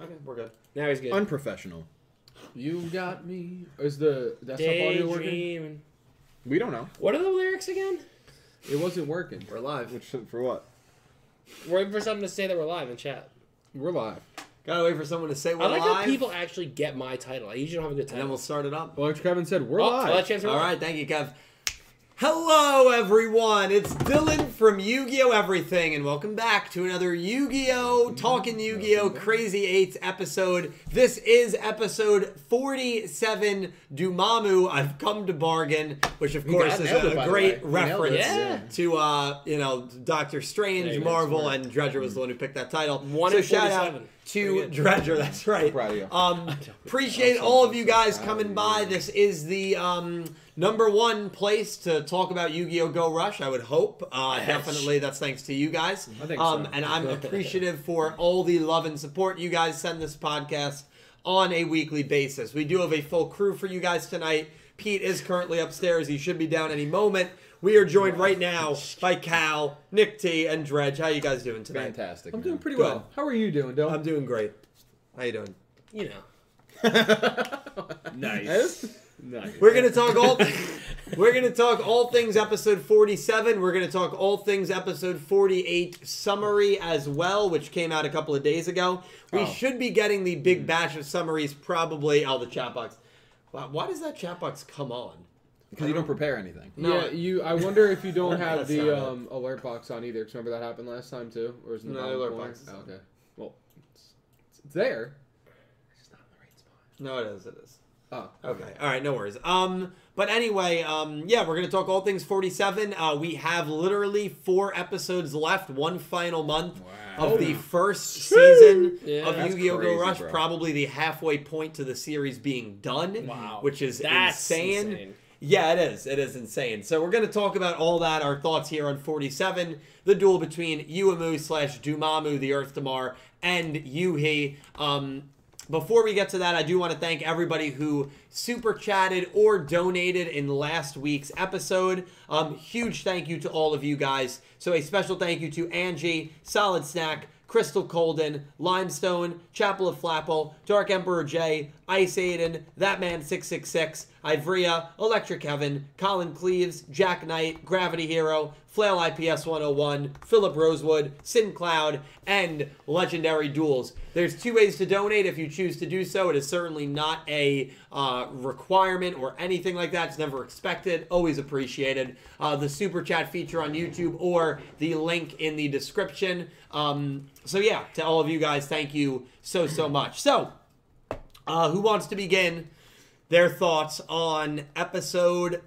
Okay, we're good. Now he's good. Unprofessional. You got me. Is the desktop audio working? Daydreaming. We don't know. What are the lyrics again? It wasn't working. We're live. Which for what? Waiting for something to say that we're live in chat. We're live. Gotta wait for someone to say we're I like live. how people actually get my title. I usually don't have a good and then title. we'll start it up. Well, like Kevin said, we're Oh, so that live. chance we're All live. right, thank you, Kev. Hello, everyone. It's Dylan from Yu Gi Oh! Everything, and welcome back to another Yu Gi Oh! Talking Yu Gi Oh! Crazy Eights episode. This is episode 47 Dumamu I've Come to Bargain, which, of course, got is nailed a it, by the great way. You nailed it. reference Yeah. to, uh, you know, Doctor Hey, Strange, that's Marvel, work. and Dredger was Mm-hmm. the one who picked that title. One so in shout out 47. Pretty to good. Dredger, that's right. Proud of you. Um, appreciate all of you guys coming by. This is the um, number one place to talk about Yu-Gi-Oh! Go Rush. I would hope. Uh, definitely, that's thanks to you guys. I think um, so. And I'm appreciative for all the love and support you guys send this podcast on a weekly basis. We do have a full crew for you guys tonight. Pete is currently upstairs. He should be down any moment. We are joined right now by Cal, Nick T, and Dredge. How you guys doing tonight? Fantastic. I'm doing pretty Good. well. How are you doing, Dylan? I'm doing great. How you doing? You know. nice. nice. We're gonna talk all. we're gonna talk all things episode forty-seven. We're gonna talk all things episode forty-eight summary as well, which came out a couple of days ago. We Oh. should be getting the big bash of summaries probably. Oh, the chat box. Wow, why does that chat box come on? Because you don't prepare anything. No. Yeah, you. I wonder if you don't have That's the not it. um, alert box on either. 'cause remember that happened last time too, or is it in the No, the bottom alert corner? box is Oh, on. okay. Well, it's, it's there. No, it is. It is. Oh, Okay. All right. No worries. Um. But anyway, um. Yeah, we're gonna talk all things forty-seven. Uh, we have literally four episodes left. One final month Oh, of the first season Yeah. of That's Yu-Gi-Oh! Go crazy, Rush. bro. Probably the halfway point to the series being done. Wow. Which is That's insane. insane. Yeah, it is. It is insane. So we're gonna talk about all that. Our thoughts here on forty-seven, the duel between Uemu slash Dumamu, the Earth Damar, and Yuhi. Um, before we get to that, I do want to thank everybody who super chatted or donated in last week's episode. Um, huge thank you to all of you guys. So a special thank you to Angie, Solid Snack, Crystal Colden, Limestone, Chapel of Flapple, Dark Emperor J, Ice Aiden, That Man 666, Ivrea, Electric Heaven, Colin Cleves, Jack Knight, Gravity Hero, Flail IPS 101, Philip Rosewood, Sin Cloud, and Legendary Duels. There's two ways to donate if you choose to do so. It is certainly not a uh, requirement or anything like that. It's never expected, always appreciated. Uh, the super chat feature on YouTube or the link in the description. Um, so, yeah, to all of you guys, thank you so, so much. So, uh, who wants to begin their thoughts on episode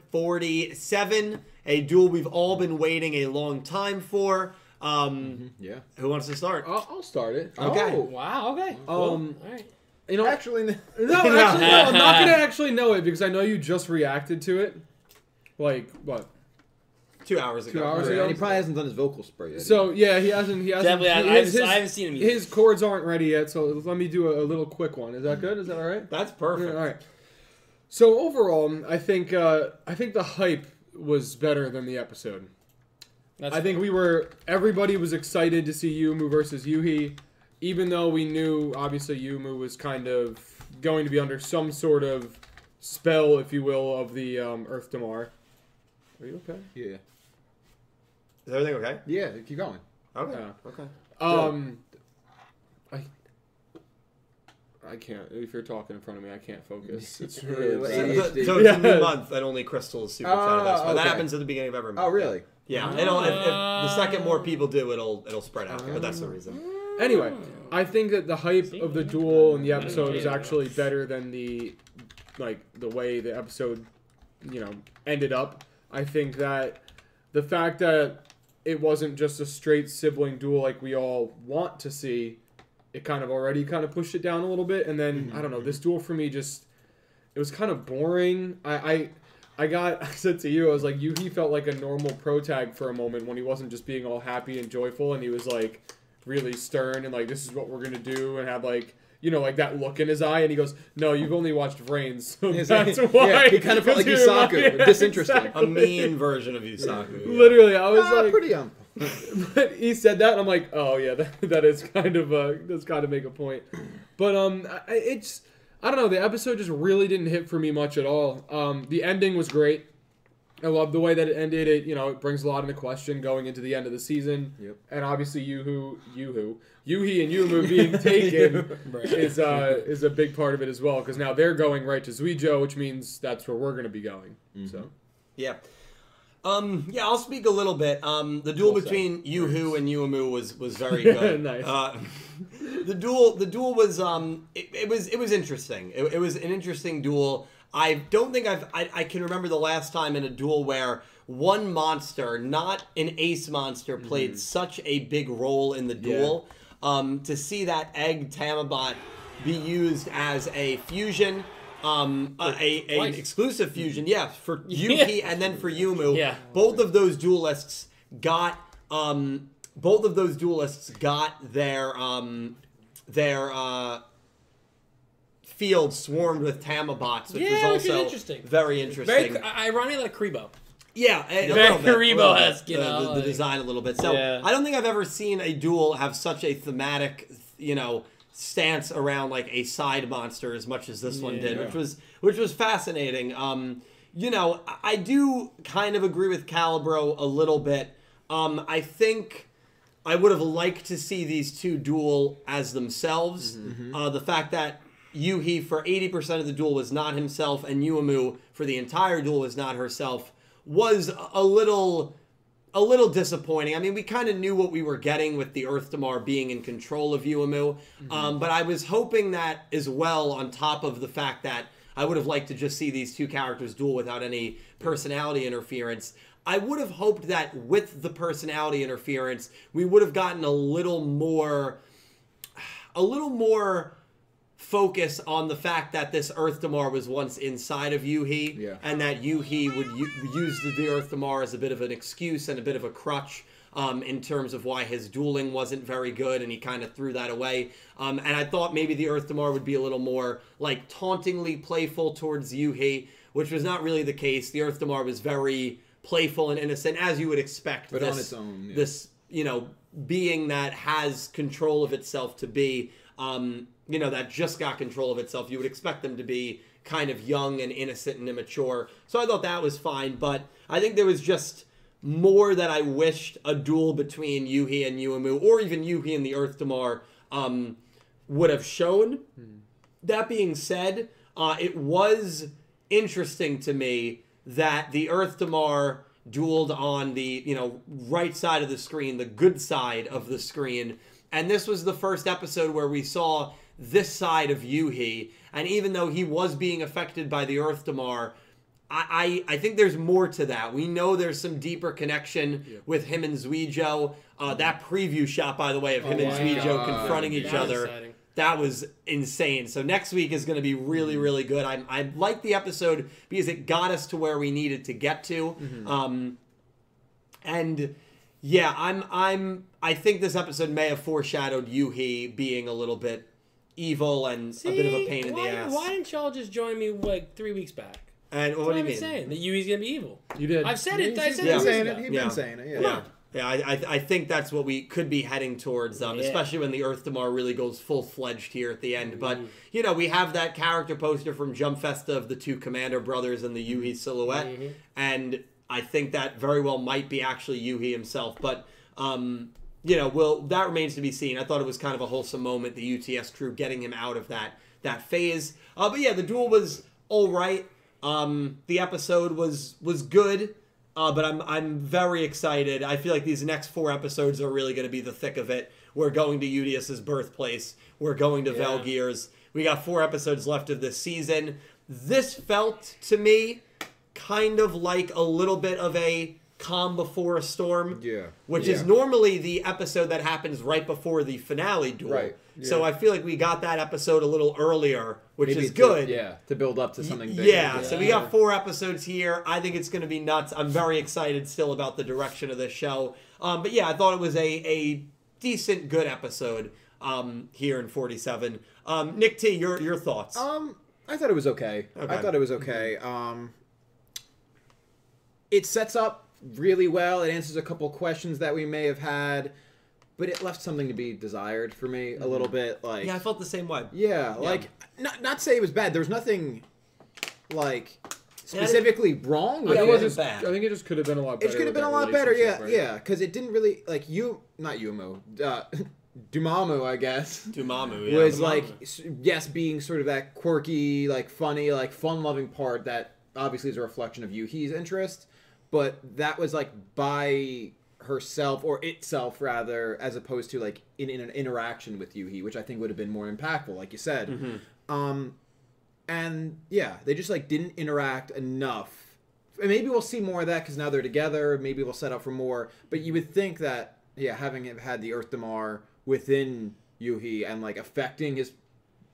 47, a duel we've all been waiting a long time for? Um, Yeah. Who wants to start? I'll, I'll start it. Okay. Oh, Wow, okay. Um, All right. you know, Actually, n- No, actually, no, I'm not gonna actually know it because I know you just reacted to it, like what? Two hours ago. Two hours and he ago? probably hasn't done his vocal spray yet. So yeah, he hasn't. He hasn't. Definitely, I- he- I haven't- I haven't seen him either. His chords aren't ready yet, so let me do a, a little quick one. Is that Mm. good? Is that all right? That's Yeah, perfect. all right. So overall, I think uh, I think the hype was better than the episode. That's I think we were everybody was excited to see Yumu versus Yuhi, even though we knew obviously Yumu was kind of going to be under some sort of spell, if you will, of the um, Earth Damar. Are you okay? yeah. Is everything okay? Yeah, keep going. Okay. Yeah. Okay. Um, I I can't. If you're talking in front of me, I can't focus. It's really Yeah, bad. yeah. So, ADHD. so it's a Yeah. new month and only Crystal is super Oh, chatted us, but that okay. happens at the beginning of every month. Oh, really? Yeah. It'll, if, if the second more people do, it'll it'll spread out. but that's the reason. Anyway, I think that the hype of the duel and the episode is actually better than the like the way the episode, you know, ended up. I think that the fact that it wasn't just a straight sibling duel like we all want to see, it kind of already kind of pushed it down a little bit. And then Mm-hmm. I don't know, this duel for me just it was kind of boring. I. I I got I said to you, I was like, Yuhi felt like a normal pro tag for a moment when he wasn't just being all happy and joyful and he was like really stern and like this is what we're gonna do and have like you know like that look in his eye and he goes no you've only watched Vrains so He's that's like- why yeah, he kind of felt like Because he's soccer, reminded- disinterested. A mean version of Yusaku. yeah. literally I was Ah, like pretty young. but he said that and I'm like oh yeah that, that is kind of uh does kind of make a point But um, I- I- it's I don't know. The episode just really didn't hit for me much at all. Um, the ending was great. I love the way that it ended. It you know it brings a lot into question going into the end of the season. Yep. And obviously Yuhu, Yuhu, Yuhi, and Yumu being taken is uh, is a big part of it as well because now they're going right to Zuijo, which means that's where we're going to be going. So Yeah. Um, yeah, I'll speak a little bit. Um, the duel between Yuhu and Yuumu was was very good. Nice. Uh, the duel, the duel was um, it, it was it was interesting. It, it was an interesting duel. I don't think I've I, I can remember the last time in a duel where one monster, not an ace monster, played such a big role in the duel. Um, to see that egg Tamabot be used as a fusion, um, a, a, an twice. exclusive fusion, yeah, for Yuki and then for Yumu. Yeah. Both of those duelists got um both of those duelists got their um their uh field swarmed with Tamabots, which Yeah, was which is also interesting. very interesting. Very, I, ironically, like Kribo. yeah, a, a Very little bit, a little bit, Karibo-esque, you the, the- know, the like- design a little bit. So Yeah. I don't think I've ever seen a duel have such a thematic, you know, stance around like a side monster as much as this one did, Yeah. which was which was fascinating. Um, you know, I- I do kind of agree with Calibro a little bit. Um, I think I would have liked to see these two duel as themselves. Uh, the fact that Yuhi for 80% of the duel was not himself and Yuumu for the entire duel was not herself was a- a little a little disappointing. I mean, we kind of knew what we were getting with the Earth Damar being in control of Uemu, um, but I was hoping that as well. On top of the fact that I would have liked to just see these two characters duel without any personality interference. I would have hoped that with the personality interference, we would have gotten a little more, a little more focus on the fact that this Earth Damar was once inside of Yuhi, Yeah. and that Yuhi would u- use the, the Earth Damar as a bit of an excuse and a bit of a crutch um, in terms of why his dueling wasn't very good, and he kind of threw that away. Um, and I thought maybe the Earth Damar would be a little more like tauntingly playful towards Yuhi, which was not really the case. The Earth Damar was very playful and innocent, as you would expect. But this, on its own, yeah. this you know being that has control of itself to be um you know that just got control of itself you would expect them to be kind of young and innocent and immature so i thought that was fine but i think there was just more that i wished a duel between yuhi and yuumu or even yuhi and the earth damar um would have shown Hmm. that being said, uh, it was interesting to me that the Earth Damar dueled on the you know right side of the screen, the good side of the screen, and this was the first episode where we saw this side of Yuhi. And even though he was being affected by the Earth Damar, I, I, I think there's more to that. We know there's some deeper connection with him and Zuijo. Uh, that preview shot, by the way, of him and wow. Zuijo confronting each Oh That was other. exciting. That was insane. So next week is going to be really, Mm-hmm. really good. I, I like the episode because it got us to where we needed to get to. Mm-hmm. Um, and yeah, I'm, I'm, I think this episode may have foreshadowed Yuhi being a little bit evil and a bit of a See, pain in why- the ass. Why didn't y'all just join me like three weeks back? And what What do you am I mean? saying? That Yui's gonna be evil. you did. I've said it. I He's said been it. saying years it. ago. He's Yeah. been saying it. Yeah. Yeah. Yeah, I, I, I think that's what we could be heading towards, um, Yeah. especially when the Earth Damar really goes full fledged here at the end. But, you know, we have that character poster from Jump Festa of the two Commander brothers and the Yuhi silhouette. And I think that very well might be actually Yuhi himself. But, um, you know, well, that remains to be seen. I thought it was kind of a wholesome moment, the UTS crew getting him out of that, that phase. Uh, but yeah, the duel was all right. Um, the episode was was good, uh, but I'm I'm very excited. I feel like these next four episodes are really going to be the thick of it. We're going to Udius's birthplace. We're going to Valgears. We got four episodes left of this season. This felt to me kind of like a little bit of a calm before a storm. Yeah. Which is Yeah. normally the episode that happens right before the finale duel. Right. So I feel like we got that episode a little earlier, which Maybe is to- good. yeah. To build up to something. big. Yeah, so we got four episodes here. I think it's going to be nuts. I'm very excited still about the direction of this show. Um, but yeah, I thought it was a, a decent, good episode um, here in 47. Um, Nick T, your your thoughts? Um, I thought it was okay. Okay. I thought it was okay. Um, it sets up really well. It answers a couple questions that we may have had. but it left something to be desired for me a little bit. Like Yeah, I felt the same way. Yeah, like not not say it was bad. There was nothing like didn't- specifically wrong with Yeah, It it. was wasn't just, I bad. think it just could have been a lot It better. could have with been that a lot better. Yeah, relationship, right? yeah, because it didn't really like you, not Yumo, uh, Dumamu, I guess. Dumamu yeah. was Dumamu. like s- yes, being sort of that quirky, like funny, like fun-loving part that obviously is a reflection of Yuhi's interest, but that was like by herself or itself rather, as opposed to like in, in an interaction with Yuhi, which I think would have been more impactful, like you said. Um, and yeah, they just like didn't interact enough. And maybe we'll see more of that because now they're together. Maybe we'll set up for more. But you would think that yeah, having him had the Earth Damar within Yuhi and like affecting his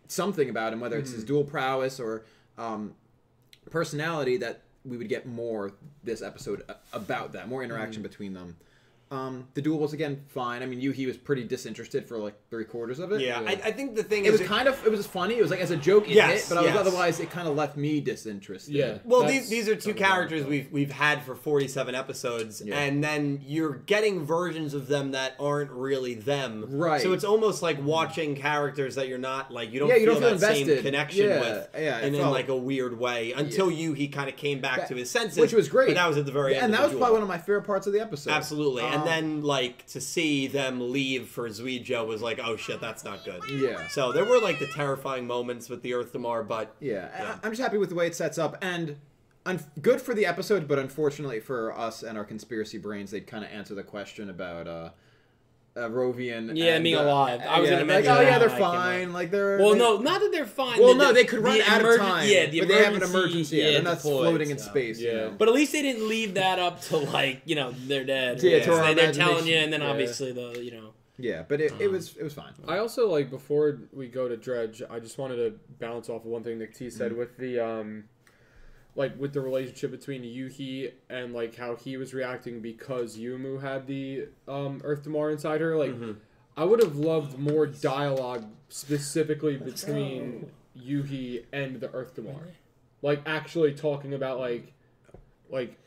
something about him, whether it's Mm-hmm. his dual prowess or um, personality, that we would get more this episode a- about that, more interaction Mm-hmm. between them. Um, the duel was again fine. I mean, Yuhi was pretty disinterested for like three quarters of it. Yeah, I, I think the thing It is was kind of it was funny. It was like as a joke, it Yes, hit, but I was, yes. otherwise it kind of left me disinterested. Yeah. Well, That's these, these are two something I characters felt. we've we've had for 47 episodes, Yeah. and then you're getting versions of them that aren't really them. Right. So it's almost like watching characters that you're not like you don't Yeah, feel you don't feel that same invested. connection Yeah, with. yeah, it And in felt- like a weird way until you he kind of came back That- to his senses, which was great. But that was at the very Yeah, end. and of that the was duel. probably one of my favorite parts of the episode. Absolutely, and Um, then like to see them leave for Zuijo was like, oh shit, that's not good. Yeah. So there were like the terrifying moments with the Earth Damar, but Yeah, I- Yeah. I'm just happy with the way it sets up, and un- good for the episode, but unfortunately for us and our conspiracy brains, they'd kind of answer the question about uh, uh Rovian. Yeah, and, being uh, alive. I was yeah, gonna like, mention oh yeah, that. they're I came up. fine. Like they're Well, they- no, not that they're fine. Well, The- no, the- they could run the out emergen- of time. Yeah, the but they have an emergency- emergency. yeah, they're not deployed, floating in so. space. you Yeah. know? But at least they didn't leave that up to like you know they're dead. Yeah, Yeah, to so our they, they're telling you, imagination. and then Yeah. obviously the you know yeah, but it, Um, it was it was fine. I also like before we go to Dredge, I just wanted to bounce off of one thing Nick T Mm-hmm. said with the um like with the relationship between Yuhi and like how he was reacting because Yumu had the um Earth Damar inside her. Mm-hmm. Like I would have loved more dialogue specifically between Yuhi and the Earth Damar. Like actually talking about like like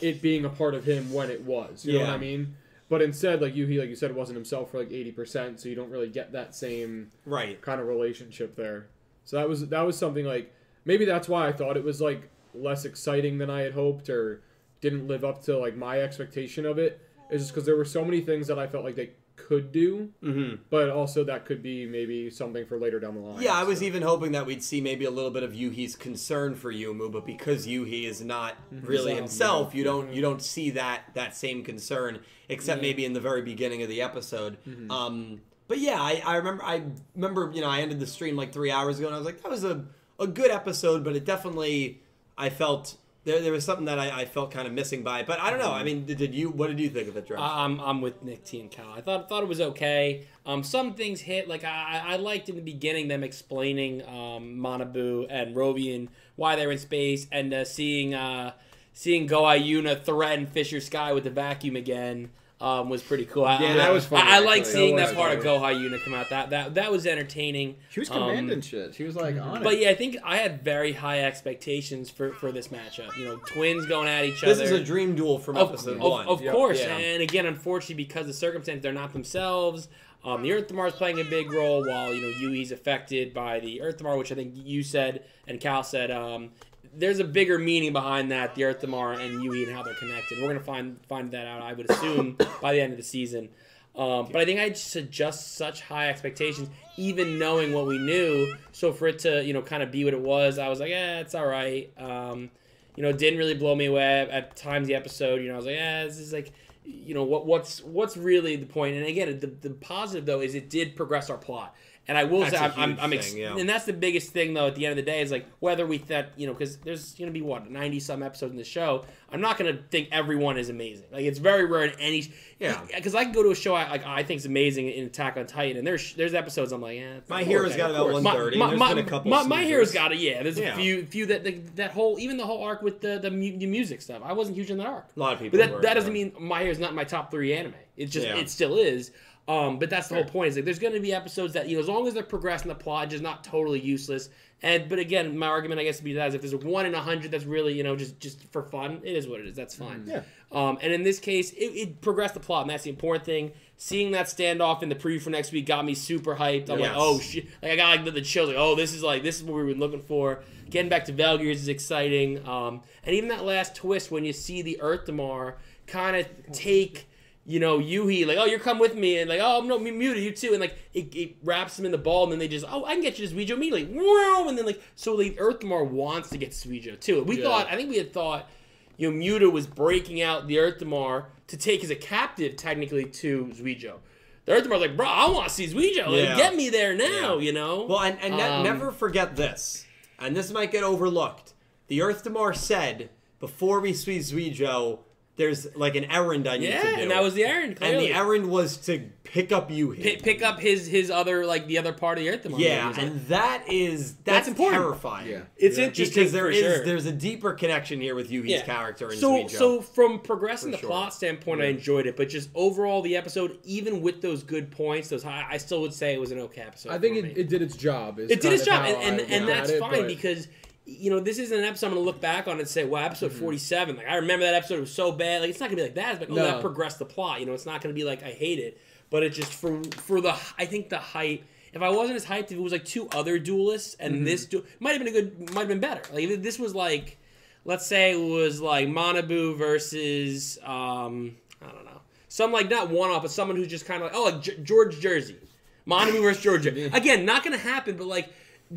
it being a part of him when it was. You know what Yeah. I mean? But instead, like Yuhi, like you said, wasn't himself for like eighty percent, so you don't really get that same right. kind of relationship there. So that was that was something like maybe that's why I thought it was like less exciting than I had hoped or didn't live up to like my expectation of it. It's just because there were so many things that I felt like they could do, Mm-hmm. Mhm. but also that could be maybe something for later down the line. Yeah, I was so. even hoping that we'd see maybe a little bit of Yuhi's concern for Yumu, but because Yuhi is not really himself, you don't you don't see that that same concern, except maybe in the very beginning of the episode. Um, but yeah, I, I remember I remember you know I ended the stream like three hours ago, and I was like that was a a good episode, but it definitely I felt. There, there was something that I, I felt kind of missing by it, but I don't know. I mean, did, did you? What did you think of it, Drew? I, I'm I'm with Nick T and Cal. I thought thought it was okay. Um, some things hit like I I I liked in the beginning them explaining um Manabu and Rovian why they're in space and uh, seeing uh seeing Goa Yuna threaten Fisher Sky with the vacuum again. Um, was pretty cool. I, Yeah, I- that was funny, I, I like actually. seeing That that was part of funny. Goha Yuna come out. That that that was entertaining. She was Um, mm-hmm. commanding shit. She was like on it. But yeah, I think I had very high expectations for, for this matchup. You know, twins going at each this other. is a dream duel from of, episode of- one. of course, Yeah. and again, unfortunately, because of circumstance, they're not themselves. Um, the Earth Thamar is playing a big role, while you know Yui's affected by the Earth Thamar, which I think you said and Cal said. Um, there's a bigger meaning behind that, the Earth Thamar and Yui and how they're connected. We're gonna find find that out, I would assume, by the end of the season. Um, but I think I just had just such high expectations, even knowing what we knew. So for it to you know kind of be what it was, I was like, eh, it's all right. Um, you know, it didn't really blow me away at times. The episode, you know, I was like, yeah, this is like, you know, what what's what's really the point? And again, the, the positive though is it did progress our plot. And I will That's say, a I'm, I'm, huge I'm ex- thing, yeah. and that's the biggest thing though. At the end of the day, is like whether we thought, you know, because there's gonna be what 90 some episodes in the show. I'm not gonna think everyone is amazing. Like it's very rare in any. Yeah. Because I can go to a show I like I think is amazing in Attack on Titan, and there's there's episodes I'm like, eh, it's My not Hero's okay. got Of about course. 130, My, and my, there's my, been a couple my, my Hero's snoozers. got it. Yeah, there's Yeah. a few few that that that whole even the whole arc with the the, mu- the music stuff. I wasn't huge in that arc. A lot of But people. that, were, that doesn't yeah. mean My Hero's not my top three anime. It's just Yeah. it still is. Um, but that's the whole point. Is like there's going to be episodes that you know as long as they're progressing the plot, just not totally useless. And but again, my argument I guess would be that is if there's one in a hundred that's really you know just just for Mm. fun, it is what it is. That's fine. Yeah. Um, and in this case, it, it progressed the plot, and that's the important thing. seeing that standoff in the preview for next week got me super hyped. I'm Yes. like, oh shit! Like I got like the, the chills. Like, oh, this is like this is what we've been looking for. Getting back to Valgears is exciting. Um, and even that last twist when you see the Earthamar kind of take. You know, Yuhi, like, oh, you're come with me, and like, oh, no, me Muta, you too, and like, it, it wraps them in the ball, and then they just, oh, I can get you to Suijo immediately, wow, and then like, so like, Earthmar wants to get Suijo too. We Yeah. thought, I think we had thought you know, Muta was breaking out the Earthamar to take as a captive, technically, to Zuijo. The Earthamar's like, bro, I want to see Zuijo. Like, Yeah. get me there Yeah. now, you know? Well, and, and ne- Um, never forget this, and this might get overlooked. The Earth Demar said before we see Zuijo, there's like an errand I need yeah, to do. and that was the errand, and clearly. the errand was to pick up you here. Pick, pick up his his other, like, the other part of the Earthamar. yeah, He's like, and that is that's, That's important. terrifying. Yeah. it's Yeah. interesting Because there for is sure. there's a deeper connection here with Yuhi's Yeah. character and so Zuijo. so from progressing For the sure. plot standpoint, I enjoyed it, but just overall the episode, even with those good points, those high, I still would say it was an okay episode. I think for me. it, it did its job. is it did kind its of job, how I and and, look and at that's it, fine but- because you know this isn't an episode I'm gonna look back on and say, "Wow, episode Mm-hmm. 47." Like I remember that episode was so bad. Like it's not gonna be like that, but oh, No. that progressed the plot. You know, it's not gonna be like I hate it, but it just for for the I think the hype. If I wasn't as hyped, if it was like two other duelists and Mm-hmm. this du- might have been a good, might have been better. Like if this was like, let's say it was like Manabu versus um I don't know, some like not one off, but someone who's just kind of like oh like G- George Jersey, Manabu versus George. Jersey. Again, not gonna happen, but like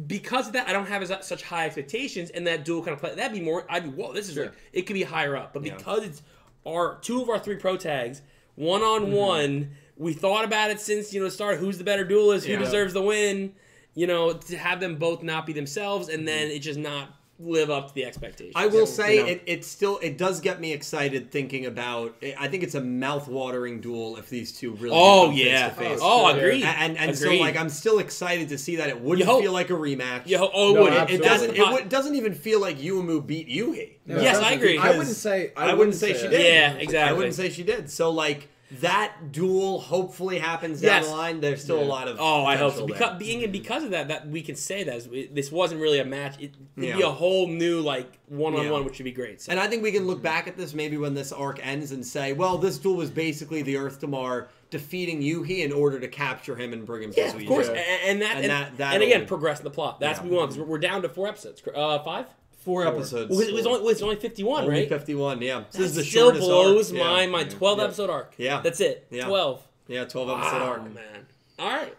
because of that, I don't have as, uh, such high expectations, and that dual kind of play that'd be more. I'd be whoa, this is Sure. like it could be higher up, but because it's our two of our three pro tags one on one, we thought about it since you know the start. Who's the better duelist? Yeah. Who deserves the win? You know, to have them both not be themselves, and then Mm-hmm. it just not live up to the expectations. I will You say know? it, it still it does get me excited thinking about I think it's a mouth-watering duel if these two really Oh come face yeah. to face. Oh, Yeah. agreed. and and, and so Agreed. like I'm still excited to see that it wouldn't You hope- feel like a rematch. Yo, oh, it No, would. it It absolutely. doesn't. doesn't it would, doesn't even feel like Yuumu beat Yuhi. No, Yes, that's I the agree. thing. I wouldn't say. I, I wouldn't say she that. did. Yeah, I exactly. wouldn't say she did. So like that duel hopefully happens down Yes. the line. There's still a Yeah. lot of Oh, I hope so. potential Because, being and because of that, that we can say that it- this wasn't really a match. It would be Yeah. a whole new like one on Yeah. one, which would be great. So. And I think we can look back at this maybe when this arc ends and say, well, this duel was basically the Earth Damar defeating Yuhi in order to capture him and bring him yeah, to of Suijo. course, Yeah. and, and that And and, that- that'll- and again, progressing the plot. That's Yeah. what we want because we're down to four episodes. cor- Uh, five. Four episodes. Well, it was only it's only fifty one, Only right? 51, yeah. So That this is the still shortest blows arc. my yeah. my twelve Yeah. episode arc. Yeah. that's it. Yeah. Twelve. Yeah, 12 episode Wow, arc. man. All right.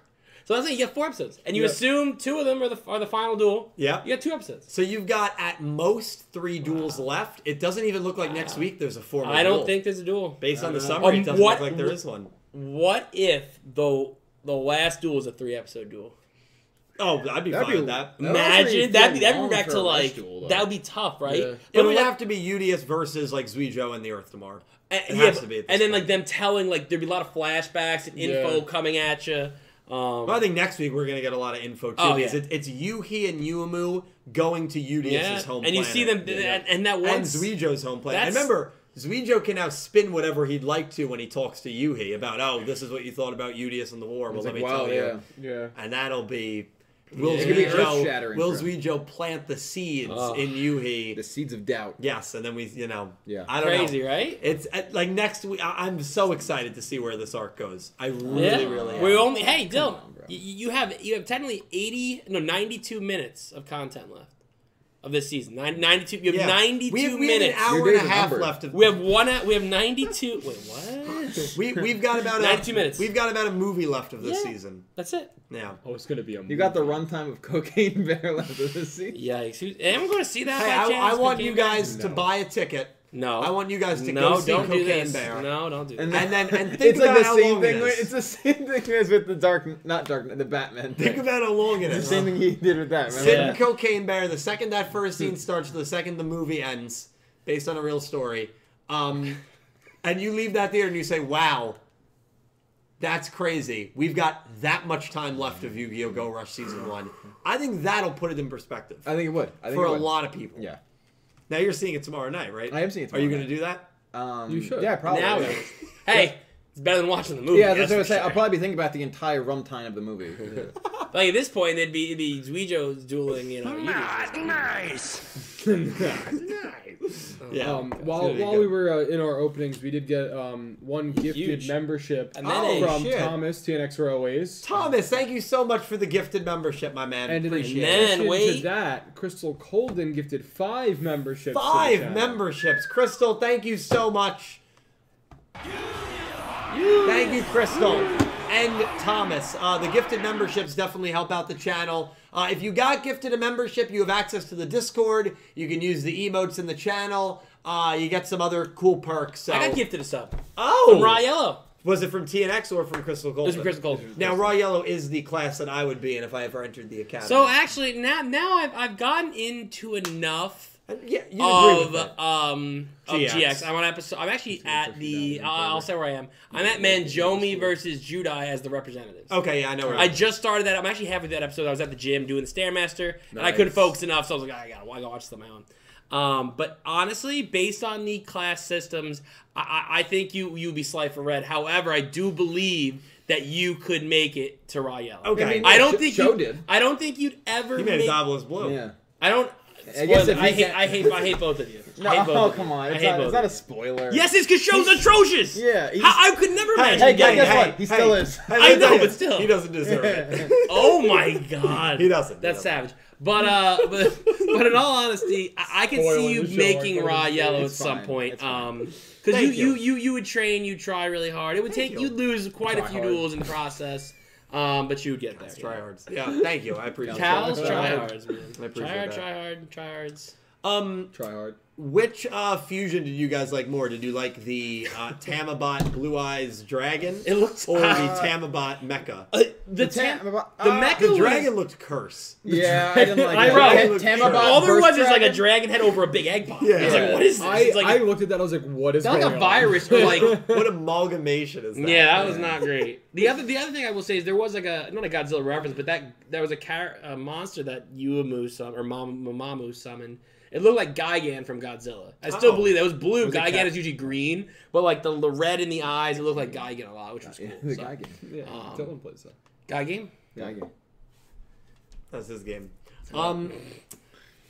So that's it. You get four episodes, and you Yeah. assume two of them are the are the final duel. Yeah. You got two episodes. So you've got at most three duels left. It doesn't even look like next week there's a four. I don't think there's a duel. Based on the Uh, summary, um, it doesn't what- look like there is one. What if the the last duel is a three episode duel? Oh, I'd be That'd fine be- with that. That would actually Imagine that'd be be that'd long be back for to a match like duel, though. that would be tough, right? Yeah. It But would like- have to be UDS versus like Zuijo and the Earth Damar. and, it yeah, has to be at and this then point. like them telling like there'd be a lot of flashbacks and info Yeah. coming at you. Um, Well, I think next week we're gonna get a lot of info too. Oh, because yeah. it, it's Yuhi and Yuumu going to UDS's yeah, and home you planet. see them and, and that and one Zuijo's home planet. And That's- remember, Zuijo can now spin whatever he'd like to when he talks to Yuhi about, oh, this is what you thought about UDS in the war. Well, It's let like, me tell wow, you. yeah. Yeah. And that'll be. Will It could be Zuijo earth-shattering Will for him. Zuijo plant the seeds Ugh. in Yuhi? The seeds of doubt. Yes, and then we, you know, Yeah. I don't crazy, know. right? It's uh, like next week. I- I'm so excited to see where this arc goes. I really, Yeah, really. we am. only hey Dylan, on, bro. you, you have you have technically eighty no ninety two minutes of content left of this season. Nine, ninety two, you have Yeah. ninety two we have, we have minutes. an hour Your and days a are half numbered. left of we have one. at- We have ninety two. Wait, what? We we've got about 92 a, minutes. We've got about a movie left of this Yeah. season. That's it. Now, Oh, it's gonna be a. You got the runtime of Cocaine Bear left of the season. Yikes! Who- Am I going to see that? hey, by I, chance? I want Cocaine you guys Bear? to No. buy a ticket. No, I want you guys to no, go see don't do Cocaine this. Bear. No, don't do this. And then and think it's about like the how same long thing. it with- is. It's the same thing as with the dark, not dark, Knight, the Batman. think thing. about how long it It's the is. same thing he did with that. Remember? Sid Yeah. and Cocaine Bear. The second that first scene starts, the second the movie ends, based on a real story. Um, and you leave that theater and you say, "Wow, that's crazy. We've got that much time left of Yu-Gi-Oh! Go Rush season one." I think that'll put it in perspective I think it would. I think for it a would. lot of people. Yeah. Now you're seeing it tomorrow night, right? I am seeing it Are you tomorrow going to do that? Um, You should. Yeah, probably. Now yeah. it is. hey, it's better than watching the movie. Yeah, that's what I was for saying. I'll sure. probably be thinking about the entire runtime of the movie. Like at this point, it'd be it'd be Zuijo's dueling. You know, you- Not nice. Yeah. um, It's while gonna be while good. we were uh, in our openings, we did get um, one gifted Huge. membership And then a- from shit. Thomas TNX Railways. Thomas, thank you so much for the gifted membership, my man. And in Appreciate addition- it. addition wait. to that, Crystal Colden gifted five memberships. to the Five channel. memberships. Crystal, thank you so much. Thank you, Crystal. And Thomas. Uh, the gifted memberships definitely help out the channel. Uh, if you got gifted a membership, you have access to the Discord. You can use the emotes in the channel. Uh, you get some other cool perks. So. I got gifted a sub. oh! Raw yellow. Was it from TNX or from Crystal Gold? It was from Crystal Gold. Now, Raw Yellow is the class that I would be in if I ever entered the academy. So actually, now now I've I've gotten into enough yeah, you agree with of that. um of GX. GX. I'm on episode. I'm actually at the. $50,000 I'll, I'll say where I am. I'm at Manjomi versus Judai as the representatives. Okay, yeah, I know. where I just started that. I'm actually halfway through that episode. I was at the gym doing the stairmaster, and I couldn't Nice. focus enough, so I was like, "Ah, I gotta, I gotta watch this on my own. Um, but honestly, based on the class systems, I, I, I think you you'd be slight for red. However, I do believe that you could make it to raw yellow. Okay. I mean, I don't Sho- think Sho you, did. I don't think you'd ever. You made a make- Diabolus Blue. Yeah. I don't. I guess spoiler, if I you hate, can't- I hate. I hate both of you. I hate No, both oh, of you. come on. I It's hate not, both it's of not you. a spoiler. Yes, it's because show's atrocious. Yeah, he's- How, I could never Hey, imagine. Hey, that. guess, guess Hey, what? hey, He hey. still is. I know, but still. he doesn't deserve it. Oh my god. He doesn't, he That's doesn't. savage. But uh but, but in all honesty, I, I can Spoiling see you the show, making I'm raw gonna- yellow it's at some fine, point. it's fine. Um because you, Thank you you. you you would train, you try really hard. It would Thank take you. you'd lose quite a Try few hard. duels in the process. Um but you would get there. Tryhards. Yeah, thank you. I appreciate Cows, it. tryhards, man. I appreciate that. Tryhard, tryhard, tryhards. Um, Try hard. which uh, fusion did you guys like more? Did you like the uh, Tamabot Blue Eyes Dragon It looks or uh, the Tamabot Mecha? uh, the, Tam- tam- the ah, mecha The was- dragon looked curse. Yeah, I didn't like I that. wrote- Tam- looked Tamabot trash. all there was versus is like a dragon. dragon head over a big egg pop. Yeah. It's like, what is this? I, it's like I a- looked at that. I was like, "What is Sounds like going a on? virus or like What amalgamation is that? Yeah, that was Yeah. not great. The other the other thing I will say is there was like a not a Godzilla reference, but that there was a, car- a monster that Uemu sum or Mam- Mamamoo summoned. It looked like Gigan from Godzilla. I still Oh. believe that was blue. Was it Gigan cat- is usually green, but like the, the red in the eyes, it looked like Gigan a lot, which was cool. The So, guy game. Yeah, Um, Dylan plays that. Gigan? Guy game. That's his game. Um,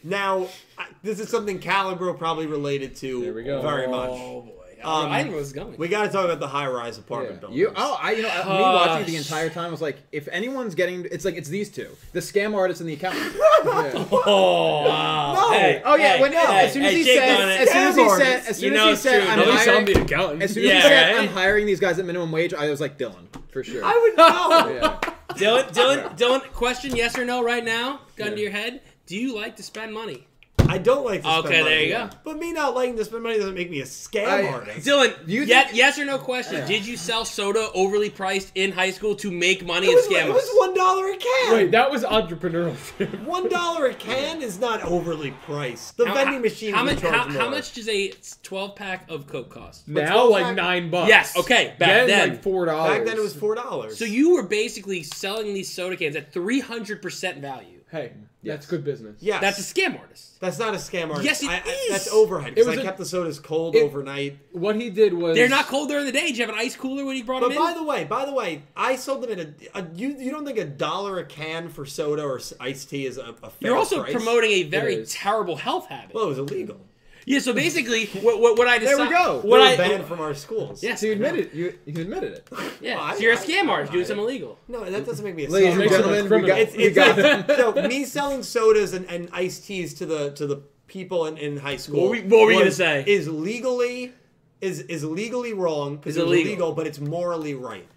now, I, this is something Calibro probably related to There we go. very much. Oh boy, I, Um, I didn't know where this was going. We got to talk about the high rise apartment Yeah. building. You oh I you know me Uh, watching it the entire time I was like if anyone's getting it's like it's these two the scam artist and the accountant. Yeah. oh wow! No. Hey, Oh yeah, hey, when, hey, as soon as hey, he shake said on it. as soon as Scam he said artist. as You soon as know he it's said true, I'm though. At least I'm hiring the accountant. as soon as Yeah, he said right? I'm hiring these guys at minimum wage I was like Dylan for sure. I would know. yeah. Dylan, Dylan, Dylan, question yes or no right now? Gun to Yeah. your head. Do you like to spend money? I don't like to spend Okay, money. there you go. But me not liking to spend money doesn't make me a scam I- artist. Dylan, You ye- think- yes or no question? Yeah. Did you sell soda overly priced in high school to make money It and was, scam it us? was one dollar a can. Wait, that was entrepreneurship. one dollar a can is not overly priced. The How- vending machine. How would much? charge How, how more. much does a twelve pack of Coke cost? now, back- like nine bucks. Yes, okay, back then. like four dollars. Back then it was four dollars. So you were basically selling these soda cans at three hundred percent value. Hey, Yes. that's good business. Yes. That's a scam artist. That's not a scam artist. Yes, it I, I, is. That's overhype. It Because was I a- kept the sodas cold it- overnight. What he did was They're not cold during the day. Did you have an ice cooler when you brought But them by in? the way, by the way, I sold them at a. a you you don't think a dollar a can for soda or s- iced tea is a, a fair You're also price? promoting a very is. terrible health habit. Well, it was illegal. yeah. So basically, what, what, what I There decided. we go. What they were I banned from our schools. yes, So you admitted you you admitted it. Yeah. I- so you're a I- scam artist doing I- something illegal. No, that doesn't make me a Ladies scam and Makes him a artist. gentlemen, we got, criminal. It's, we it's, got them. so me selling sodas and, and iced teas to the to the people in, in high school. What were- what were you gonna was- say? Is legally is is legally wrong because Is it's illegal. illegal. but it's morally right.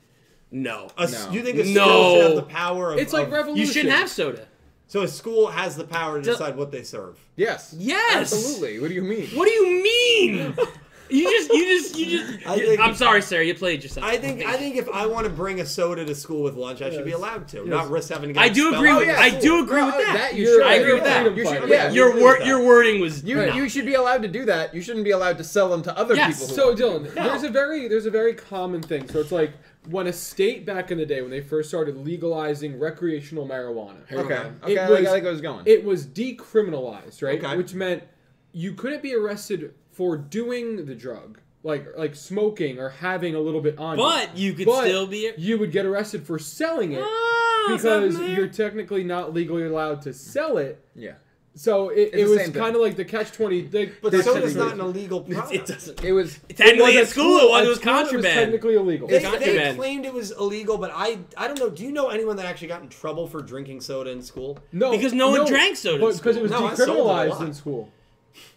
No. A s- No. You think a No. school should have the power of? It's like of- revolution. Oh, You shouldn't have soda. so a school has the power to Del- decide what they serve. Yes. Yes. Absolutely. What do you mean? What do you mean? you just, you just, you just. I think- I'm sorry, sir. You played yourself. I think I think if I want to bring a soda to school with lunch, I should be Yes. allowed to, Yes. not risk having to. Get I do expelled. agree Oh, with. yeah, I do cool. agree No, with oh, that. that you You're- should. I agree with yeah. that. You should, Freedom yeah. fighter. your agree with word, that. your wording was. You not. you should be allowed to do that. You shouldn't be allowed to sell them to other Yes. people. who So want to. Dylan, there's a very there's a very common thing. So it's like when a state back in the day when they first started legalizing recreational marijuana. okay, okay, It I was- like where it's going. It was decriminalized, right? Okay. Which meant you couldn't be arrested for doing the drug, like like smoking or having a little bit on. But you could But still be. you would get arrested for selling it Ah, because something there. you're technically not legally allowed to sell it. yeah. So it, it the was same thing. kind of like the catch twenty. They, But they soda's should be- not an illegal product. It doesn't. It was Technically, at was school, it was, it was school, contraband. technically illegal. They, It's they contraband. claimed it was illegal, but I I don't know. Do you know anyone that actually got in trouble for drinking soda in school? no, Because no one drank soda but- in because it was school. No, I sold it a decriminalized lot. in school.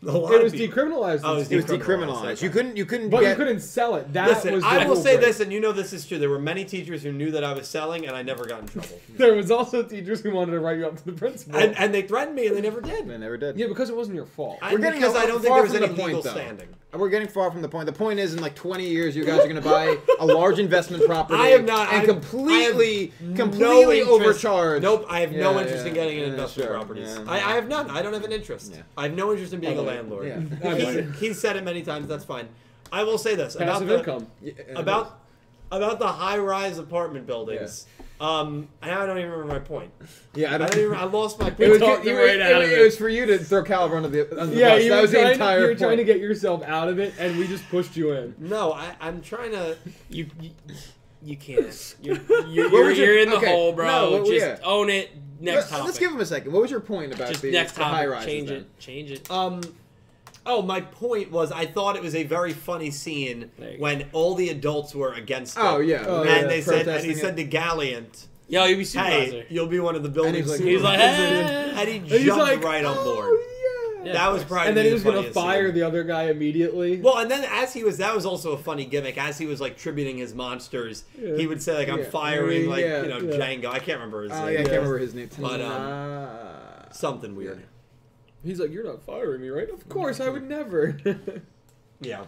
A lot It of was people. decriminalized. Oh, it in was it school. was decriminalized. You couldn't you couldn't But you get couldn't sell it. That Listen, was. the I will rule say break. this, and you know this is true. There were many teachers who knew that I was selling, and I never got in trouble. There was also teachers who wanted to write you up to the principal. and, and they threatened me, and they never I did. never did. yeah, because it wasn't your fault. I, We're getting because a- I don't think far there was from any the point, legal though. standing. We're getting far from the point. The point is, in like 20 years, you guys are going to buy a large investment property. I am not- I- I and have completely, no completely interest- overcharged. Nope, I have no Yeah, interest in yeah, getting an yeah, investment sure, properties. yeah. I, I have none. I don't have an interest. Yeah. I have no interest in being a Oh, landlord. yeah. I He, like he said it many times. That's fine. I will say this about Passive the income. Yeah, and- about about the high-rise apartment buildings. Um, and I don't even remember my point. Yeah, I I don't. don't even. I lost my it was, point. talked it, right was- out of it it. was for you to throw Caliber under the, under the yeah, bus. you That were, was the trying, entire you were trying to point. get yourself out of it, and we just pushed you in. No, I, I'm trying to. You, you, you can't. You're, you're, What you're, was your- you're in the okay, hole, bro. no, what- Just yeah. own it. Next Let's, topic. let's give him a second. What was your point about Just the, next the high topic. rises? Change then? it. Change it. Um, oh, my point was I thought it was a very funny scene There you go. when all the adults were against it. Oh yeah. Oh, and yeah, they said, and he protesting said to Gallant, Yo, you'll "Hey, be supervisor. you'll be one of the building." And he's like- He's like, supervisors." "Hey." and he And he's jumped like, right on "Oh, board. yeah." Yeah, that of was course. probably. and then he the was gonna funniest fire scene. the other guy immediately. Well, and then as he was, that was also a funny gimmick. As he was like tributing his monsters, Yeah. he would say like, "I'm Yeah. firing like Yeah, you know yeah. Django." I can't remember his name. Oh yeah, I can't Yeah. remember his name. But, um, Tanah- Something weird. He's like, "You're not firing me, right?" Of course, I would never. Yeah.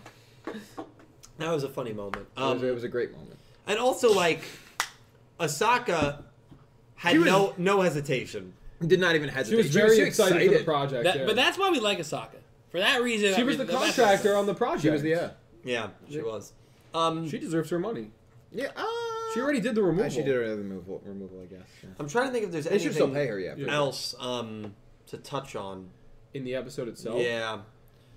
That was a funny moment. It was- Um, it was a great moment. And also, like, Osaka had She was- no no hesitation. Did not even she hesitate. was very too excited, for the project. That- yeah. But that's why we like Osaka. For that reason, she I was the mean, that's- contractor on the project. She was the yeah. Yeah, she was. Um, She deserves her money. Yeah. Uh, She already did the Uh, removal. she did already the removal. Removal, I guess. Yeah. I'm trying to think if there's They should still pay anything her. Yeah. Yeah. else um, to touch on. in the episode itself. Yeah,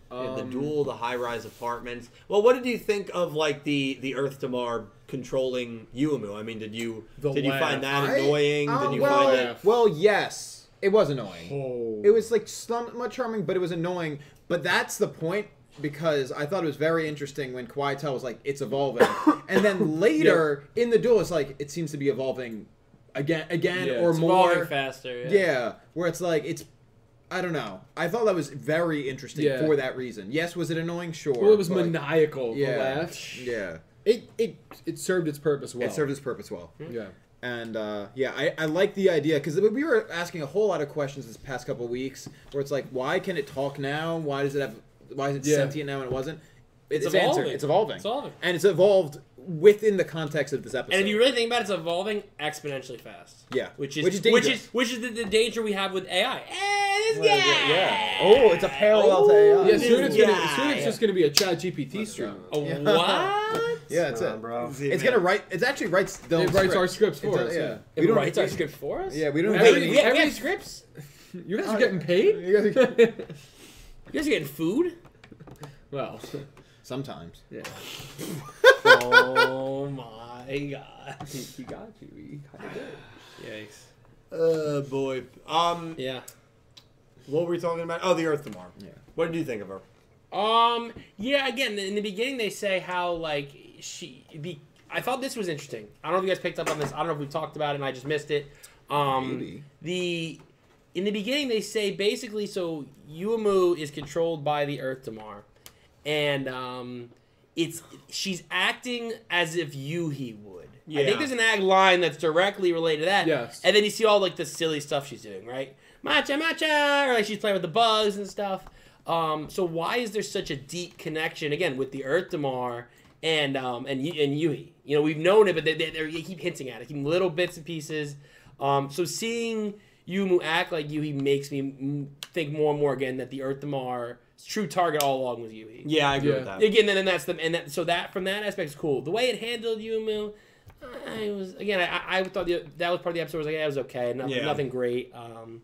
Um, the duel, the high-rise apartments. Well, what did you think of like the the Earth Damar controlling Uemu? I mean, did you The did you find I- that annoying? uh, did you well, find that? Well, yes. It was annoying. Oh. It was like somewhat charming, but it was annoying. But that's the point because I thought it was very interesting when Quietel was like, "It's evolving," and then later in the duel, it's like it seems to be evolving again, again Yeah, or it's It's more. evolving faster. Yeah. Yeah. where it's like it's. I don't know. I thought that was very interesting Yeah. for that reason. Yes, was it annoying? Sure. Well, it was but- maniacal. The Yeah. laugh. Yeah, It it it served its purpose well. Hmm. it served its purpose well. Yeah. And uh, yeah, I, I like the idea because we were asking a whole lot of questions this past couple weeks, where it's like, why can it talk now? Why does it have? Why is it Yeah. sentient now and it wasn't? It's, It's answered. evolving. It's evolving. It's evolving. And it's evolved within the context of this episode. And if you really think about it, it's evolving exponentially fast. Yeah. Which is Which which is is dangerous. which is, the, the danger we have with AI. Eh, this yeah, guy. yeah. Oh, it's a parallel to AI. Yeah, soon it's, Gonna, Yeah. soon it's just going to be a chat GPT stream. A Yeah. what? yeah, that's Nah, it. bro. It's gonna write. It actually writes. The It writes our scripts It for does- us. Yeah. Yeah. It writes our script for us. Yeah, we don't. Wait, Every- have we, any- we have, every- scripts. You guys are getting paid? You guys are- You guys are getting food. well, Sometimes. yeah. oh my god. He got you. He kinda did. Yikes. Uh, boy. Um, Yeah. what were we talking about? Oh, the Earth Damar. Yeah. What did you think of her? Um. Yeah. Again, in the beginning, they say how like she. Be, I thought this was interesting. I don't know if you guys picked up on this. I don't know if we talked about it and I just missed it. Um, Maybe. The in the beginning they say basically so Uemu is controlled by the Earth Damar, and um, it's she's acting as if Yuhi would. I Yeah. think there's an ag line that's directly related to that. Yes. And then you see all like the silly stuff she's doing, right? Matcha, matcha, or like she's playing with the bugs and stuff. Um, so why is there such a deep connection again with the Earth Damar and um and Yu- and Yui? You know, we've known it, but they they, they're- they keep hinting at it, keep little bits and pieces. Um, so seeing Yumu act like Yui makes me m- think more and more again that the Earth Damar's true target all along was Yui Yeah, I agree Yeah. with that. again then, then that's the and that so that from that aspect is cool the way it handled yumu i was again i, I thought the, that was part of the episode I was like yeah, it was okay nothing, Yeah. nothing great um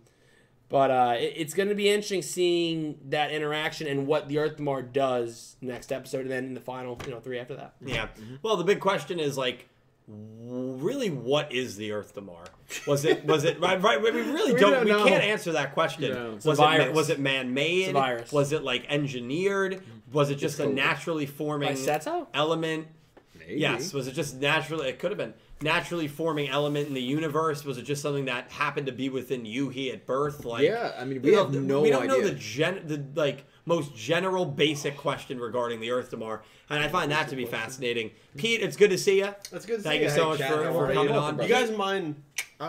but uh it, it's going to be interesting seeing that interaction and what the earth mar does next episode and then in the final you know three after that Yeah. Well, the big question is like, really what is the Earth Damar? Was it was it right? right we really We don't. don't We know. can't answer that question. No. a Was it ma- virus. was it man It's made? a virus. Was it like engineered? Was it just a COVID. naturally forming By Seto? element? Maybe. Yes. Was it just naturally? It could have been naturally forming element in the universe. Was it just something that happened to be within you? He at birth, like yeah, I mean, we you know, have th- no We don't idea. know the gen, the like most general basic question regarding the Earth tomorrow, and I find that to be fascinating. Pete, it's good to see you. That's good. To Thank see you Hey, so much Chad, for- how for are coming you? on. You guys mind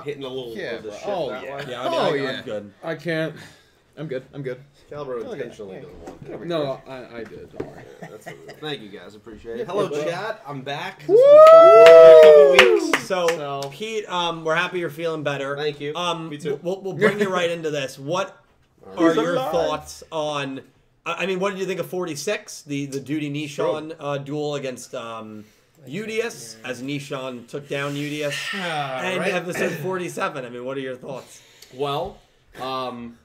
hitting a little Uh, yeah, of the bro. shit Oh, that yeah. way? Yeah, I mean, Oh, I, yeah. I'm good. I can't. I'm good. I'm good. Calbro at intentionally that. doesn't want that. No, I, I did. Don't worry. Yeah, that's what it is. Thank you guys, appreciate it. Hello, bro. Chad. I'm back. This has been fun for a couple weeks. So, So- Pete, um, we're happy you're feeling better. Thank you. Um, Me too. We'll, we'll bring you right into this. What All are right. your thoughts on? I I mean, what did you think of 46? The the Duty Nishan uh, duel against um, Udius as Nishan took down Udius, and right. episode 47. I mean, what are your thoughts? Well, um,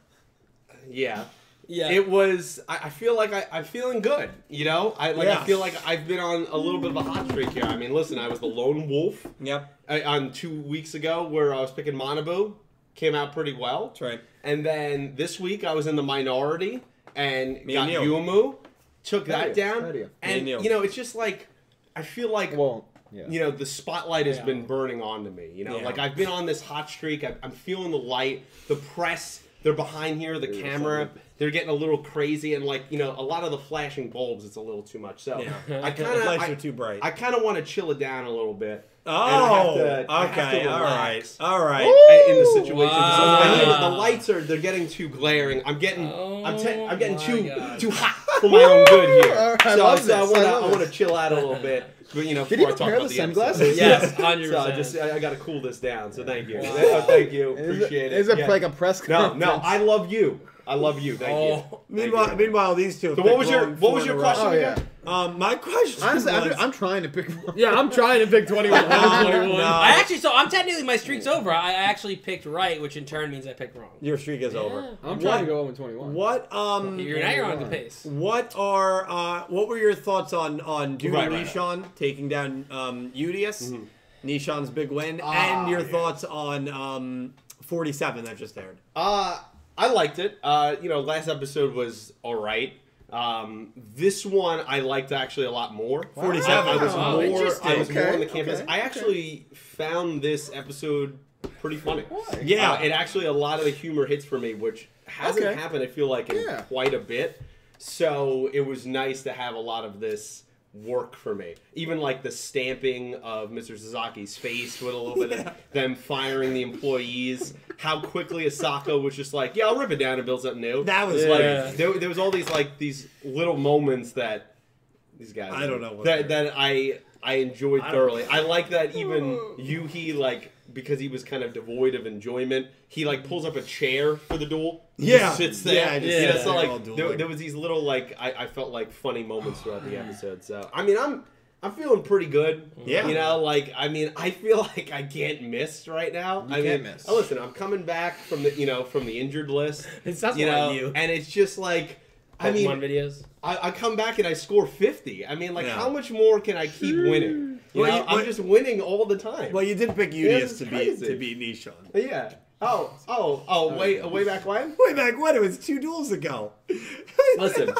yeah. Yeah. It was. I, I feel like I, I'm feeling good. You know, I like. Yeah. I feel like I've been on a little bit of a hot streak here. I mean, listen, I was the lone wolf yep. I, on two weeks ago where I was picking Monobu, came out pretty well. That's right. And then this week I was in the minority and Me got and you. Yumu, took that you, down. proud of you. And Me and you. you know, it's just like I feel like Well, yeah. you know the spotlight has Yeah. been burning onto me. You know, Yeah. like I've been on this hot streak. I, I'm feeling the light. The press, they're behind here. The camera, they're getting a little crazy, and like you know, a lot of the flashing bulbs. It's a little too much. So Yeah. I kind The of, lights are I, too bright. I kind of want to chill it down a little bit. oh. and I have to- I have okay. to All right. relax. All right. a- in the situation. Wow. So, I mean, the lights are they're getting too glaring. I'm getting I'm te- I'm getting Oh too my God. too hot for my own good here. All right, I so love so I this. want to I I, love want to this. chill out a little bit. But, you know, Did he before I prepare talk about the the episode. sunglasses? Yes, So I 100%. just I, I got to cool this down. So thank you. Oh, thank you. Appreciate Is it. it Yeah. like a press no, conference? no, I love you. I love you. Thank you. Oh. Thank Meanwhile, you. meanwhile, these two. have So what picked was your- wrong what four was in your a row. question? Oh yeah. Um, my question. Honestly, I'm, was- I'm trying to pick. one. Yeah, I'm trying to pick 21. No, no. I actually, so I'm technically my streak's over. I actually picked right, which in turn means I picked wrong. Your streak is over. I'm trying to go on with 21. What um You're now you're on the pace. what are uh what were your thoughts on on Duty Right, right, right. Nishan taking down um Udius, Nishan's big win, and your thoughts on um 47 that just aired. Uh, I liked it. Uh, you know, last episode was all right. Um, this one I liked actually a lot more. 47. I, I was Wow, more. I interesting. was more Okay, on the campus. okay, I actually found this episode pretty funny. Yeah. Uh, it actually a lot of the humor hits for me, which hasn't Okay. happened. I feel like in Yeah. quite a bit. So it was nice to have a lot of this work for me. Even like the stamping of Mr. Suzaki's face with a little bit of them firing the employees. How quickly Asako was just like, "Yeah, I'll rip it down and build something new." That was It's Yeah. like there, there was all these like these little moments that these guys I don't know what that they're- that I I enjoyed I don't- thoroughly. I like that even Yuhi like because he was kind of devoid of enjoyment. He like pulls up a chair for the duel. He Yeah. sits there. Yeah, I just- You know, yeah, so, they're like, all there- dueling. there, was these little like I, I felt like funny moments throughout the episode. So I mean I'm. I'm feeling pretty good. Yeah. You know, like, I mean, I feel like I can't miss right now. I can't mean, miss. oh, listen, I'm coming back from the, you know, from the injured list It sounds you like know, you. and it's just like, I one mean, videos. I, I come back and I score fifty. I mean, like, Yeah. how much more can I keep winning? You Well, know, you- I'm but- just winning all the time. Well, you did pick this Udius is to be crazy. to be Nishan. yeah. Oh, oh, oh, way, way back when. Way back when it was two duels ago. Listen,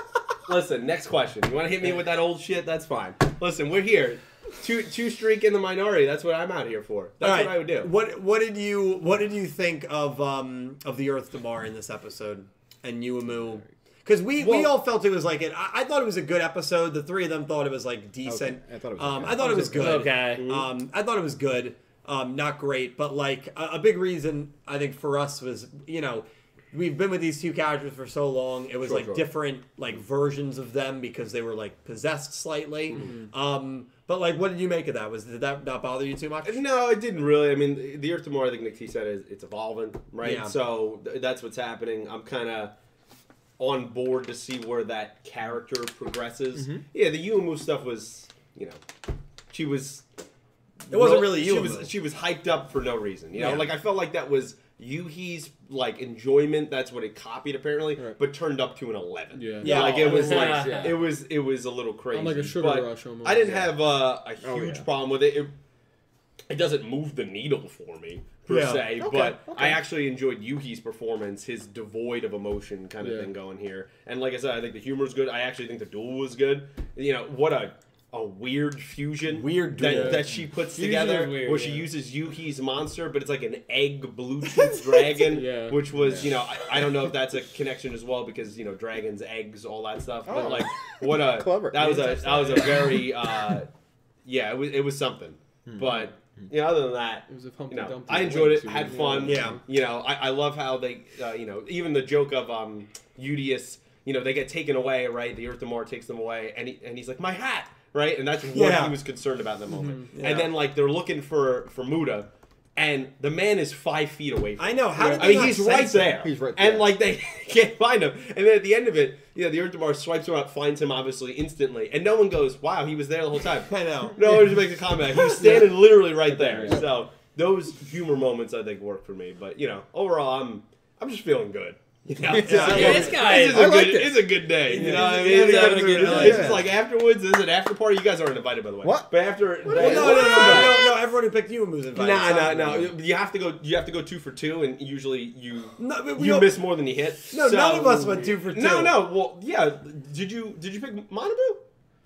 listen. Next question. You want to hit me with that old shit? That's fine. Listen, we're here. Two, two streak in the minority. That's what I'm out here for. That's All right. what I would do. What what did you what did you think of um of the Earth Damar in this episode and Uemu? Because we, we Well- all felt it was like it. I, I thought it was a good episode. The three of them thought it was like decent. I thought it was Um, okay. I thought it was good. Okay. Um, I thought it was good. Um, not great, but like a, a big reason I think for us was you know we've been with these two characters for so long. It was Sure, like sure. different like versions of them because they were like possessed slightly. Mm-hmm. Um, but like, what did you make of that? Was did that not bother you too much? No, it didn't really. I mean, the Earth Tomorrow, I think Nick T said is it's evolving, right? Yeah. So th- that's what's happening. I'm kind of on board to see where that character progresses. Yeah, the Yuumu stuff was, you know, she was. It wasn't really She Yuumu. was she was hyped up for no reason. You know, Yeah. like I felt like that was Yuhi's like enjoyment. That's what it copied apparently, Right. but turned up to an eleven. Yeah. Yeah. like it was like Yeah. it was it was a little crazy. like a sugar but rush almost. I didn't have uh, a huge Oh, yeah. problem with it. it it doesn't move the needle for me per Yeah. se, Okay, but I okay. actually enjoyed Yuki's performance, his devoid of emotion kind of Yeah. thing going here. And like I said, I think the humor's good. I actually think the duel was good. You know what a a weird fusion, Weird duel. that, that she puts Fusion is together, weird, where she yeah. uses Yuki's monster, but it's like an egg Bluetooth dragon, Yeah. which was you know I, I don't know if that's a connection as well because you know dragons, eggs, all that stuff. Oh. But like what a Clever. that was a that was a very uh, yeah it was it was something, but. You know, other than that, Hmm. It was a Humpty you know, Dumpty I enjoyed it, wingsuit, had yeah. fun. Yeah. You know, I, I love how they, uh, you know, even the joke of um, Udius, you know, they get taken away, right? The Earth Demar takes them away, and, he, and he's like, my hat, right? And that's what Yeah. Mm-hmm. he was concerned about in the moment. Yeah. And then, like, they're looking for, for Muda, and the man is five feet away from I know. How did they I mean, not he's sense right that? there. He's right there. And like they can't find him. And then at the end of it, you know, the Earth Demar swipes him up, finds him obviously instantly, and no one goes, "Wow, he was there the whole time." I know. No one just makes a comment. He was standing literally right there. So those humor moments, I think, work for me. But you know, overall, I'm I'm just feeling good. You know, it's just a Yeah, good- this guy- this is a I good, liked it. It's a good day. You know, what I mean, He's It's having a after- good night. it's just Yeah. like afterwards. Is it after party? You guys aren't invited, by the way. What? But after, Well, no, no, no, no, no, no. Everyone who picked you was invited. Nah, nah, Sorry. no. You have to go. You have to go two for two, and usually you No, but we you all- miss more than you hit. No, So- none of us went two for two. No, no. Well, yeah. Did you did you pick Monabu?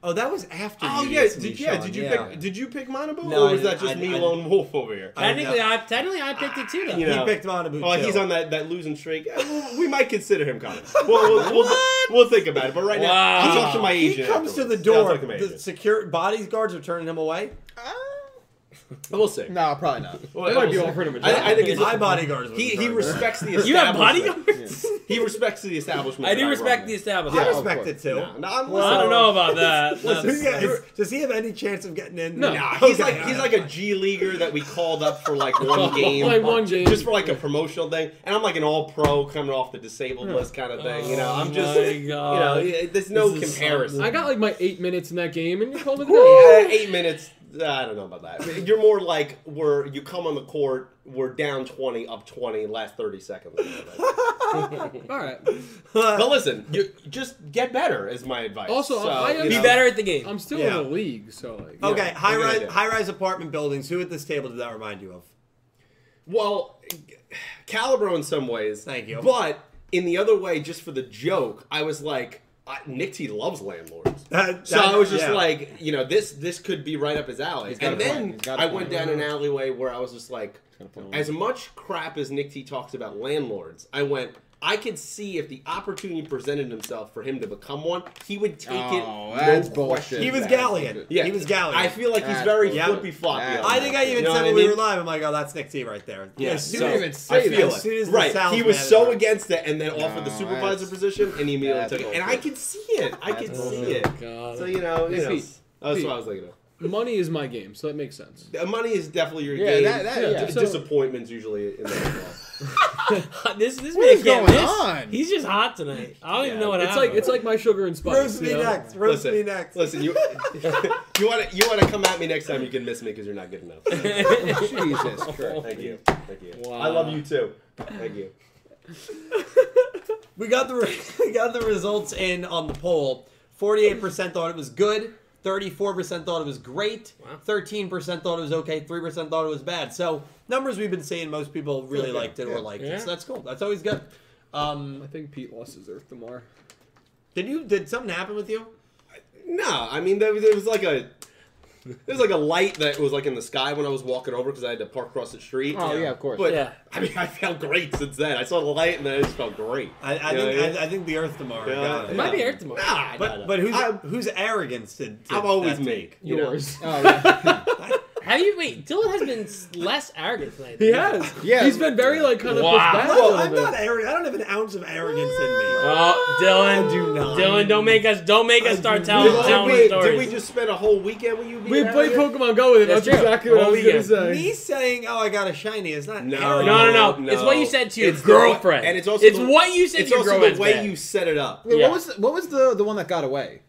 Oh, that was after. Oh you yeah. did Did, yeah. Did you yeah. pick did you pick Monabu, No, I or was that didn't- just I- me I- lone wolf over here? I- Technically, I technically I picked it too though. You He know. picked Monabu. Well, too. Oh, he's on that, that losing streak. Eh, we'll- we might consider him coming. We'll, we'll, we'll, we'll think about it. But right now, I'll Wow. talk to my He agent. comes to the afterwards. Yeah, I'll door. talk to my the agent. secure bodyguards are turning him away. We'll see. No, probably not. Well, It might be we'll offered him a see. I, I think it's my bodyguards. would he, turn he him away. respects the establishment. You have bodyguards? He respects the establishment. I do that respect run. the I establishment. Yeah. respect it too. No, no, I'm Well, I don't know about that. Does That's- he have- does he have any chance of getting in? No. Nah, he's Okay, like he's like a G leaguer that we called up for like one game, Like one game. just for like a promotional thing. And I'm like an all pro coming off the disabled list kind of thing. You know, I'm just Oh my you know, God. yeah, there's no This is comparison. I got like my eight minutes in that game, and you called it a Yeah, day. eight minutes. I don't know about that. You're more like where you come on the court, we're down twenty, up twenty, last thirty seconds. All right. but listen, you, just get better is my advice. Also, So, I- I- you Be know, better at the game. I'm still Yeah. in the league, so like. yeah. Okay, high we're gonna rise do it. high rise apartment buildings. Who at this table did that remind you of? Well, Calibro in some ways. Thank you. But in the other way, just for the joke, I was like, I, Nick T loves landlords. That- So I that- was just yeah. like, you know, this this could be right up his alley. got And a point. then He's got a I point. went down an alleyway where I was just like, point. as much crap as Nick T talks about landlords, I went. I could see if the opportunity presented himself for him to become one, he would take Oh, it. that's no bullshit. question. he was That- gallion. Yeah, he was gallion. I feel like he's That's very bullshit. flippy floppy. Yeah. I think I even You know said when what I we were mean? live, I'm like, oh, that's Nick T right there. Yeah, As soon so- as- even I say that. feel As it. As soon as the right. sales he was manager- so against it, and then offered the No, supervisor that's- position, and he immediately that's took it. And I bullshit. could see it. I could That's see it. God. So you know, you know. Pete, that's Pete. what I was thinking of. Money is my game, so that makes sense. The Money is definitely your Yeah, game. that- that- yeah. D- So- Disappointments usually in that. this this What is man can't going miss. on? He's just hot tonight. I don't even know what It's happened. like it's like my sugar and spice. roast me you know? next. Roast me listen, next. listen. You you want to you want to come at me next time? You can miss me because you're not good enough. Jesus Christ. Thank you. Thank you. I love you too. Thank you. We got the re- we got the results in on the poll. Forty eight percent thought it was good. Thirty four percent thought it was great. Wow. Thirteen percent thought it was okay. Three percent thought it was bad. So numbers we've been seeing, most people really Okay. liked it Yeah. or liked Yeah. it. So that's cool. That's always good. I Um, think Pete lost his Earth Damar. did you did something happen with you? No, I mean there was, there was like a there was like a light that was like in the sky when I was walking over because I had to park across the street. Oh, yeah, of course. But Yeah. I mean, I felt great since then. I saw the light and then I just felt great. I, I You know think what I mean? I, I think the Earth tomorrow. Yeah. got it it. might be Eric tomorrow. Nah, nah, nah. But but who's I'm, whose arrogance did, did I'm always that me. take? you know? Yours. Oh, yeah. Have you wait? Dylan has been s- less arrogant tonight. He has. Yeah. He's been very like kind of Wow. pushed back a No, little I'm bit. not arrogant. I don't have an ounce of arrogance in me. Oh, Dylan, do not. Dylan, don't make us, don't make us start telling, Did- telling did, we, stories. did we just spend a whole weekend with you? We being played arrogant? Pokemon Go with him. That's That's, true. exactly what All I was gonna weekend. say. Me saying, "Oh, I got a shiny," is not No. arrogant. no, no, no, No, It's what you said to your it's the- girlfriend, and it's also it's the- what you said It's to your also girlfriend's the way bad. you set it up. Wait, Yeah. What was what was the the one that got away?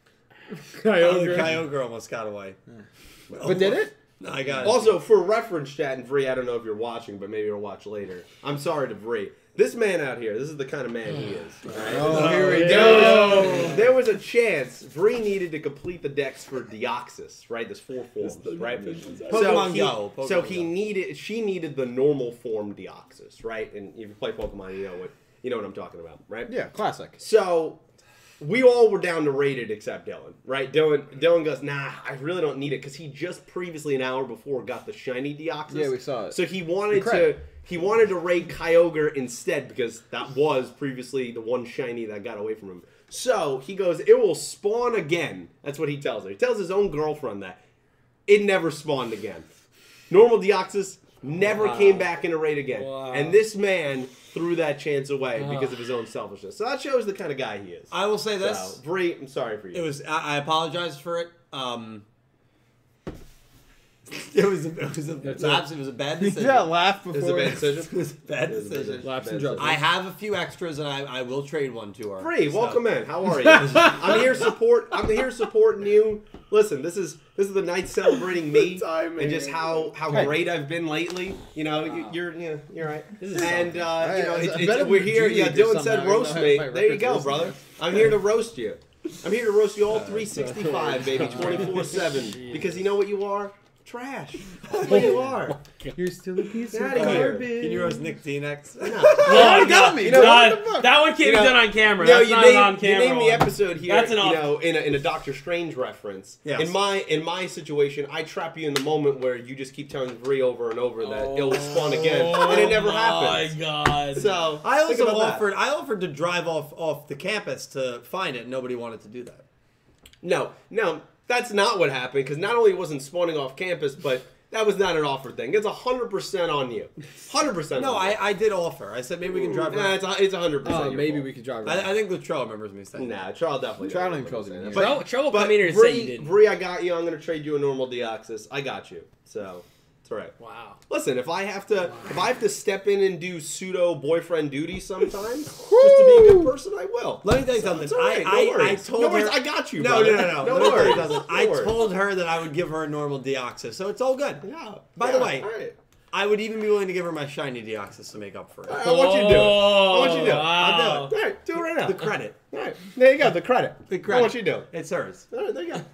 Oh, the Kyogre. Kyogre almost got away. But did it? I got it. Also, for reference, chat and Vree, I don't know if you're watching, but maybe you'll watch later. I'm sorry to Vree. This man out here, this is the kind of man he is. alright? Oh, here Uh, we There was, there was a chance Vree needed to complete the decks for Deoxys, right? There's four forms, right? Pokemon he, Go, Pokemon so he Go. needed, she needed the normal form Deoxys, right? And if you play Pokemon, you know what, you know what I'm talking about, right? Yeah, classic. So we all were down to rated except Dylan, right? Dylan Dylan goes, nah, I really don't need it because he just previously an hour before got the shiny Deoxys. Yeah, we saw it. So he wanted to Correct. he wanted to raid Kyogre instead because that was previously the one shiny that got away from him. So he goes, it will spawn again. That's what he tells her. He tells his own girlfriend that it never spawned again. Normal Deoxys never came back in a raid again. Wow. And this man threw that chance away because of his own selfishness. So that shows the kind of guy he is. I will say this. so, Bree, I'm sorry for you. It was. I, I apologize for it. Um, it was. It was a lapse. It was a bad decision. Yeah, laugh It was a before. bad decision. It was a bad It was a bad decision. decision. Laps and Bad jumps. I have a few extras, and I, I will trade one to her. Bree, So- welcome in. How are you? I'm here support. I'm here supporting you. Listen, this is this is the night celebrating me and just how how Hey. great I've been lately. You know, you- you're you know, you're right. And uh, you Hey, know, I it's, bet it's, I'm we're here. Judy Yeah, did Dylan said somehow. roast I me. don't have my There you records roasting go, brother. me. I'm here to roast you. I'm here to roast you all 365, baby, 24 seven. Because you know what you are. Trash. That's what you are. You're still a piece Get outta here. Can you roast Nick T-Next? Oh, you got me. You know What the what? fuck? that one can't You know- be done on camera. No, That's you not named, an on camera. you named the episode here. That's an you off- know, in a, in a Doctor Strange reference. Yes. In my in my situation, I trap you in the moment where you just keep telling Bree over and over that Oh it'll spawn again, and it never happens. Oh my god. So I think also about that. offered. I offered to drive off off the campus to find it. Nobody wanted to do that. No, no, that's not what happened. Because not only wasn't spawning off campus, but that was not an offer thing. It's hundred percent on you. Hundred percent. No, I, I did offer. I said maybe we can drive. Nah, around. Oh, it's a- it's hundred Uh, percent. maybe we could drive. I, I around. think Latrell remembers me saying that. Nah, Charles definitely. Charles don't even doesn't remember trust saying that. Trouble, Oh, trouble But, come in here but and say you Bree, didn't. Bree, I got you. I'm gonna trade you a normal Deoxys. I got you. So it's all right. wow. Listen, if I have to, if I have to step in and do pseudo boyfriend duty sometimes, just to be a good person, I will. Let me tell you So something. it's all right, I, no I, I worries. told no her worries, I got you. No, no, brother. no, no. no, Let me tell you worries. something. No I worries. told her that I would give her a normal Deoxys, so it's all good. Yeah. By Yeah, the way, all right. I would even be willing to give her my shiny Deoxys to make up for All it. right, I want you to do it. I want you to do it. Wow. I'll do it. All right, do it right now. Oh, The credit. All right, there you go. The credit. The I credit. want you to do it. It's hers. All right, there you go.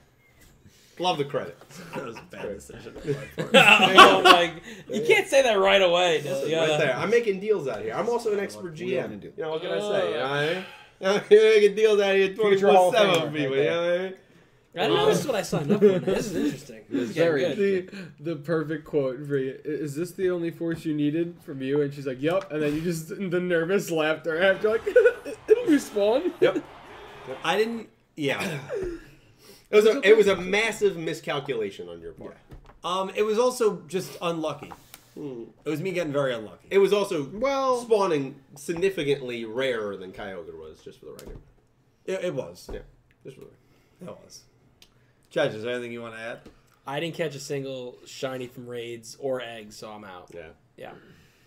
Love the credit. That was a bad decision. oh my, you can't say that right away. Just, yeah. Right there. I'm making deals out here. I'm also an expert we don't GM. do- You know what can I say? You know what I mean? I'm making deals out here Future Hall 24 of 7 Famer, people. right You know what I mean? I didn't know this is what I signed up for. This is interesting. This is very getting good. The, the perfect quote for you. Is this the only force you needed from you? And she's like, "Yep." And then you just the nervous laughter after, like, "It'll respawn." Yep. I didn't. Yeah. It was a, it was a massive miscalculation on your part. Um. It was also just unlucky. Hmm. It was me getting very unlucky. It was also Well- spawning significantly rarer than Kyogre was, just for the record. It, it was. Yeah, just for the record. It was. Judge, is there anything you want to add? I didn't catch a single shiny from raids or eggs, so I'm out. Yeah, Yeah.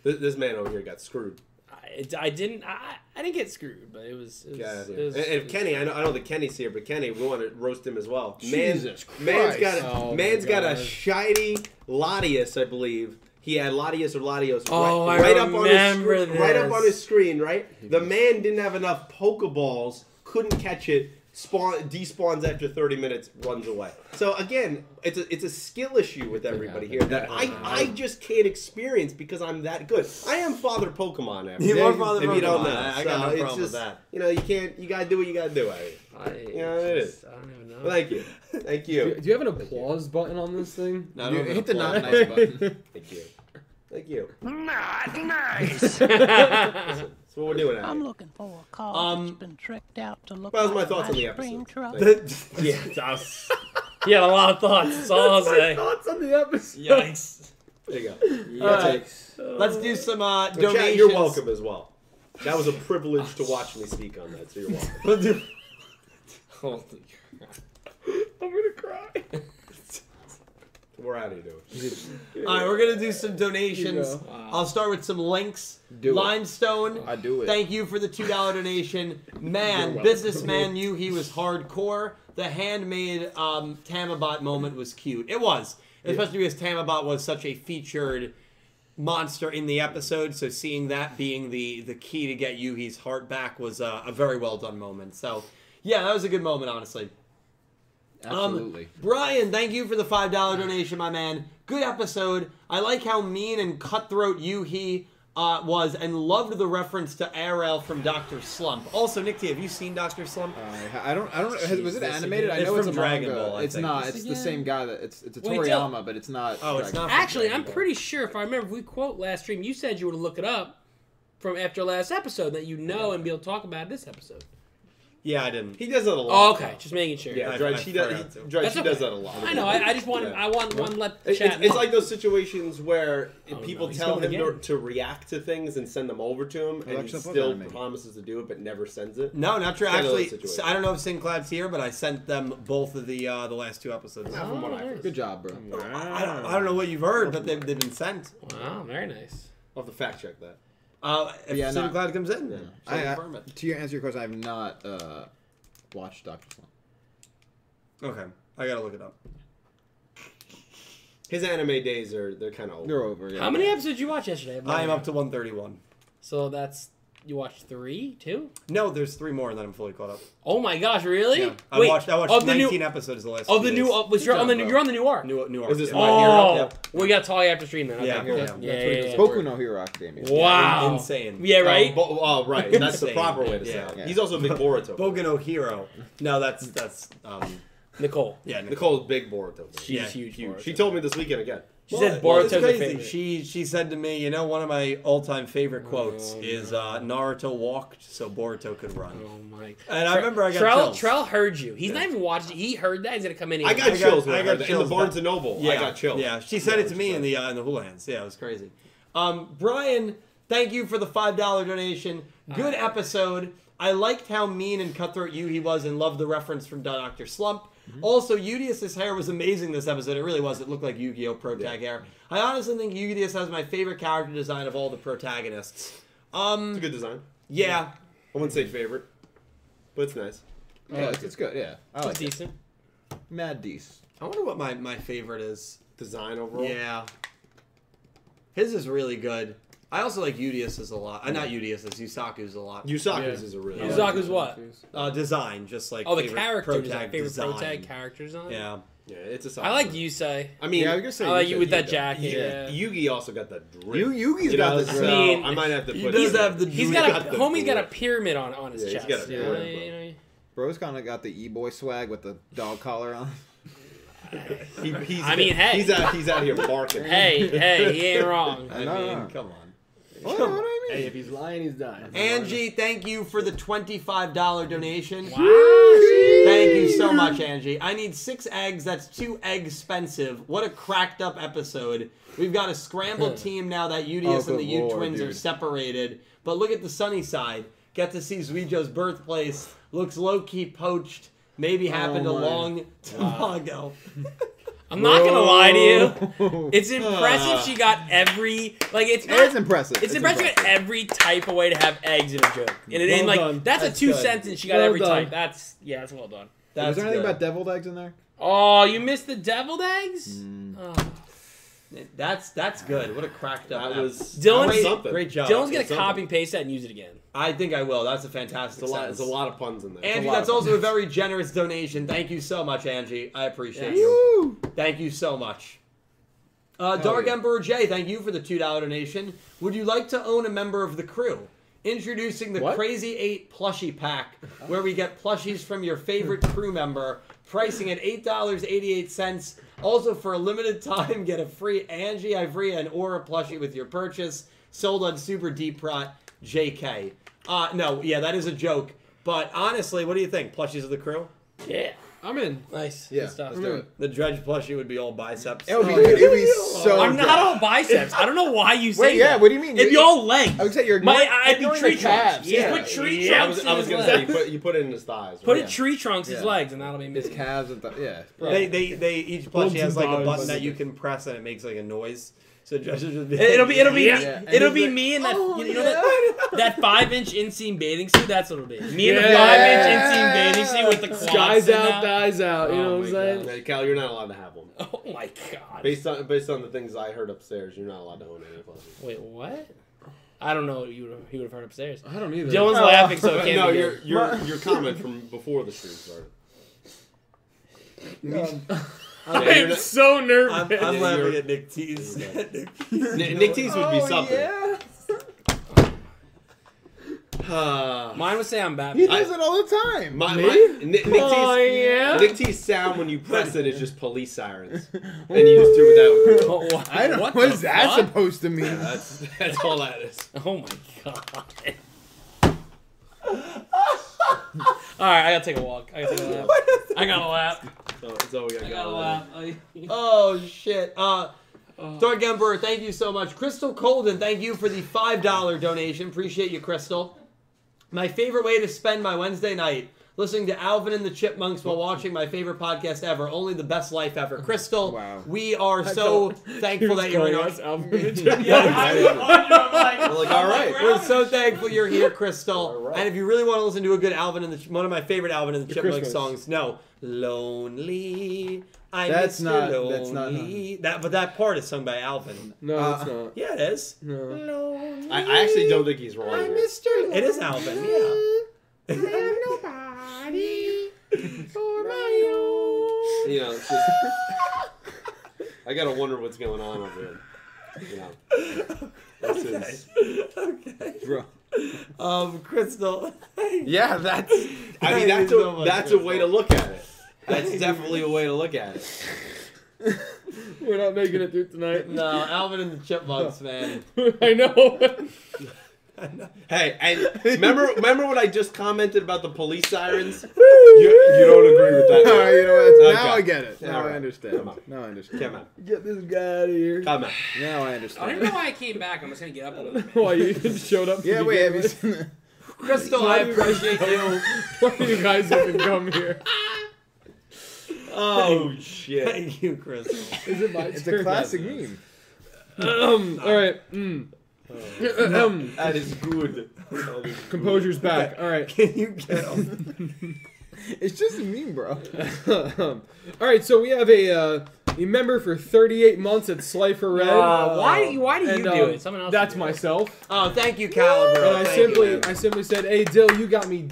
this, this man over here got screwed. I, it- I didn't. I, I didn't get screwed, but it was. It was, Yeah, it was and, and Kenny, I know I don't think Kenny's here, but Kenny, we want to roast him as well. Jesus man's got a, Christ. Oh my man's got a God. shiny Latias, I believe. He had Latias or Latios Oh, right, I right up on his remember screen, right up this. on his screen, right? The man didn't have enough Pokeballs, couldn't catch it. Spawn despawns after 30 minutes, runs away. So again, it's a it's a skill issue with everybody here that I, I just can't experience because I'm that good. I am Father Pokemon. After You are if Father you Pokemon. don't know, I- I got no So it's problem with just- that. you know, you can't. You gotta do what you gotta do. out here. I, Yeah, it just- is. I don't even know. Thank you. Thank Do, you. do you have an applause button on this thing? No, I You don't have hit the an not applause. nice button. Thank you. Thank you. That's That's what we're doing out I'm here. looking for a car Um, that's been tricked out to look that was like my thoughts an on the ice cream episode. truck. Thank Yeah. he had a lot of thoughts. That's all I'll say. Thoughts on the episode? Oh, Yikes. There you go. Let's do some uh, But donations. Chad, you're welcome as well. That was a privilege to watch me speak on that, so you're welcome. Let's do- Holy crap. I'm gonna cry. We're out of here. All right, we're gonna do some donations. Here you I'll start with some links. Do it. Limestone. I do it. Thank you for the two dollar donation, man. Businessman knew he was hardcore. The handmade um, Tamabot moment was cute. It was. especially because Tamabot was such a featured monster in the episode. So seeing that being the the key to get Yuhi's heart back was a, a very well done moment. So yeah, that was a good moment, honestly. Um, Absolutely. Brian, thank you for the five dollar donation, my man. Good episode. I like how mean and cutthroat you he uh, was, and loved the reference to Arel from Doctor Slump. Also, Nick T, have you seen Doctor Slump? I- I don't. I don't. has- was it Jesus, animated? I it's know it's from a Dragon manga. Ball, I it's think. not. It's It's the same guy that it's. It's a Wait, Toriyama, but it's not. Oh, it's Dragon not. Ball. Actually, I'm Ball. pretty sure if I remember, if we quote last stream, you said you were to look it up from after last episode that you know and be able to talk about this episode. Yeah, I didn't. He does that a lot. Oh, okay, just making sure. Yeah, I- Dredge, I he, forgot does, to. he, Dredge, That's he does okay. that a lot. I know. I, I just wanted. I want one. Let the It- chat. it's, it's know. like those situations where if people he's tell him going to, again. to react to things and send them over to him, and he actually, I thought still that maybe. promises to do it but never sends it. No, not true. It's one of those Actually, situations. I don't know if SinCloud's here, but I sent them both of the uh, the last two episodes. Not from what I Oh, heard. Good job, bro. I don't, I don't know what you've heard, but they've, they've been sent. Wow, very nice. I'll have to fact check that. Uh, if Yeah, no. SinCloud comes in, then she'll I, I, confirm it. to your answer your question, I have not uh, watched Doctor Slump. Okay, I gotta look it up. His anime days are they're kind of old. They're over. Yeah. How many episodes did you watch yesterday? I am up to 131. So that's you watched three, two. No, there's three more, and then I'm fully caught up. Oh my gosh, really? Yeah, I Wait, watched. I watched of the 19 new episodes the last. of few the new. days. Uh, was you're on the job, new? bro. You're on the new arc. new new arc. Is this yeah. my oh, hero? we got to talk after stream then. Okay. Yeah, yeah, yeah, yeah, yeah, yeah. Boku no Hero Academia. Wow, Insane. Yeah, right. Oh, bo- oh, right. That's the Insane. proper way to say it. Yeah. He's also a big Boruto. fan. Boku no Hero. No, that's that's um Nicole. yeah. Nicole. Nicole's big Boruto. fan. She's Yeah, huge. Boruto. She told me this weekend again. She Well, said well, it's Boruto's her crazy. favorite. She she said to me, you know, one of my all time favorite quotes is uh, Naruto walked so Boruto could run. Oh my! And I Tre- remember I got Trell. chills. Trell heard you. He's not even watching. He heard that. He's gonna come in. Here. I got I got- chills when I I, got heard that. in chills. the Barnes and Noble. I got chills. Yeah, she said Yeah, it to she me in said. the uh, in the hula hands. Yeah, it was crazy. Um, Brian, thank you for the five dollar donation. Good episode. I liked how mean and cutthroat you he was, and loved the reference from Doctor Slump. Also, Udius's hair was amazing this episode. It really was. It looked like Yu-Gi-Oh! Pro Tag hair. I honestly think Udius has my favorite character design of all the protagonists. It's a good design. Yeah, I wouldn't say favorite, but it's nice. Yeah, it's, it's good. Yeah, I It's like it. decent. Mad Dece. I wonder what my my favorite is. Design overall. Yeah. His is really good. I also like Udius's a lot. Uh, not Udius's, Yusaku's a lot. Usaku's Yeah. is a really. Yeah. Yusaku's what? Uh, design, just like Oh, the favorite character protag is my favorite design. protag characters on. it? Yeah, Yeah, it's a solid I like one. Yusei. I mean, Yeah, I was gonna say. I like said you with that got- jacket. yeah. Yeah. Yugi also got the drip. You Yugi's You got know, this. so I mean, I might have to he put. does it in. have the He's You got got a the homie's got a blue. pyramid on on his Yeah, he's chest. got a you blue know, one, you bro. know, Bro's kind of got the e boy swag with the dog collar on. He, he's, I mean, hey. he's out. He's out here barking. hey, hey, he ain't wrong. I No, no, mean, no. come on. What, what do I mean? Hey, if he's lying, he's dying. Angie, thank you for the twenty-five dollar donation. Wow. Thank you so much, Angie. I need six eggs. That's two egg expensive. What a cracked up episode. We've got a scrambled team now that UDS Oh, and the good U lord, twins are dude. separated. But look at the sunny side. Get to see Zuijo's birthplace. Looks low key poached. Maybe happened Oh, a my. long time ago. I'm not gonna lie to you. Whoa. It's impressive she got every like it's It is not, impressive. it's impressive she got every type of way to have eggs in a joke. And it Well ain't like done. that's, That's a two good. sentence she got Well every done. type. That's yeah, that's well done. That's Was there anything good. about deviled eggs in there? Oh, you missed the deviled eggs? Mm. Oh. That's that's good. What a cracked up. That app. was Dylan's- that was Great- something. great job. Dylan's gonna it's something. copy and paste that and use it again. I think I will. That's a fantastic. It's a lot. sentence. It's a lot of puns in there. Angie, lot that's of also a very generous donation. Thank you so much, Angie. I appreciate Yes. you. Woo! Thank you so much. Uh, Dark yeah. Emperor J, thank you for the $2 donation. Would you like to own a member of the crew? Introducing the What? Crazy 8 plushie pack, where we get plushies from your favorite crew member, pricing at $8.88. Also, for a limited time, get a free Angie Ivrea and Aura plushie with your purchase, sold on Super Deprot JK. Uh, no, yeah, that is a joke. But honestly, what do you think? Plushies of the crew? Yeah. I'm in. Nice. Yeah, Good stuff. Mm-hmm. let's do it. The Dredge plushie would be all biceps. It would be, Oh, yeah. it'd be so. I'm good. not all biceps. I don't know why you say Wait, yeah. that. What do you mean? It'd be You- all legs. I would say you're My, ignoring- I'd be ignoring tree the trunks. calves, Yeah. yeah. Put tree yeah, I trunks was, in I was his gonna say you leg. put, you put it in his thighs. Put right? a tree trunks his Yeah. legs, and that'll be His missing. calves and th- yeah. They, they, they each plushie Bugs has and like a bugs. button that you can press and it makes like a noise. So judges would be. It'll be it'll be Yeah. me, Yeah. it'll And be he's me and that Oh, you know yeah. that, that five inch inseam bathing suit. That's what it'll be. Me and Yeah. a five inch inseam bathing suit with the clogs Skies in out, that. dies out. You Oh know what my I'm saying? Hey, Cal, you're not allowed to have one. Oh my god. Based on based on the things I heard upstairs, you're not allowed to own any plushies. Wait, what? I don't know. What you would he would have heard upstairs. I don't either. Dylan's laughing, so it can't no, be your good. your your comment from before the stream started. I'm Yeah, you're not- so nervous. I'm, I'm Yeah, laughing you're- at Nick T's. Nick T's. Nick, Nick T's Oh, would be something. Uh, Mine would say I'm He Batman. does it all the time. My, Me? my, Nick, Nick, Oh, T's, yeah? Nick T's sound when you press it is just police sirens, and you just do it that with Oh, what, I don't. what What, the what is that fuck? supposed to mean? That's that's all that is. Oh my god. All right, I gotta take a walk. I gotta take a lap. I gotta lap. So that's all we got I going gotta on. lap. I- oh shit. Uh, Oh. Dark Emperor, thank you so much. Crystal Colden, thank you for the five dollar donation. Appreciate you, Crystal. My favorite way to spend my Wednesday night listening to Alvin and the Chipmunks while watching my favorite podcast ever, only the best life ever. Crystal, Wow. we are so thankful that you're in our. Yeah, I was on you, I'm like, We're like, I'm all right, we're We're out. so thankful you're here, Crystal. All right. And if you really want to listen to a good Alvin and the Ch- one of my favorite Alvin and the Chipmunk Christmas. songs, no, lonely. I That's Mr. not- Lonely. that's not- That, but that part is sung by Alvin. No, Uh, it's not. Yeah, it is. No. Lonely. I, I actually don't think he's wrong. here. Mr. It is Alvin. Yeah. You know, it's just I gotta wonder what's going on over here. You know, this is, okay. Bro. Um, Crystal. Yeah, that's. Oh, I mean, Thank that's you so a much, that's a way to Crystal. look at it. That's definitely a way to look at it. We're not making it through tonight. No, Alvin and the Chipmunks, man. I know. Hey, and remember remember what I just commented about the police sirens? You, you don't agree with that? All right, you know what? Okay. Now I get it. Now All right. I understand. Come on. Now I understand. Come on, Get this guy out of here. come on. Now I don't I understand. even know why I came back. I'm just gonna get up a little bit. Why you just showed up? to yeah, wait. begin Have you with? seen? The... Crystal, I appreciate you. Why do you guys even come here? Oh shit! Thank you, Crystal. Is it my It's turn? a classic meme. Um, all right. Mm. Um, That is good. That is composure's back. All right. Can you get off? It's just a meme, bro. Um, all right. So we have a uh, a member for 38 months at Slifer Red. Uh, why do you- why do you And, do um, it? Someone else That's should do it. myself. Oh, thank you, Caliber. And I Thank simply, you. I simply said, "Hey, Dill, you got me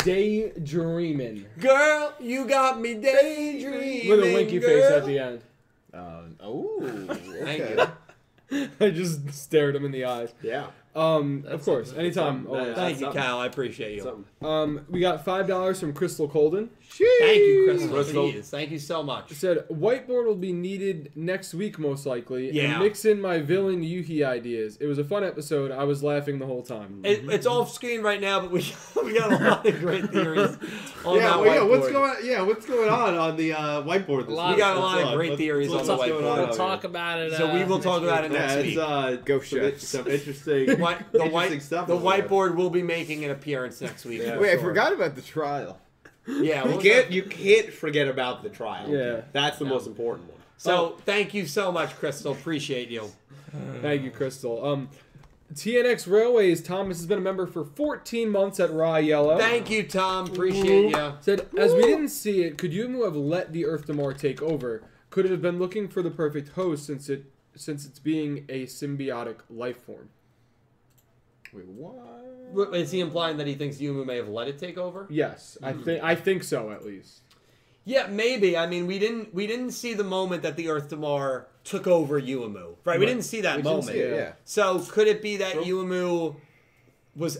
daydreaming." girl, you got me daydreaming. With a winky girl. face at the end. Um, oh, Thank okay. you. I just stared him in the eyes. good. Yeah. Um, of course, anytime. something. always. Thank you, Something. Cal. I appreciate you. Something. Um, we got five dollars from Crystal Colden. Thank you, Crystal. Crystal. Please. Thank you so much. She said whiteboard will be needed next week, most likely. Yeah. And mix in my villain Yuhi ideas. It was a fun episode. I was laughing the whole time. It, it's off screen right now, but we we got a lot of great theories on yeah, that well, yeah, what's whiteboard. going? Yeah, what's going on on the uh, whiteboard? This Lot week? of- We got a lot of What's great What's- theories what's on the going whiteboard. out We'll here? talk about it. So uh, we will next talk about week. it next Yeah, week. it's uh, Go some, in- Chefs. some interesting, Whi- the interesting white, stuff. the over there. whiteboard will be making an appearance next week. Yeah. for Wait, I sure. forgot about the trial. Yeah, You we'll- can't, you can't forget about the trial. Yeah. that's the most important one. So thank you so much, Crystal. Appreciate you. Thank you, Crystal. Um, TNX Railways. Thomas has been a member for 14 months at Raw Yellow. Thank you, Tom. Appreciate you. Said as we didn't see it, could you have let the Earth Damar take over? Could it have been looking for the perfect host since it since it's being a symbiotic life form? Wait, what? Wait, Is he implying that he thinks Yuma may have let it take over? Yes, I Hmm. think I think so at least. Yeah, maybe. I mean, we didn't we didn't see the moment that the Earth Damar took over Uamu. Right? We didn't see that We didn't moment. see it, yeah. So could it be that Uamu was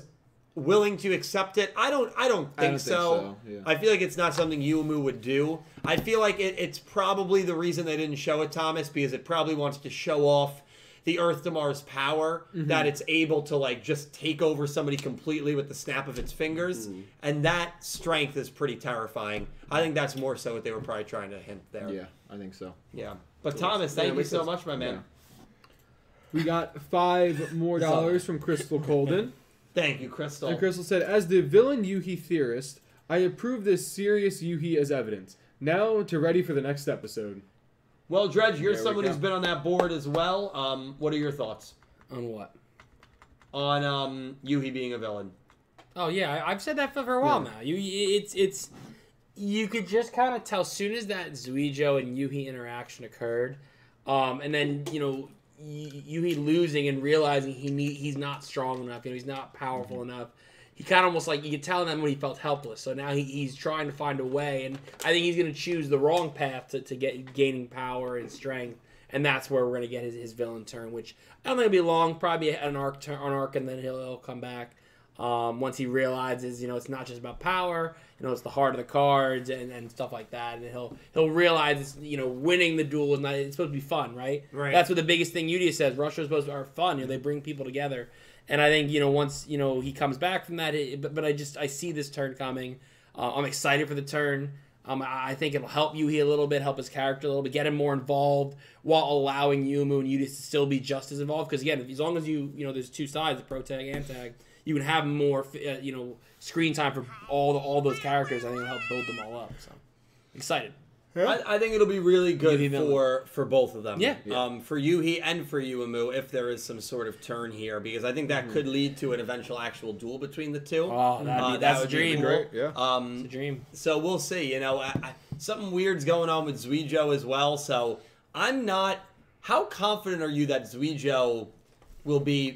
willing to accept it? I don't I don't think I don't think so. so, yeah. I feel like it's not something Uamu would do. I feel like it, it's probably the reason they didn't show it, Thomas, because it probably wants to show off the Earth Damar's power Mm-hmm. that it's able to like just take over somebody completely with the snap of its fingers, Mm-hmm. and that strength is pretty terrifying. I think that's more so what they were probably trying to hint there. Yeah, I think so. Yeah. But Thomas, thank you makes so sense. much, my man. We got five more dollars from Crystal Colden. Thank you, Crystal. And Crystal said, as the villain Yuhi theorist, I approve this serious Yuhi as evidence. Now to ready for the next episode. Well, Dredge, you're There we someone go. who's been on that board as well. Um, what are your thoughts On what? on um, Yuhi being a villain? Oh yeah, I- I've said that for, for a while now. You, it's it's you could just kind of tell soon as that Zuijo and Yuhi interaction occurred, um, and then you know Y- Yuhi losing and realizing he need, he's not strong enough. You know he's not powerful enough. He kind of almost like you could tell him when he felt helpless. So now he, he's trying to find a way, and I think he's going to choose the wrong path to, to get gaining power and strength. And that's where we're going to get his, his villain turn, which I don't think it'll be long. Probably an arc, turn, an arc, and then he'll, he'll come back um, once he realizes, you know, it's not just about power, you know, it's the heart of the cards and, and stuff like that. And he'll he'll realize, it's, you know, winning the duel is not it's supposed to be fun, right? Right. That's what the biggest thing Yudia says. Russia is supposed to are fun. You know, they bring people together. And I think you know once you know he comes back from that, it, but, but I just I see this turn coming. Uh, I'm excited for the turn. Um, I I think it'll help Yuhi a little bit, help his character a little bit, get him more involved while allowing Yumu and Yuta to still be just as involved. Because again, if, as long as you you know there's two sides, the pro tag and tag, you can have more uh, you know screen time for all the, all those characters. I think it'll help build them all up. So excited. I, I think it'll be really good Yuhi villain. for for both of them. Yeah. Um, for Yuhi and for Yuumu, if there is some sort of turn here, because I think that could lead to an eventual actual duel between the two. Hmm. Oh, that'd be, Uh, that that's a would be dream. cool. It's Great, yeah. Um, a dream. So we'll see. You know, I, I, something weird's going on with Zuijo as well. So I'm not. How confident are you that Zuijo will be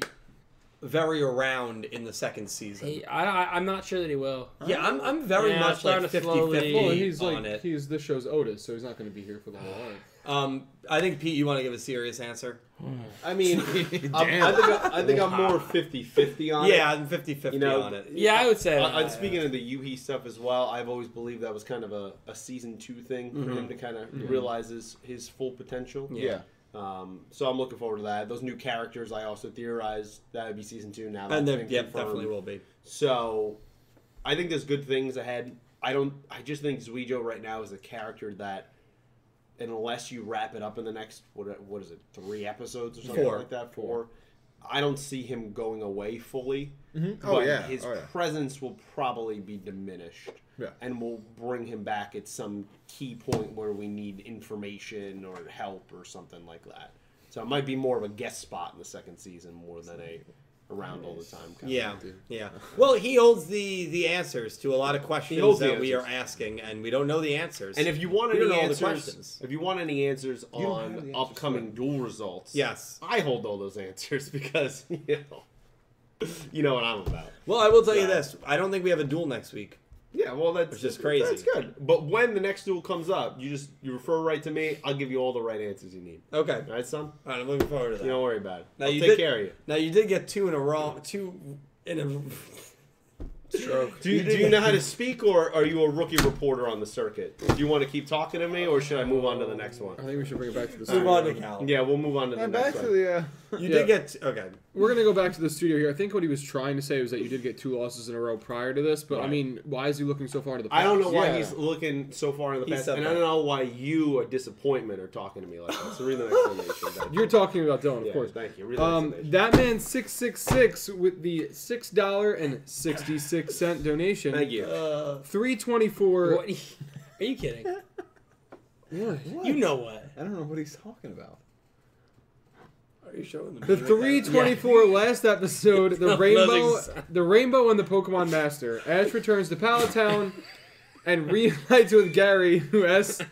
very around in the second season? He, I, I, I'm not sure that he will. yeah, I'm, I'm very Yeah, much like starting to 50 slowly- 50 Well, he's on like it. he's this show's Otis, so he's not going to be here for the whole arc. Um, I think, Pete, you want to give a serious answer? I mean, I'm- I Damn. think, I, I think I'm more 50-50 on it. yeah, I'm 50 50 you know, on it. Yeah, I would say. I, I, that. speaking of the Yuhi stuff as well, I've always believed that was kind of a, a season two thing for him to kind of realize his, his full potential. Yeah. Um, so I'm looking forward to that. Those new characters, I also theorized that would be season two now. And that's there been yeah, confirmed. definitely will be. So I think there's good things ahead. I don't. I just think Zuijo right now is a character that, unless you wrap it up in the next what what is it three episodes or something Four. like that four, I don't see him going away fully. Oh, but yeah. his Oh, yeah. presence will probably be diminished. Yeah. And we'll bring him back at some key point where we need information or help or something like that. So it might be more of a guest spot in the second season more than a around all the time. Kind Yeah, yeah. Well, he holds the the answers to a lot of questions holds the that we are answers. asking, and we don't know the answers. And if you want We any don't know all the answers, questions. if you want any answers don't have on the answers upcoming duel results, yes, I hold all those answers because you know, you know what I'm about. Well, I will tell you Yeah. this: I don't think we have a duel next week. Yeah, well, that's Which is crazy. That's good. But when the next duel comes up, you just you refer right to me. I'll give you all the right answers you need. Okay, All right, son. All right, I'm looking forward to that. You don't worry about it. Now I'll you take did- care of you. now you did get two in a wrong, two in a. Stroke. Do you, do you know how to speak, or are you a rookie reporter on the circuit? Do you want to keep talking to me, or should I move on to the next I one? think we should bring it back to the Move studio. on to Cal. Yeah, we'll move on to the And next back one. to the. Uh, You Yeah. did get t- okay. We're gonna go back to the studio here. I think what he was trying to say was that you did get two losses in a row prior to this, but I Right. mean, why is he looking so far to the? I don't know why Yeah. he's looking so far in the He past, said and I that. don't know why you, a disappointment, are talking to me like that. So read the explanation. Thank you. You're talking about Dylan, of Yeah, course. Thank you. Read the Um, explanation. that man six six six with the six dollar and sixty six cent donation. Thank you. Uh, Three twenty four. What- are you kidding? You know what? I don't know what he's talking about. Are you showing The three twenty four last episode. The Those rainbow, ex- the rainbow, and the Pokemon Master. Ash returns to Palatown and reunites with Gary, who asks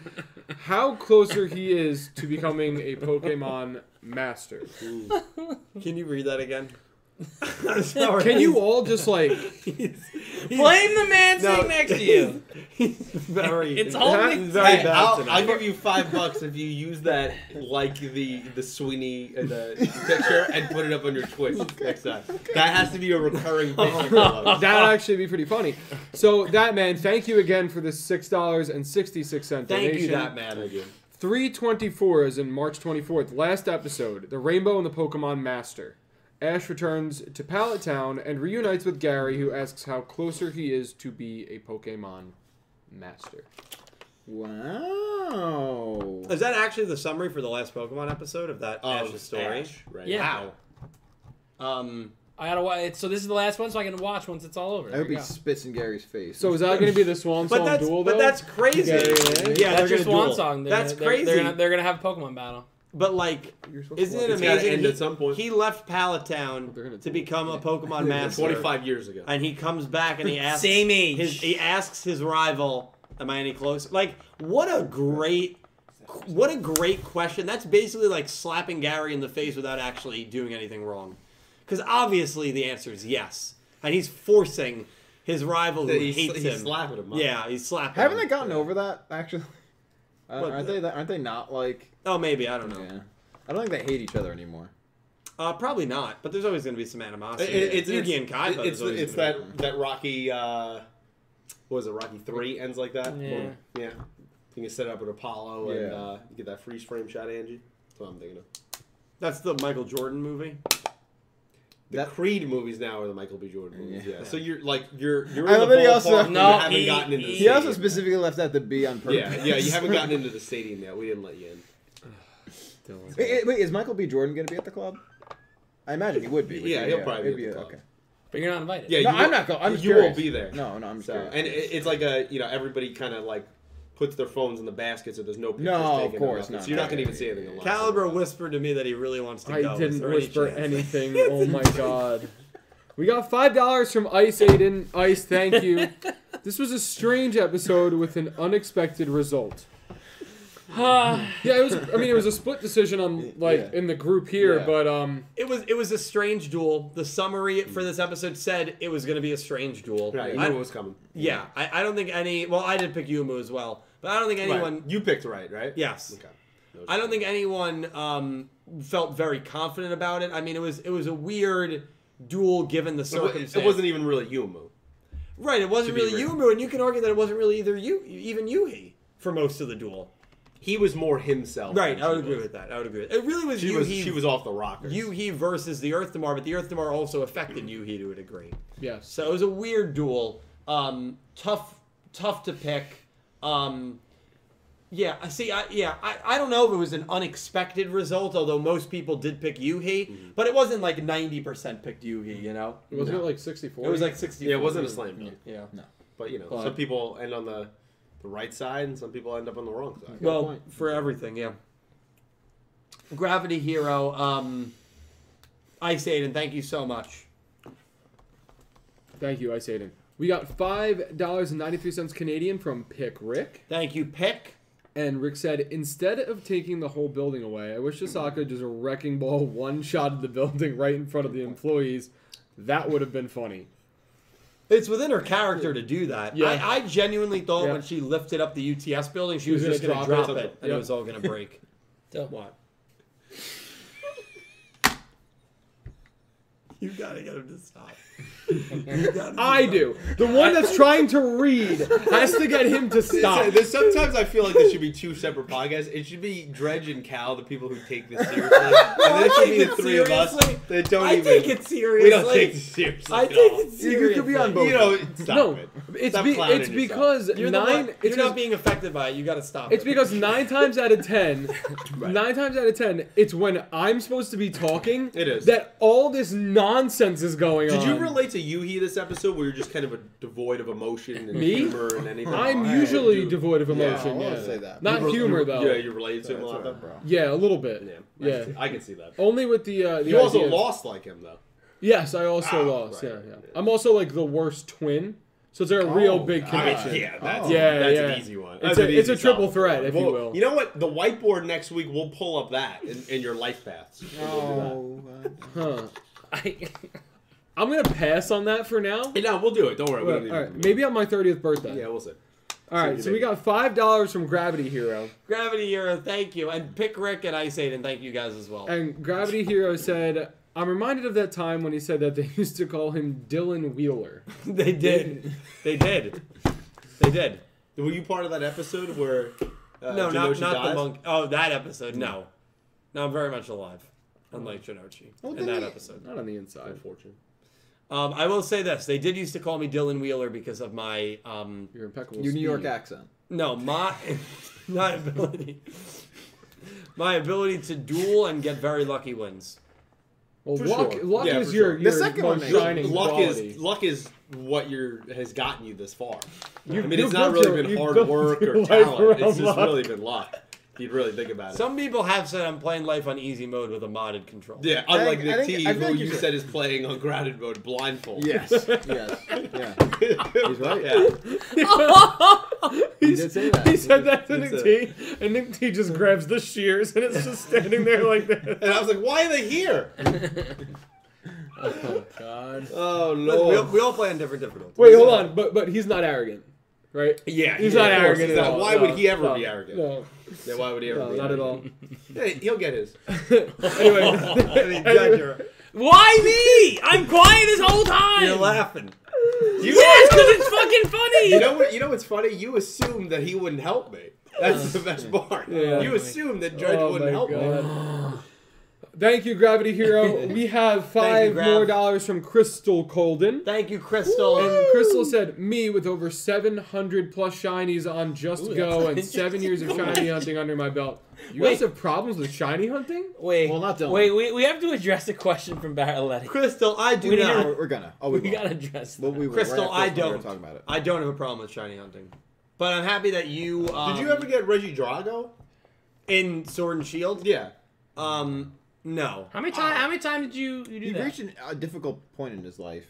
how closer he is to becoming a Pokemon Master. Can you read that again? I'm sorry. Can you all just like Blame the man sitting next to you. He's very. It's all That- mixed very up. bad. I'll, tonight. I'll give you five bucks if you use that, like the the Sweeney uh, the picture, and put it up on your Twitch next time. That has to be a recurring thing. you love. That'd actually be pretty funny. So that man, thank you again for this six dollars and sixty six cent donation. Thank you, that man. Three twenty four is in March twenty fourth. Last episode, the Rainbow and the Pokemon Master. Ash returns to Pallet Town and reunites with Gary, who asks how closer he is to be a Pokemon Master. Wow. Is that actually the summary for the last Pokemon episode of that Oh, Ash's story? Ash, right? Yeah. Wow. Um. I gotta watch. So this is the last one, so I can watch once it's all over. I hope There you he go. spits in Gary's face. So is that going to be the Swan But Song that's duel though? but that's crazy. Yeah, Yeah, yeah, yeah. they're That's your gonna swan duel. song. They're, that's they're- crazy. They're gonna, they're gonna have a Pokemon battle. but like, You're supposed to isn't it watch It's gotta amazing? end he, at some point. He left Palatown They're gonna to do it. become a Pokemon master. 25 years ago. and he comes back and he asks Same age. His, he asks his rival, "Am I any closer?" Like, what a great, what a great question. That's basically like slapping Gary in the face without actually doing anything wrong, because obviously the answer is yes, and he's forcing his rival who he's, hates he's him. slapping him. Up. yeah, he's slapping. Haven't him. they gotten over that actually? Uh, What aren't the- they? That, aren't they not like? Oh, maybe I don't know. Yeah. I don't think they hate each other anymore. Uh, probably not. But there's always going to be some It- animosity. it- it's, Yugi and Kaiba. It's, is always it's gonna that that Rocky. Uh, what was it? Rocky three ends like that. Yeah. yeah. You can set it up with Apollo and Yeah. uh, you get that freeze frame shot, Angie. That's what I'm thinking of. be. That's the Michael Jordan movie. The That- Creed movies now are the Michael B. Jordan movies. Yeah. Yeah. So you're like you're you're I in the love that he ballpark. also- and No, you haven't he- gotten into. the He also stadium. specifically left out the B on purpose. Yeah, yeah. You haven't gotten into the stadium yet. We didn't let you in. Wait, wait, wait, is Michael B. Jordan going to be at the club? I imagine he would be. Yeah, he'll probably it'd be at the club. Okay. But you're not invited. Yeah. No, you I'm won't- not going. I'm just you curious. won't be there. No, no, I'm just So, curious. and it, it's like a you know everybody kind of like puts their phones in the basket, so there's no pictures No, of taken. or course nothing. not. So you're not Yeah, gonna even yeah, see yeah, anything. yeah. alive. Caliber whispered to me that he really wants to I go. Is didn't there any whisper chance? anything. oh my god. We got five dollars from Ice Aiden. Ice, thank you. this was a strange episode with an unexpected result. yeah, it was. I mean, it was a split decision on like Yeah. in the group here, Yeah. but um, It was it was a strange duel. The summary for this episode said it was going to be a strange duel. Mm. Right, you I, knew it was coming. yeah, I, I don't think any. Well, I did pick Yumu as well, but I don't think anyone. Right. You picked right, right? Yes. Okay. I don't think anyone um, felt very confident about it. I mean, it was it was a weird duel given the It wa- circumstances. It wasn't even really Yumu. right. It wasn't to be really real. Yumu, and you can argue that it wasn't really either you even Yuhi for most of the duel. He was more himself. Right. than I would she agree was. with that. I would agree. With It really was She Yuhi. was she was off the rocker. Yuhi versus the Earth Earthdamar, but the Earth Earthdamar also Mm. affected Yuhi to a degree. yes. So it was a weird duel. Um, tough, tough to pick. Um, yeah, I see. I, yeah, I, I don't know if it was an unexpected result, although most people did pick Yuhi, Mm-hmm. but it wasn't like ninety percent picked Yuhi. You know, Wasn't it like sixty-four? it was like sixty. Yeah, it wasn't a slam dunk. Yeah. But you know, But- some people end on the the right side, and some people end up on the wrong side. well, point. for everything, yeah. Gravity Hero, um, Ice Aiden, thank you so much. Thank you, Ice Aiden. We got five dollars and ninety-three cents Canadian from Pick Rick. Thank you, Pick. And Rick said, instead of taking the whole building away, I wish Osaka just a wrecking ball one shot at the building right in front of the employees. That would have been funny. It's within her character to do that. Yeah. I, I genuinely thought Yeah. when she lifted up the UTS building, she was, was just gonna going to drop drop it. it, and Yeah. it was all going to break. So- what? You got to get him to stop. You gotta I do. The one that's trying to read has to get him to So, stop. there's- sometimes I feel like there should be two separate podcasts. It should be Dredge and Cal, the people who take this seriously, and then it should be take the it three of us seriously. that don't I even. take it seriously. we don't take this seriously. I at take all. it You- seriously. you could be on both. You know, stop no, it. it's Stop be, clowning it's yourself. because You're, the nine. one- it's you're not because- being affected by it. You got to stop. It's it. because nine times out of ten, nine times out of ten, it's when I'm supposed to be talking. It is. that all this nonsense is going on. Did you relate to Yuhi this episode where you're just kind of a, devoid of emotion and Me? humor and anything? I'm Alright, usually Oh, dude. devoid of Yeah, I emotion. Yeah, wanna say that. Not You re- humor you- though. Yeah, you related to him a That's lot, alright, though. bro. Yeah, a little bit. Yeah, I yeah. can see- I can see that. Only with the uh, the You also idea- lost like him, though. Yes, I also Ah, lost. right, yeah, right, yeah. yeah. I'm also like the worst twin, so it's a real big I mean, connection. yeah, Oh. that's, Yeah, that's yeah. an easy one. It's That's a- an it's a easy triple solve. threat, if you Well, will. You know what? The whiteboard next week, we'll pull up that in, in your life paths. Oh, uh, Huh. I, I'm gonna pass on that for now. No, we'll do it. Don't worry. we All don't need to- right, maybe on my 30th birthday. Yeah, we'll see. All right, so we got five dollars from Gravity Hero, Gravity Hero, thank you. And Pick Rick and Ice Aiden, thank you guys as well. and Gravity Hero said, "I'm reminded of that time when he said that they used to call him Dylan Wheeler." They did. they did. They did. Were you part of that episode where? Uh, No, not, Jinochi not the dies? monk. Oh, that episode. No. No, I'm very much alive. Unlike Jinochi Well, in then that he- episode. Not on the inside. Unfortunate. Um, I will say this. They did used to call me Dylan Wheeler because of my, um, You're impeccable. your New York speed. accent. no, my, my ability, my ability to duel and get very lucky wins. Well, For luck, sure. luck Yeah, is for your, sure. The your second most one makes- shining luck quality. is luck is what you're has gotten you this far. You've- I mean, you've it's not built really your- been you've hard built work your or life talent. around It's just luck. really been luck. If you'd really think about it. Some people have said I'm playing life on easy mode with a modded control. yeah, I unlike think- I Nick think- T, I feel who like you you should- said is playing on grounded mode blindfold. Yes. yes. Yeah. He's right. Yeah. He did say that. He said that to It's Nick a- T, and Nick T just grabs the shears and it's just standing there like this. And I was like, why are they here? Oh God! Oh We all, lord. we all play on different difficulties. Wait, hold on, but but he's not arrogant, right? Yeah, He's yeah, not of course, arrogant he's at not. all. Why No, would he ever no, be arrogant? No, Yeah, why would he ever? no, be not at arrogant? all. Yeah, he'll get his. anyway, I mean, God, you're, Why me? I'm quiet this whole time. you're laughing. You, yes, because it's fucking funny. you know what? You know what's funny? You assumed that he wouldn't help me. That's the best part. Yeah. You assumed that Judge Oh, wouldn't my help me. God. Thank you, Gravity Hero. We have Thank you, five Grav. more dollars from Crystal Colden. Thank you, Crystal. And Crystal said, "Me with over 700 plus shinies on Just Ooh, Go that's- and seven years of shiny hunting under my belt. You guys Wait. have problems with shiny hunting? Wait, Well, not Dylan. wait, we, we have to address a question from Barreletti. Crystal, I do We need not. We're, we're gonna. Oh, we, We will. gotta address that. Well, we will. Crystal, Right I after this one, don't. We're talking about it. I don't have a problem with shiny hunting, but I'm happy that you. Um, Did you ever get Reggie Drago? in Sword and Shield? Yeah. Um, no. how many time? How many times did you, you do He that? reached an- a uh, difficult point in his life.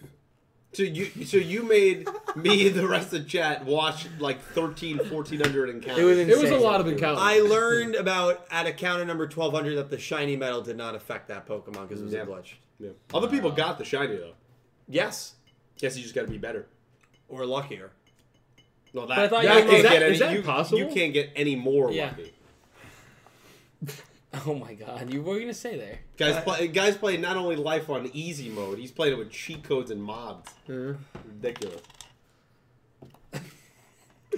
So you so you made me and the rest of chat watch like 13, 1400 encounters. It was It was a Insane. lot of encounters. I learned about at encounter number 1200 that the shiny metal did not affect that Pokemon because it was Yeah. a glitch. Yeah. Other people got the shiny though. Yes, Guess you just got to be better. or luckier. No, that, I thought that you- can't is that- get any. is that you, possible? you can't get any more Yeah. lucky. Oh my god, you what were you gonna say there? Guys, play, guys playing not only life on easy mode, he's playing it with cheat codes and mods. Yeah. Ridiculous.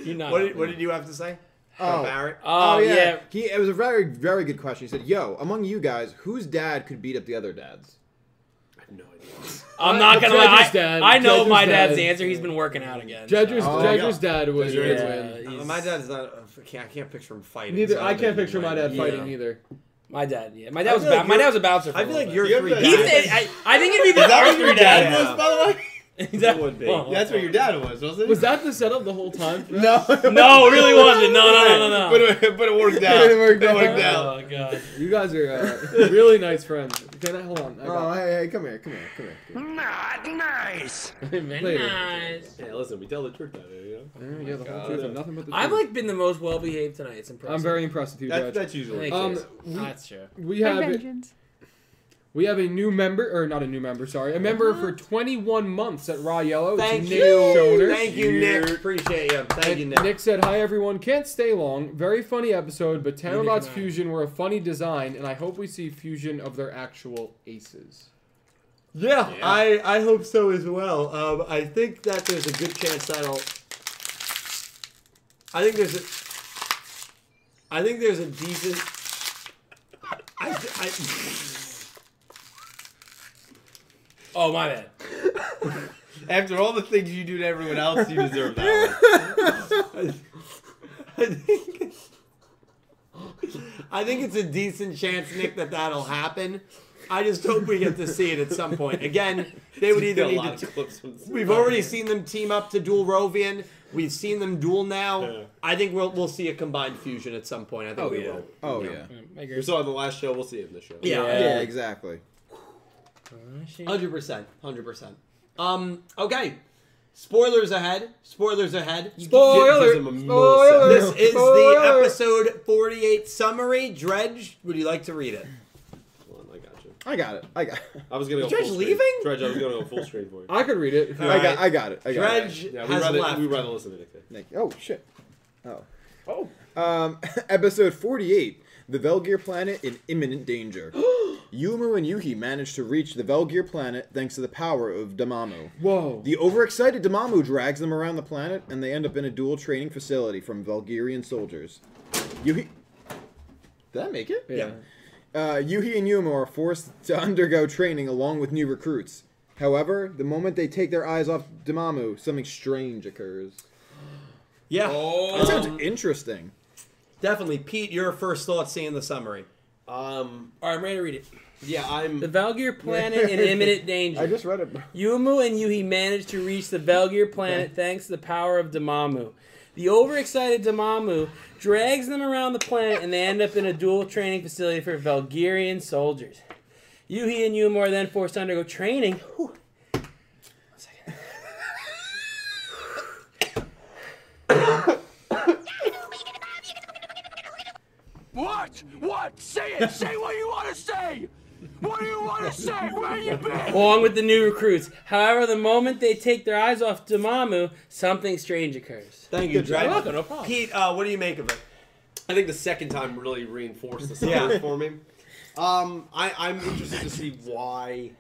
You not. What did, what did you have to say? Oh. Barrett. Oh, yeah. He it was a very very good question. He said, "Yo, among you guys, whose dad could beat up the other dads?" I have no idea. Uh, I'm not gonna Judge's lie. dad. I, I know Judge's my dad. dad's answer. He's been working out again. Jedger's, so- Oh, Jedger's dad was Yeah. would Yeah, win. he's- Uh, my dad's not. I can't, I can't picture him fighting. Neither so I can't think he picture my might- dad yeah. fighting either. My dad. Yeah, my dad I was. feel Ba- like my you're- dad was a bouncer. For I a feel like little bit. your You have three to- dads. He's. I, I think it'd be Is the that what your Arthur dad dad. was, by the way? Is It would be. Oh. That's what your dad was, wasn't it? Was that the setup the whole time? No, No, it Oh, really wasn't. No, no, no, no, But no. it, but it worked out. It worked out. worked out. Oh god. You guys are uh, really nice friends. Can I hold on? I Oh, got, hey, hey, come here, come here, come here. Come here. Very Later. nice. Hey, listen, we tell the truth out there, you know? yeah, the whole truth and nothing but the truth. I've like been the most well behaved tonight. It's impressive. I'm very impressed with you, That's, Judge. that's usually Thank the Um, you. case. That's true. We have vengeance. we have a new member, or not a new member, sorry, a member for 21 months at Raw Yellow. It's Thank Nick you. Schoner. Thank you, Nick. Appreciate you. Thank you, And Nick. Nick said, "Hi everyone, can't stay long. Very funny episode, but Neither Tamabot's can I. fusion were a funny design, and I hope we see fusion of their actual aces." Yeah, I, I hope so as well. Um, I think that there's a good chance that'll. I think there's a. I think there's a decent. I, I, Oh my bad. After all the things you do to everyone else, you deserve that one. I think. I think it's a decent chance, Nick, that that'll happen. I just hope we get to see it at some point. Again, they would Did either a need lot to. of clips from this. We've already seen them team up to duel Rovian. We've seen them duel now. Yeah. I think we'll we'll see a combined fusion at some point. I think Oh, we yeah. will. Oh yeah, I We agree. saw it in the last show. We'll see it in the show. Yeah. yeah, exactly. Hundred percent. Hundred percent. Um. Okay. Spoilers ahead. Spoilers ahead. Spoiler! Spoiler! Spoiler! This is the episode forty-eight summary. Dredge, would you like to read it? Hold on, I got you. I got it. I got. It. I was gonna go Dredge full screen. leaving? Dredge, I was gonna go full screen for you. I could read it. I right. got. I got it. I got it. Dredge Yeah, we'd has rather, left. we'd rather listen to Nick. Nick. Oh shit. Oh. Oh. Um, episode 48. The Velgear planet in imminent danger. Yumu and Yuhi manage to reach the Velgear planet thanks to the power of Damamu. Whoa. The overexcited Damamu drags them around the planet, and they end up in a dual training facility from Valgirian soldiers. Yuhi. Did I make it? yeah. Uh, Yuhi and Yuma are forced to undergo training along with new recruits. However, the moment they take their eyes off Damamu, something strange occurs. Yeah. That sounds Um, interesting. definitely, Pete. Your first thought seeing the summary. Um, All right, I'm ready to read it. Yeah, I'm. The Valgir planet in imminent danger. I just read it. Yuumu and Yuhi managed to reach the Velgear planet thanks to the power of Damamu. The overexcited Damamu drags them around the planet and they end up in a dual training facility for Velgirian soldiers. Yuhi and Yuumu are then forced to undergo training. Whew. One second. Along with the new recruits. However, the moment they take their eyes off Damamu, something strange occurs. Thank you, Dragon. You're welcome, no problem. Pete, uh, what do you make of it? I think the second time really reinforced the Yeah. summer for me. Um, I, I'm interested to see why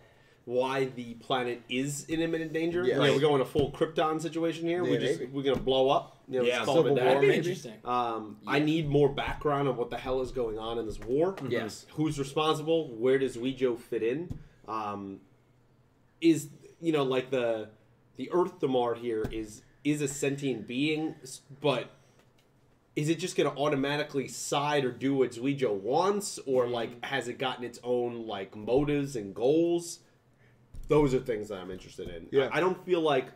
why the planet is in imminent danger. Yeah. Like, we're going a full Krypton situation here. we Yeah, just maybe. we're gonna blow up. You know, Yeah. just call it Civil that. War, That'd be interesting. Uh, Um, I need more background on what the hell is going on in this war. Yes. Who's responsible? Where does Weejo fit in? Um, is you know like the the Earth Thamar here is is a sentient being, s- but is it just going to automatically side or do what Zuijo wants, or like has it gotten its own like motives and goals? Those are things that I'm interested in. Yeah. I, I don't feel like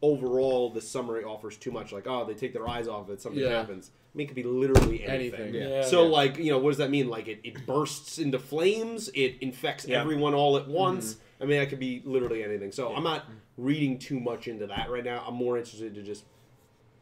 overall the summary offers too much. Like, oh, they take their eyes off it, something Yeah. happens. I mean, it could be literally anything. Anything. Yeah. So, like, you know, what does that mean? Like, it, it bursts into flames, it infects Yeah. everyone all at once. I mean, that could be literally anything. So, I'm not reading too much into that right now. I'm more interested to just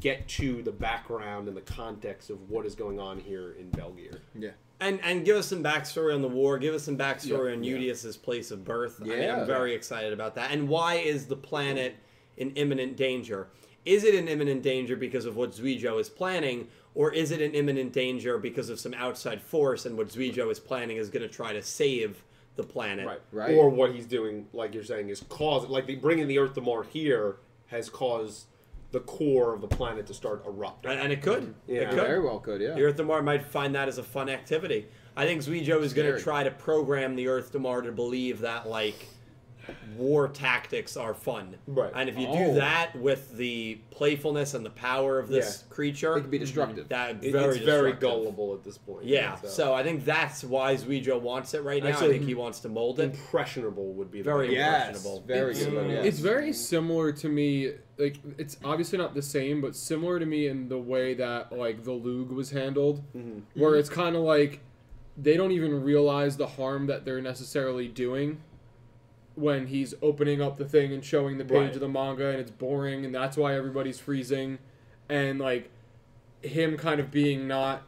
get to the background and the context of what is going on here in Belgier. Yeah. And and give us some backstory on the war. Give us some backstory on Udius's place of birth. I mean, Yeah. I'm very excited about that. And why is the planet in imminent danger? Is it in imminent danger because of what Zuijo is planning, or is it in imminent danger because of some outside force and what Zuijo is planning is going to try to save the planet? Right. Right. Or what he's doing, like you're saying, is cause like the, bringing the Earth to Mar here has caused the core of the planet to start erupting. And, and it could. Yeah. It could. Very well could, yeah. The Earth Damar might find that as a fun activity. I think Zuijo is going to Scary. try to program the Earth Damar to believe that like war tactics are fun. Right. And if you Oh. do that with the playfulness and the power of this creature, it could be destructive. that It- very it's very destructive. gullible at this point. Yeah. So. I think that's why Zuijo wants it right now. Actually, I think he wants to mold it. impressionable would be the Very word. yes. impressionable. Very good. one, Yeah. It's very similar to me. Like it's obviously not the same, but similar to me in the way that like the Lug was handled, Mm-hmm. where it's kind of like they don't even realize the harm that they're necessarily doing when he's opening up the thing and showing the page Right. of the manga, and it's boring, and that's why everybody's freezing, and like him kind of being not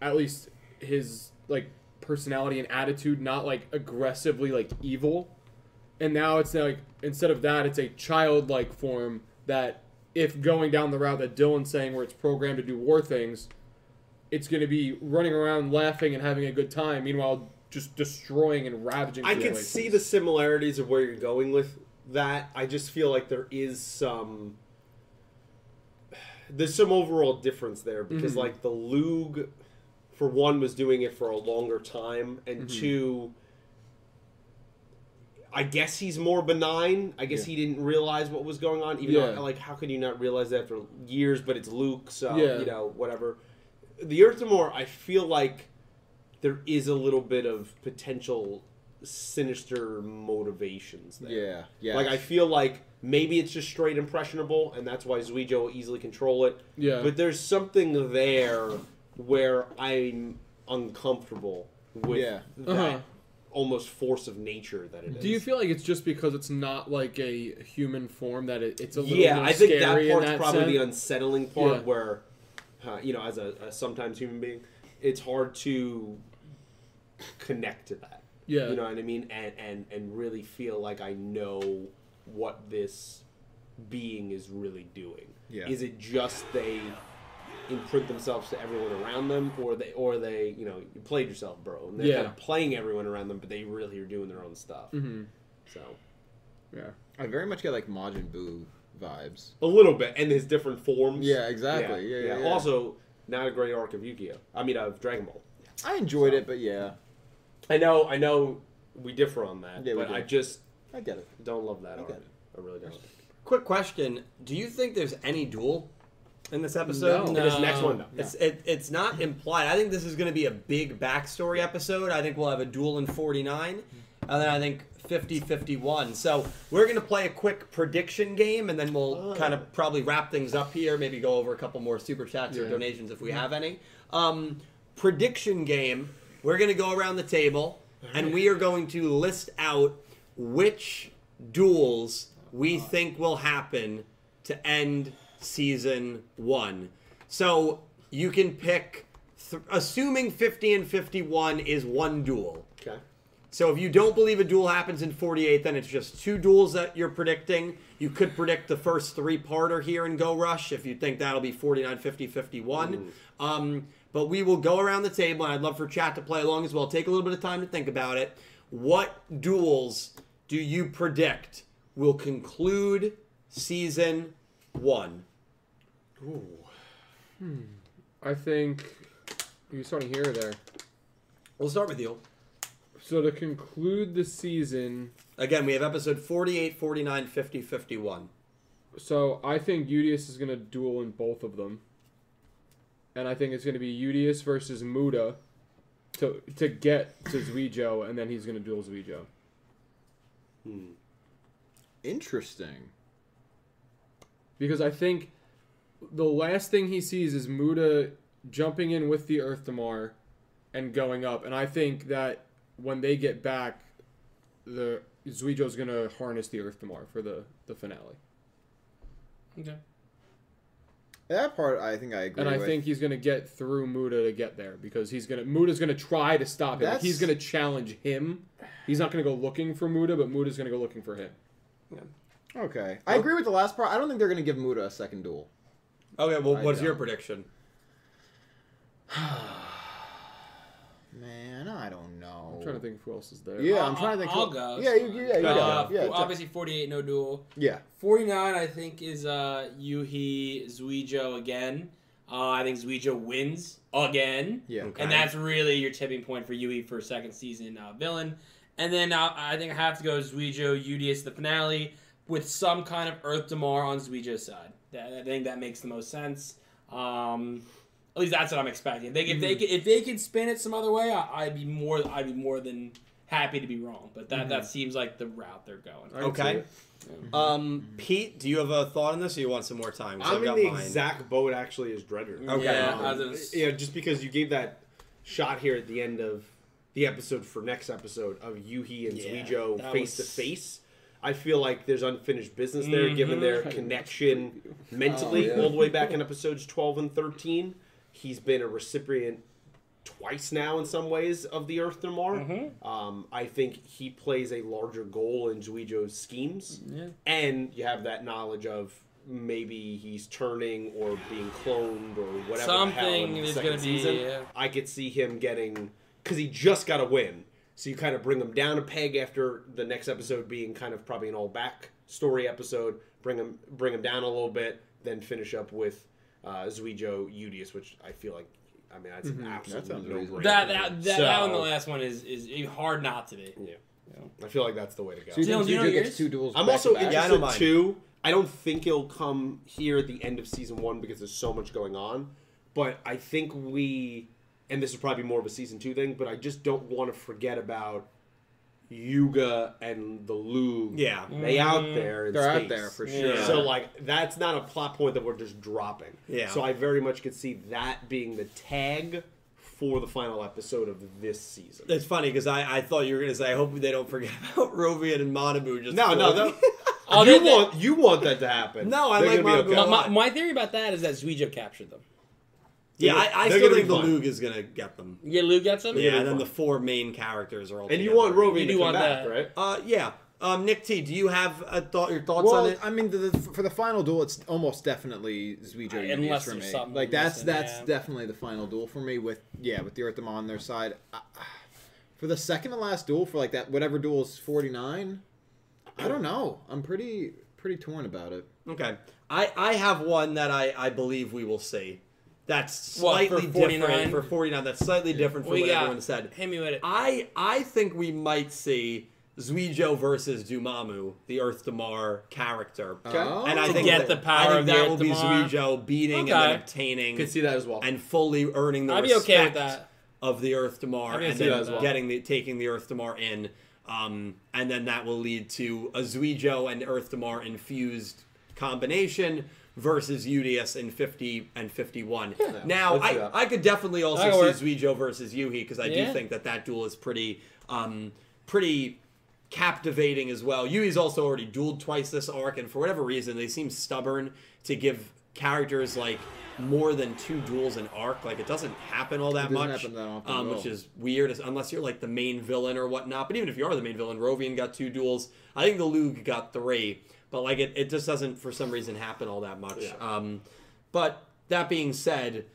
at least his like personality and attitude not like aggressively like evil and now it's like instead of that it's a childlike form that if going down the route that dylan's saying where it's programmed to do war things it's going to be running around laughing and having a good time meanwhile just destroying and ravaging I can situations. see the similarities of where you're going with that. I just feel like there is some there's some overall difference there because Mm-hmm. like the Lug for one was doing it for a longer time and Mm-hmm. two I guess he's more benign. I guess he didn't realize what was going on. Even Yeah. though, like, how could you not realize that after years? But it's Luke, so Yeah. you know, whatever. The Earthamore, I feel like there is a little bit of potential sinister motivations there. Yeah. Yeah. Like I feel like maybe it's just straight impressionable, and that's why Zuijo will easily control it. Yeah. But there's something there where I'm uncomfortable with Yeah. that Uh-huh. almost force of nature that it is. do you feel like it's just because it's not like a human form that it, it's a little yeah, more I think scary that in part's that probably the sense? unsettling part Yeah. where, uh, you know, as a, a sometimes human being, it's hard to connect to that. Yeah. You know what I mean? And, and, and really feel like I know what this being is really doing. Yeah. Is it just they imprint themselves to everyone around them or they or they you know you played yourself bro and they're Yeah. kind of playing everyone around them but they really are doing their own stuff Mm-hmm. so yeah I very much get like Majin Buu vibes. A little bit, and his different forms. Yeah, exactly. Yeah, yeah, yeah. Also, not a great arc of Yu-Gi-Oh. I mean, of Dragon Ball. I enjoyed it, but yeah, I know, I know, we differ on that, Yeah, we but do. I just I get it. don't love that I arc. get it. I really don't. Quick question: Do you think there's any duel? in this episode? No. In this next one, though. It's it, it's not implied. I think this is going to be a big backstory episode. I think we'll have a duel in 49, and then I think 50 51. So we're going to play a quick prediction game, and then we'll kind of probably wrap things up here. Maybe go over a couple more super chats or donations if we have any. Um, prediction game. We're going to go around the table, and we are going to list out which duels we think will happen to end season one. So you can pick, th- assuming 50 and 51 is one duel. Okay. So if you don't believe a duel happens in 48, then it's just two duels that you're predicting. You could predict the first three parter here in Go Rush if you think that'll be 49, 50, 51. Um, but we will go around the table, and I'd love for chat to play along as well. Take a little bit of time to think about it. What duels do you predict will conclude season one? I think you starting here or there. We'll start with you. So to conclude the season, Again, we have episode 48, 49, 50, 51. so I think Udius is gonna duel in both of them, and I think it's gonna be Udius versus Muda to to get to Zuijo, and then he's gonna duel Zuijo. Interesting. because I think the last thing he sees is Muda jumping in with the Earth Damar and going up, and I think that when they get back, the Zuijo's gonna harness the Earth Damar for the the finale, Okay. That part, I think I agree. and I with. think he's gonna get through Muda to get there because he's gonna Muda's gonna try to stop him. Like, he's That's- gonna challenge him. He's not gonna go looking for Muda, but Muda's gonna go looking for him. okay, I agree with the last part. I don't think they're gonna give Muda a second duel. Okay, well, I what's your don't. prediction? Man, I don't know. I'm trying to think of who else is there. Oh. Yeah, I'll- I'm trying to think. I'll who- go. Yeah, you, yeah, you Uh, go. Yeah, f- t- obviously, 48, no duel. yeah. 49, I think, is uh, Yuhi Zuijo again. Uh, I think Zuijo wins again. Yeah. Okay. And that's really your tipping point for Yui for second season uh, villain. And then uh, I think I have to go Zuijo, Udius, the finale, with some kind of Earth Damar on Zuijo's side. That, I think that makes the most sense. Um, at least that's what I'm expecting. If they, if they, can, if they can spin it some other way, I, I'd be more I'd be more than happy to be wrong. But that, that seems like the route they're going. I can see Okay. it. Um, Pete, do you have a thought on this, or you want some more time? 'Cause I've I'm in got the mine. exact boat actually as Dredger. Okay. Yeah, Um, I was- yeah, just because you gave that shot here at the end of the episode for next episode of Yuhi and Yeah, Suijo that face to was- face. I feel like there's unfinished business there, Mm-hmm. given their connection mentally Oh, yeah. all the way back in episodes 12 and 13. He's been a recipient twice now in some ways of the Earth Thermar. Mm-hmm. Um, I think he plays a larger goal in Zuijo's schemes. And you have that knowledge of maybe he's turning or being cloned or whatever. Something is going gonna to be, yeah. I could see him getting. Because he just got a win. So you kind of bring him down a peg after the next episode being kind of probably an all back story episode. Bring him, bring him down a little bit, then finish up with uh, Zuijo Udius, which I feel like, I mean, that's an absolute Mm-hmm. sounds no reasonable. brainer. That that that, that one, the So- last one is is hard not to be. I feel like that's the way to go. So you Dylan, think do you know Zuijo gets yours? two duels? I'm back also to back? interested Yeah, I don't mind. too. I don't think it'll come here at the end of season one because there's so much going on. But I think we, and this is probably more of a season two thing, but I just don't want to forget about Yuga and the Lug. Yeah. they out there. In They're out space. there for Yeah. sure. So like that's not a plot point that we're just dropping. Yeah. So I very much could see that being the tag for the final episode of this season. It's funny because I, I thought you were gonna say I hope they don't forget about Rovian and Monabu. Just No, no, floating. that- Oh, you they- they- want you want that to happen. No, I They're like gonna be Monaco. okay. My- My, my theory about that is that Zuijo captured them. yeah, I, I They're still gonna think be the fine. Lug is gonna get them. Yeah, Lou gets them. Yeah, and then the four main characters are all. And you together. want Rovian You to do come want back, that. right? Uh, yeah. Um, Nick T, do you have a thought? Your thoughts on Well, it? I mean, the, the, for the final duel, it's almost definitely Zuijo I- Udius Uh, unless for there's me. something Like that's missing, that's yeah. definitely the final duel for me. With yeah, with the Earthdom on their side. I, for the second and last duel, for like that whatever duel is forty nine. I don't know. I'm pretty pretty torn about it. Okay, I, I have one that I, I believe we will see. That's What, for slightly 49? different for forty nine. That's slightly different from We what got- everyone said. Hit me with it. I I think we might see Zuijo versus Dumamu, the Earth Damar character. Oh. And I To think get that, the power I think of the that Earth will be Damar. Zuijo beating and Okay. then obtaining Could see that as well. and fully earning the I'd be respect okay with that. of the Earth Damar I'd be and okay then with that. getting the taking the Earth Damar in. Um, and then that will lead to a Zuijo and Earth Damar infused combination versus UDS in 50 and 51. now, let's do that. I, I could definitely also That'll work. see Zuijo versus Yuhi because I Yeah. do think that that duel is pretty, um, pretty captivating as well. Yui's also already dueled twice this arc, and for whatever reason, they seem stubborn to give characters like more than two duels an arc. Like it doesn't happen all that It doesn't much, happen that often um, at which all. is weird, as- unless you're like the main villain or whatnot. But even if you are the main villain, Rovian got two duels. I think the Lug got three, but like it, it just doesn't for some reason happen all that much. Um, but that being said,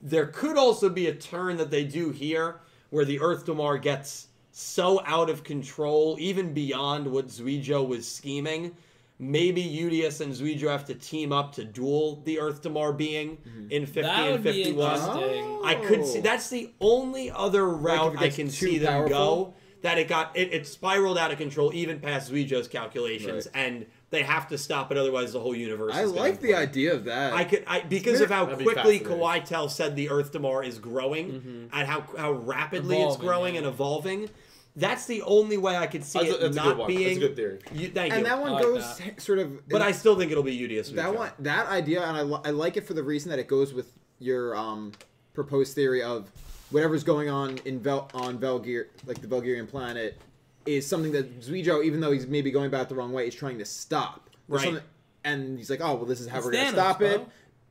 there could also be a turn that they do here where the Earth Damar gets so out of control, even beyond what Zuijo was scheming. Maybe UDS and Zuijo have to team up to duel the Earth Damar being Mm-hmm. in 50 That and would be 51. interesting. I could see that's the only other route Oh. it I gets can too see them go powerful? that it got it, it spiraled out of control even past Zuijo's calculations and they have to stop it otherwise the whole universe I is gonna like the idea of that. I could I, because of how That'd be quickly fascinating. Kawaitel said the Earth Damar is growing Mm-hmm. and how how rapidly it's Evolving, growing yeah. and evolving. That's the only way I could see That's a- it that's a not good one. being. That's a good theory. You, thank and you. that one I like goes he- sort of. but I still think it'll be UDS. that one that idea, and I, li- I like it for the reason that it goes with your um, proposed theory of whatever's going on in Vel- on Velgear, like the Velgarian planet, is something that Zuijo, even though he's maybe going about it the wrong way, is trying to stop. There's Right. something- And he's like, oh well, this is how It's we're gonna Thanos, stop it, bro.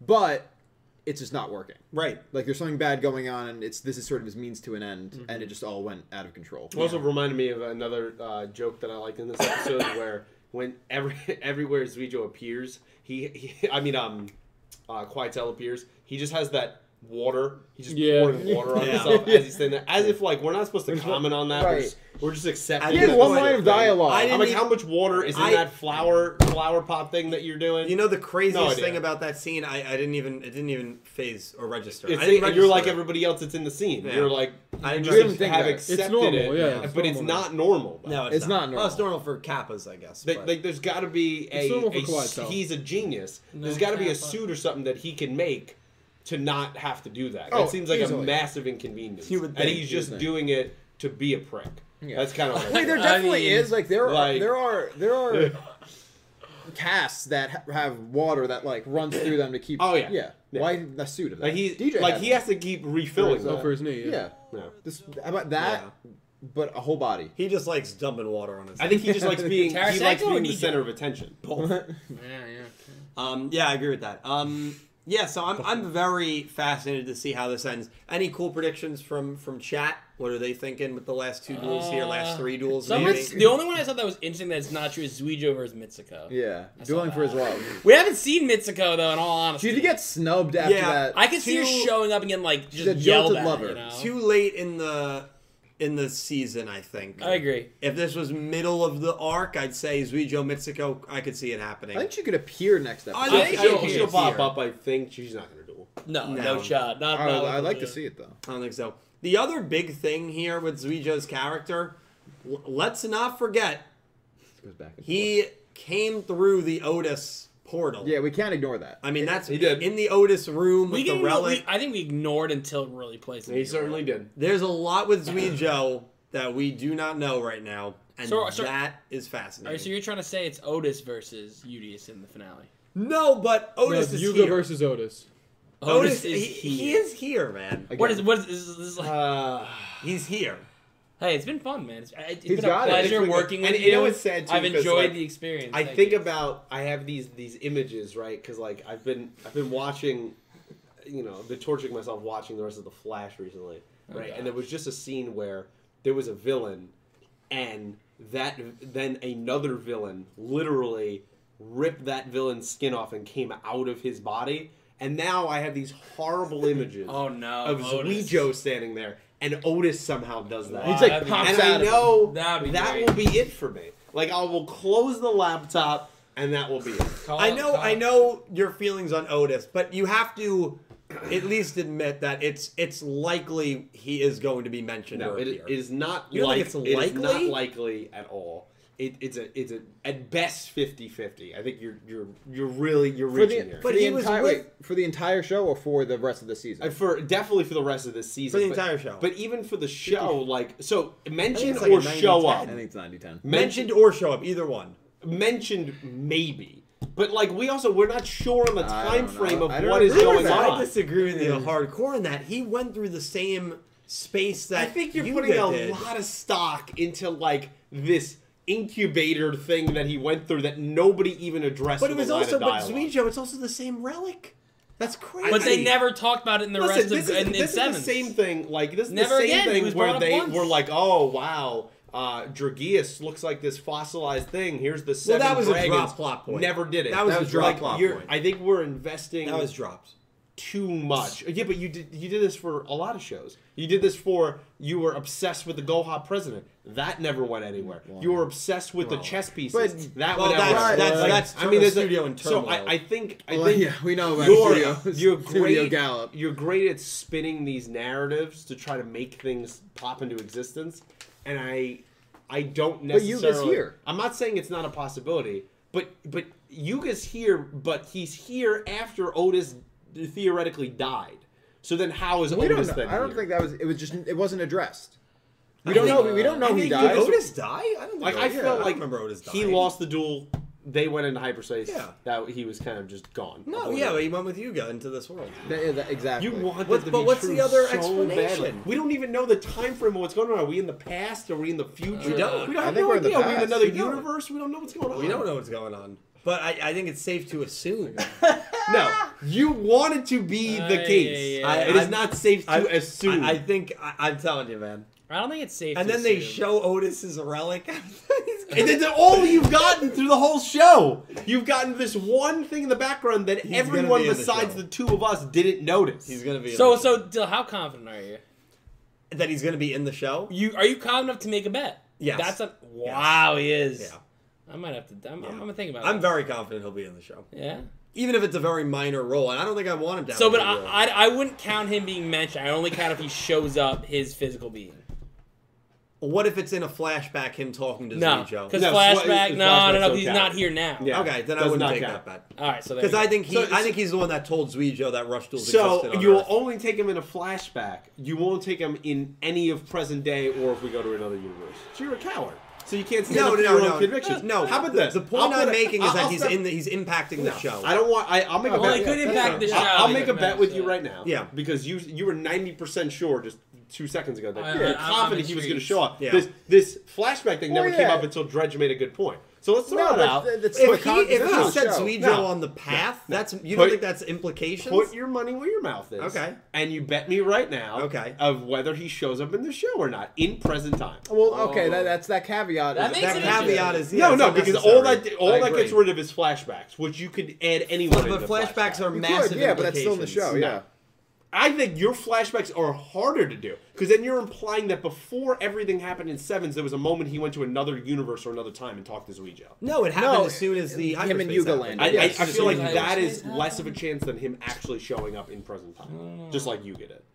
but it's just not working. right? Like there's something bad going on, and it's this is sort of his means to an end, Mm-hmm. and it just all went out of control. It also reminded me of another uh, joke that I liked in this episode where when every everywhere Zuijo appears, he, he I mean um uh Quietel appears, he just has that water. He's just Yeah. pouring water on Yeah. himself as he's sitting there. As if like we're not supposed to comment on that. We're, right. just, we're just accepting I it did as one a line thing. of dialogue. I I'm didn't like, e- how much water is in I- that flower flower pot thing that you're doing? You know the craziest idea. thing about that scene, I, I didn't even it didn't even phase or register. It's I didn't and you're register like it. everybody else that's in the scene. Yeah. You're like I you didn't just even think have about it. accepted It's normal, it, yeah, it's but it's normal. not normal. though. No, it's, It's not. not Well, it's normal. normal for kappas, I guess. They, but- like, there's got to be a, It's normal for a Kawhi, s- though. he's a genius. No, there's got to be a Kappa. suit or something that he can make to not have to do that. That Oh, seems like a easily. massive inconvenience, You would and think, he's you would just think. doing it to be a prick. Yeah. That's kind of what I Wait, there thought. I definitely mean, is. Like there are like- there are there are casts that ha- have water that like runs through them to keep. Oh, yeah. yeah. Yeah. Why a suit of that? like he DJ like had he one. has to keep There refilling. was them. Oh, for his knee, yeah. Yeah. No. This how about that, but a whole body. he just likes dumping water on his. I think he just likes being he Tarasenko likes or being the DJ? center of attention. Yeah, yeah. Um, yeah, I agree with that. Um, yeah, so I'm, I'm very fascinated to see how this ends. Any cool predictions from from chat? What are they thinking with the last two duels here, last three duels? Uh, Some maybe? it's- the only one I saw that was interesting that's not true is Zuijo versus Mitsuko. Yeah, saw dueling for his love. We haven't seen Mitsuko though, in all honesty. Did he get snubbed after Yeah. that? I could see her Two- showing up and getting like just The yelled jilted at. lover. You know? Too late in the in the season, I think. I agree. If this was middle of the arc, I'd say Zuijo Mitsuko. I could see it happening. I think she could appear next episode. I I, think- I, think she'll, she'll- she'll pop here. up. I think she's not gonna duel. No, no, No. shot. Not. I, not like to see it though. I don't think so. The other big thing here with Zuijo's character, l- let's not forget It goes back. and he came through the Otis portal. forth. Yeah, we can't ignore that. I mean, that's He did. in the Otis room We with the can, relic. we, I think we ignored until it really plays. He certainly did. There's a lot with Zuijo that we do not know right now, and So- so- that is All fascinating. right, so you're trying to say it's Otis versus Udius in the finale? no, but No, Otis is Yuga here. versus Otis. Otis, Otis, is he, here. he is here, man. Again, What is what is this? is- this is like, Uh, He's here. hey, it's been fun, man. It's, it's He's been a got it. pleasure It's been working good. with And you. you know what's sad, too, I've 'cause, enjoyed like, the experience. I Thank think you. about I have these these images right because like I've been I've been watching, you know, I've been torturing myself watching the rest of the Flash recently, Oh, right? and there was just a scene where there was a villain, and that then another villain literally ripped that villain's skin off and came out of his body, and now I have these horrible images Oh no, of Otis. Zuijo standing there, and Otis somehow does that He's That'd like be- pops and out. I of know That'd be that great. will be it for me. Like I will close the laptop and that will be it. Call I Oh, it- know, call I it. know your feelings on Otis, but you have to at least admit that it's it's likely he is going to be mentioned No, or it appear. is not You don't like think it's it's not likely? likely at all. It, it's a it's a at best 50-50. I think you're you're you're really you're For reaching the, here. for But the he was entire with- wait, for the entire show or for the rest of the Uh, season. for definitely for the rest of the season. For the but- entire show. But even for the show, like so mention like a or show 90-10. up. I think it's 90-10. mentioned or show up, either one. mentioned maybe. But like we also we're not sure on the I time don't know. frame of I don't what is agree going with that. on. I disagree with you hardcore in that he went through the same space that I think you're you putting a did. lot of stock into like this incubator thing that he went through that nobody even addressed. But it in was the line also, of but dialogue. Zuijo, it's also the same relic. That's crazy. But they never talked about it in the Listen, rest this of is, in, in this is seventh. the same thing. Like this is Never the same again. He thing was where brought up they once. were like, "Oh wow, uh, Dragius looks like this fossilized thing." Here's the Well, seven that was a dragons. drop plot point. Never did it. That was That a was drop drop like, plot you're- point. I think we're investing that was dropped. too much. Uh, Yeah, but you did you did this for a lot of shows. You did this for you were obsessed with the Goha president. That never went anywhere. You were obsessed with the chess pieces. But- that well, went that's- everywhere. that's- Like, that's I mean, there's studio a, in So turmoil. I, I think I Well, think yeah, we know about you're, studio- you're great. studio Gallup. You're great at spinning these narratives to try to make things pop into existence, and I I don't But necessarily. Yuga's here. I'm not saying it's not a possibility, but but Yuga's here, but he's here after Otis theoretically died. So then, how is We don't Otis know. then? I don't here? think that was it was just it wasn't addressed. We don't know we don't know I he think- died. Did Otis die? I don't think Like I Otis- felt yeah, like I don't remember Otis he dying. lost the duel. They went into hyperspace. Yeah. that he was kind of just gone. No, yeah, but he went with Yuga into this world. That- yeah, that- exactly. You want What- that to but be what's true the other so explanation? badly. We don't even know the time frame of what's going on. Are we in the past? Are we in the future? We don't. We don't I have think no we're in the idea. Are we in past. another We don't. universe? We don't know what's going on. We don't know what's going on. But I, I think it's safe to assume. No, you want it to be the Ay, ay, case. ay. It is I- not safe to I- assume. I, I think I, I'm telling you, man. I don't think it's safe. And to then they assume. show Otis's relic. He's gonna- and that's all you've gotten through the whole show. You've gotten this one thing in the background that He's gonna everyone be in the besides show. the, two of us didn't notice. he's gonna be in So the show. so Dill, how confident are you? that he's gonna be in the show. You are you confident enough to make a bet? Yes. That's a wow. He is. Yeah. I might have to. I'm, Yeah. I'm gonna think about. I'm that. very confident he'll be in the show, Yeah. even if it's a very minor role. And I don't think I want him to. Have So, a but big I, role. I I wouldn't count him being mentioned. I only count if he shows up his physical being. what if it's in a flashback? Him talking to No, Zuijo? because No, fla- flashback. it's No, no, flashbacks no. don't He's count. not here now. Yeah. Okay, then I Does wouldn't not take count. that bet. All right. So there Because you I go. think he, So I it's- think he's the one that told Zuijo that Rush Duels So existed. on you'll Earth. only take him in a flashback. You won't take him in any of present day, or if we go to another universe. So you're a coward. So you can't stand no, up for no, your no, own no, convictions. no. How about this? The point I'll I'm put a- making is I'll- that I'll he's step- in the he's impacting the show. I don't want. I, I'll make a Well, bet. it could yeah, impact that's the fine. show, I'll, I'll like, make it a bet matters, with you yeah. right now. Yeah. Because you you were ninety percent sure just two seconds ago that I- you were I- I'm confident he was going to intrigued. show up. Yeah. Oh, This this flashback thing Well, never came yeah. up until Dredge made a good point. So let's throw No, it but out. th- that's what If he, con- if it's he not a sent show. Zuijo No. on the path, that's you Put- don't think that's implications. Put your money where your mouth is. Okay. And you bet me right now. Okay. Of whether he shows up in the show or not in present time. Well, okay, that, that's that caveat. That is- makes that it interesting. caveat is yeah, no, it's no, because all unnecessary. that all I that agree. gets rid of is flashbacks, which you could add anyone. But, but into flashbacks are You could, massive. yeah, but that's still in the show. implications. Yeah. I think your flashbacks are harder to do because then you're implying that before everything happened in Sevens, there was a moment he went to another universe or another time and talked to Zuijo. No, it happened No, as soon as the him and hyperspace Yuga happened. landed. I, Yeah, I, I it's just feel like like- that is less of a chance than him actually showing up in present time, just like you get it.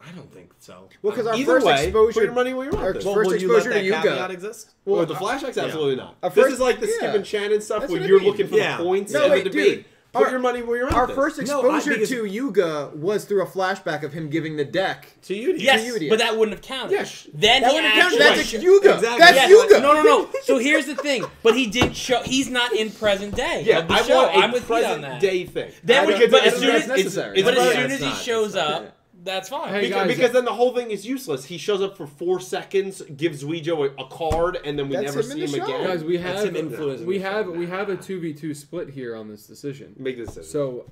I don't think so. Well, because our Either first way, exposure, put your money where your our mouth is. Well, first will you let exposure to that caveat Yuga. exist? Well, Well, the I- flashbacks, yeah. absolutely not. At this first- is like the Skip yeah. and Shannon stuff That's where what I you're mean. looking for Yeah. the points No, and wait, the debate. dude. Put Our- your money where your mouth Our is. first No, I- exposure because- to Yuga was through a flashback of him giving the deck. To you, Yes, Beauty. but that wouldn't have counted. Yes. Then That he wouldn't count. actually. That's a Yuga. Exactly. That's Yeah, Yuga. No, no, no. So here's the thing. But he did show. He's not in present day. Yeah, of the I show. want a I'm with you on present that. day thing. Then I we- don't- but as I don't soon know as- if that's it's- necessary. it's but Yeah, as soon it's as he not. shows It's not. up, that's fine. Hey, Because, guys, because then the whole thing is useless. He shows up for four seconds, gives Ouijo a, a card, and then we That's never him in see the him show. again. Guys, we That's have him influencing we the have show. we have a two v two split here on this decision. make this decision. So,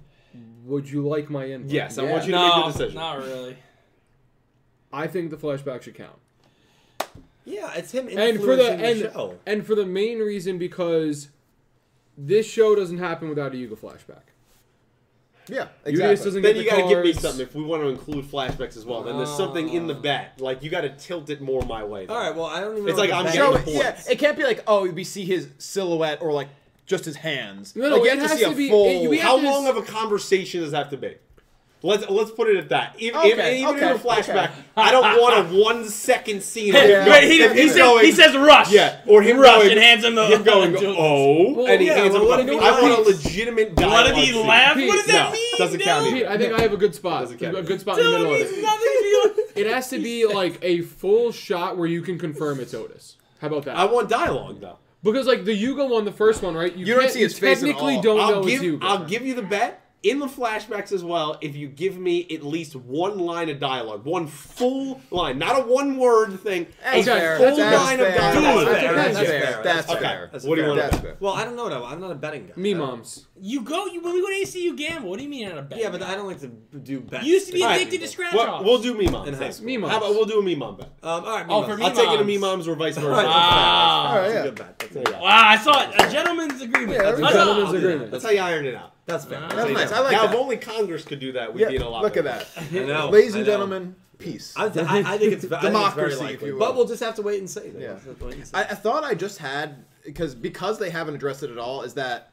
would you like my input? yes, I Yeah. want you to make no, the decision. not really. I think the flashback should count. Yeah, it's him influencing And for the, the, and show. and for the main reason because this show doesn't happen without a Yuga flashback. Yeah, Yuga just exactly. doesn't Then get the you gotta give me cards. something if we want to include flashbacks as well. Then there's something in the bet. Like you gotta tilt it more my way. All right, well, I don't even. It's know like what I'm the getting So the bet- points. yeah, it can't be like oh we see his silhouette or like just his hands. No, no, Like, you it have has see to a be- full. it- we have How to long s- of a conversation does that have to be? Let's let's put it at that. Even, if, Okay, even in a okay, flashback, okay. I don't want a one second scene. of him Wait, he, going- he him says, going- he says rush. yeah, or him rush going, and hands him the. him going oh, and he yeah, hands him. well, a- what do you I want a want? legitimate What dialogue. did he scene. laugh? Pete, What does that no, mean? doesn't count Pete, either. I think I have a good spot. Doesn't count. A good spot in the middle of it. It has to be like a full shot where you can confirm it's Otis. How about that? I want dialogue though. Because like the Yugo one, the first one, right? You don't can't- see his face at Technically, all. don't know I'll it's give Yugo. I'll give you the bet in the flashbacks as well if you give me at least one line of dialogue, one full line, not a one word thing. That's a fair. full That's line of fair. dialogue. That's fair. That's That's fair. fair. That's Okay. fair. That's What do you want to That's bet? fair. Well, I don't know. though. I'm not a betting guy. me I don't- moms. You go you, when we go to ACU gamble. What do you mean out of bed? Yeah, but I don't like to do bets. You used to be All right. addicted to scratch Well, offs. we'll do meme moms. In high That's- school. Me moms. How about we'll do a meme mom bet? Um, all right. Oh, me for moms. me Ah. I'll take it to meme moms. moms or vice All right, versa. Wow. All right, That's yeah. a good bet. That's a good bet. Wow, I saw it. A gentleman's agreement. Yeah, That's there we what I go. saw. Gentleman's agreement. That's how you iron it out. That's fair. That's nice. I now, like if that. only Congress could do that, we'd be in a Yeah, lot. look at better. that. I know, Ladies I and know. gentlemen, peace. I, I, th- I, I think it's I think it's very Democracy, if likely. you will. But we'll just have to wait and see. though. Yeah. We'll just have to wait and see. I thought I just had because because they haven't addressed it at all is that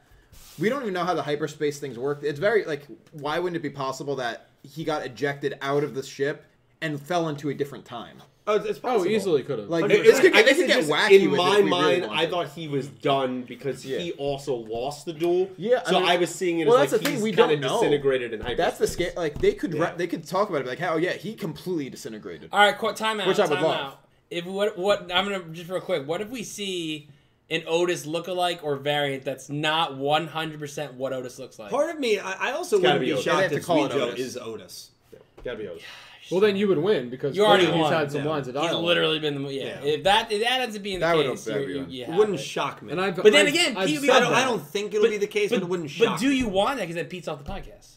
we don't even know how the hyperspace things work. It's very like why wouldn't it be possible that he got ejected out of the ship and fell into a different time? Oh, it's possible. Oh, easily could have. Like It- this could I get, this guess could it get just- wacky. In with it my if we really mind, wanted I to. thought he was done because Yeah. he also lost the duel. Yeah, I so mean- I was seeing it well, as that's like the thing, he's we kind of don't know. disintegrated and that's the scale. Like they could re- Yeah. they could talk about it like, how yeah, he completely disintegrated. All right, qu- time out. Which I would time love. out. If what what I'm gonna just real quick. What if we see an Otis lookalike or variant that's not 100 percent what Otis looks like? Part of me, I, I also gotta wouldn't be be Otis. They shocked have to if call it Guido Otis. is Otis. Gotta be honest. well, then you would win because You already he's won, had some yeah. lines of He's dialogue. literally been the yeah. Yeah. If that if that ends up being the That would case, have- that'd you, be you, right. you It have wouldn't it. shock me. And I've, But then I've- again, I've Pete, we said I don't, that. I don't think it'll be the case, but, it wouldn't shock But do me. you want that? Because that Pete's off the podcast.